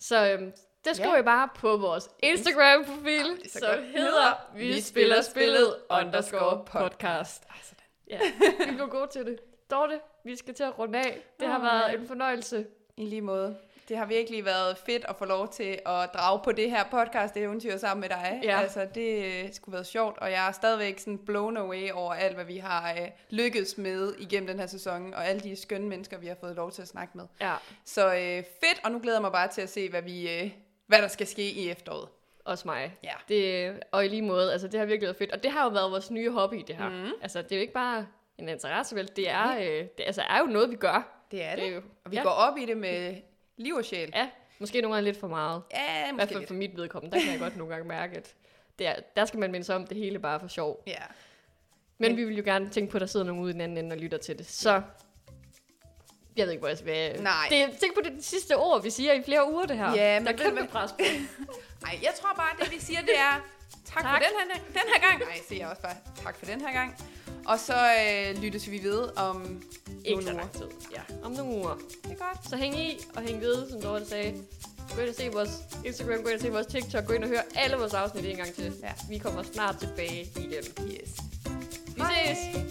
[SPEAKER 1] Så øhm, det skriver
[SPEAKER 2] Ja.
[SPEAKER 1] I bare på vores Instagram-profil,
[SPEAKER 2] Ah, det er så
[SPEAKER 1] som
[SPEAKER 2] godt.
[SPEAKER 1] hedder Vi spiller spillet underscore podcast.
[SPEAKER 2] Ah, sådan.
[SPEAKER 1] Ja, vi blev gode til det. Dorte, vi skal til at runde af. Det har
[SPEAKER 2] Åh,
[SPEAKER 1] været
[SPEAKER 2] ja.
[SPEAKER 1] en fornøjelse.
[SPEAKER 2] I lige måde. Det har virkelig været fedt at få lov til at drage på det her podcast eventyr sammen med dig.
[SPEAKER 1] Ja.
[SPEAKER 2] Altså, det øh, skulle været sjovt, og jeg er stadigvæk sådan blown away over alt, hvad vi har øh, lykkedes med igennem den her sæson, og alle de skønne mennesker, vi har fået lov til at snakke med.
[SPEAKER 1] Ja,
[SPEAKER 2] Så øh, fedt, og nu glæder jeg mig bare til at se, hvad, vi, øh, hvad der skal ske i efteråret.
[SPEAKER 1] også mig.
[SPEAKER 2] Ja.
[SPEAKER 1] Det, og i lige måde, altså det har virkelig været fedt. Og det har jo været vores nye hobby, det her.
[SPEAKER 2] Mhm.
[SPEAKER 1] Mm. Altså det er jo ikke bare en interesse, vel? Det er, øh, det altså, er jo noget, vi gør.
[SPEAKER 2] Det er det.
[SPEAKER 1] er jo,
[SPEAKER 2] Og vi
[SPEAKER 1] ja,
[SPEAKER 2] ja. går op i det med liv og sjæl.
[SPEAKER 1] Ja, måske nogle gange lidt for meget.
[SPEAKER 2] Ja,
[SPEAKER 1] I hvert
[SPEAKER 2] måske
[SPEAKER 1] fald
[SPEAKER 2] lidt.
[SPEAKER 1] for mit vedkommende, der kan jeg godt nogle gange mærke, at det er, der skal man minde sig om det hele bare for sjov.
[SPEAKER 2] Ja.
[SPEAKER 1] Men vi vil jo gerne tænke på, at der sidder nogen ude i den anden ende og lytter til det. Så jeg ved ikke, hvor jeg skal...
[SPEAKER 2] Nej.
[SPEAKER 1] Det, er- tænk på det sidste ord, vi siger i flere uger, det her.
[SPEAKER 2] Ja, men
[SPEAKER 1] der er
[SPEAKER 2] ved du
[SPEAKER 1] kæmpe
[SPEAKER 2] hvad?
[SPEAKER 1] pres på.
[SPEAKER 2] Ej, jeg tror bare, det vi siger, det er tak, tak. for
[SPEAKER 1] Tak.
[SPEAKER 2] den her, den her gang. Nej, siger jeg også bare tak for den her gang. Og så øh, lyttes vi ved om
[SPEAKER 1] Ikke
[SPEAKER 2] nogle
[SPEAKER 1] så
[SPEAKER 2] uger.
[SPEAKER 1] lang tid. Ja, om nogle uger.
[SPEAKER 2] Det er godt.
[SPEAKER 1] Så hæng i og hæng ved, som Dorte sagde. Gå ind og se vores Instagram, gå ind og se vores TikTok, gå ind og hør alle vores afsnit en gang til.
[SPEAKER 2] Ja.
[SPEAKER 1] Vi kommer snart tilbage igen.
[SPEAKER 2] Yes.
[SPEAKER 1] Vi ses!
[SPEAKER 2] Hej.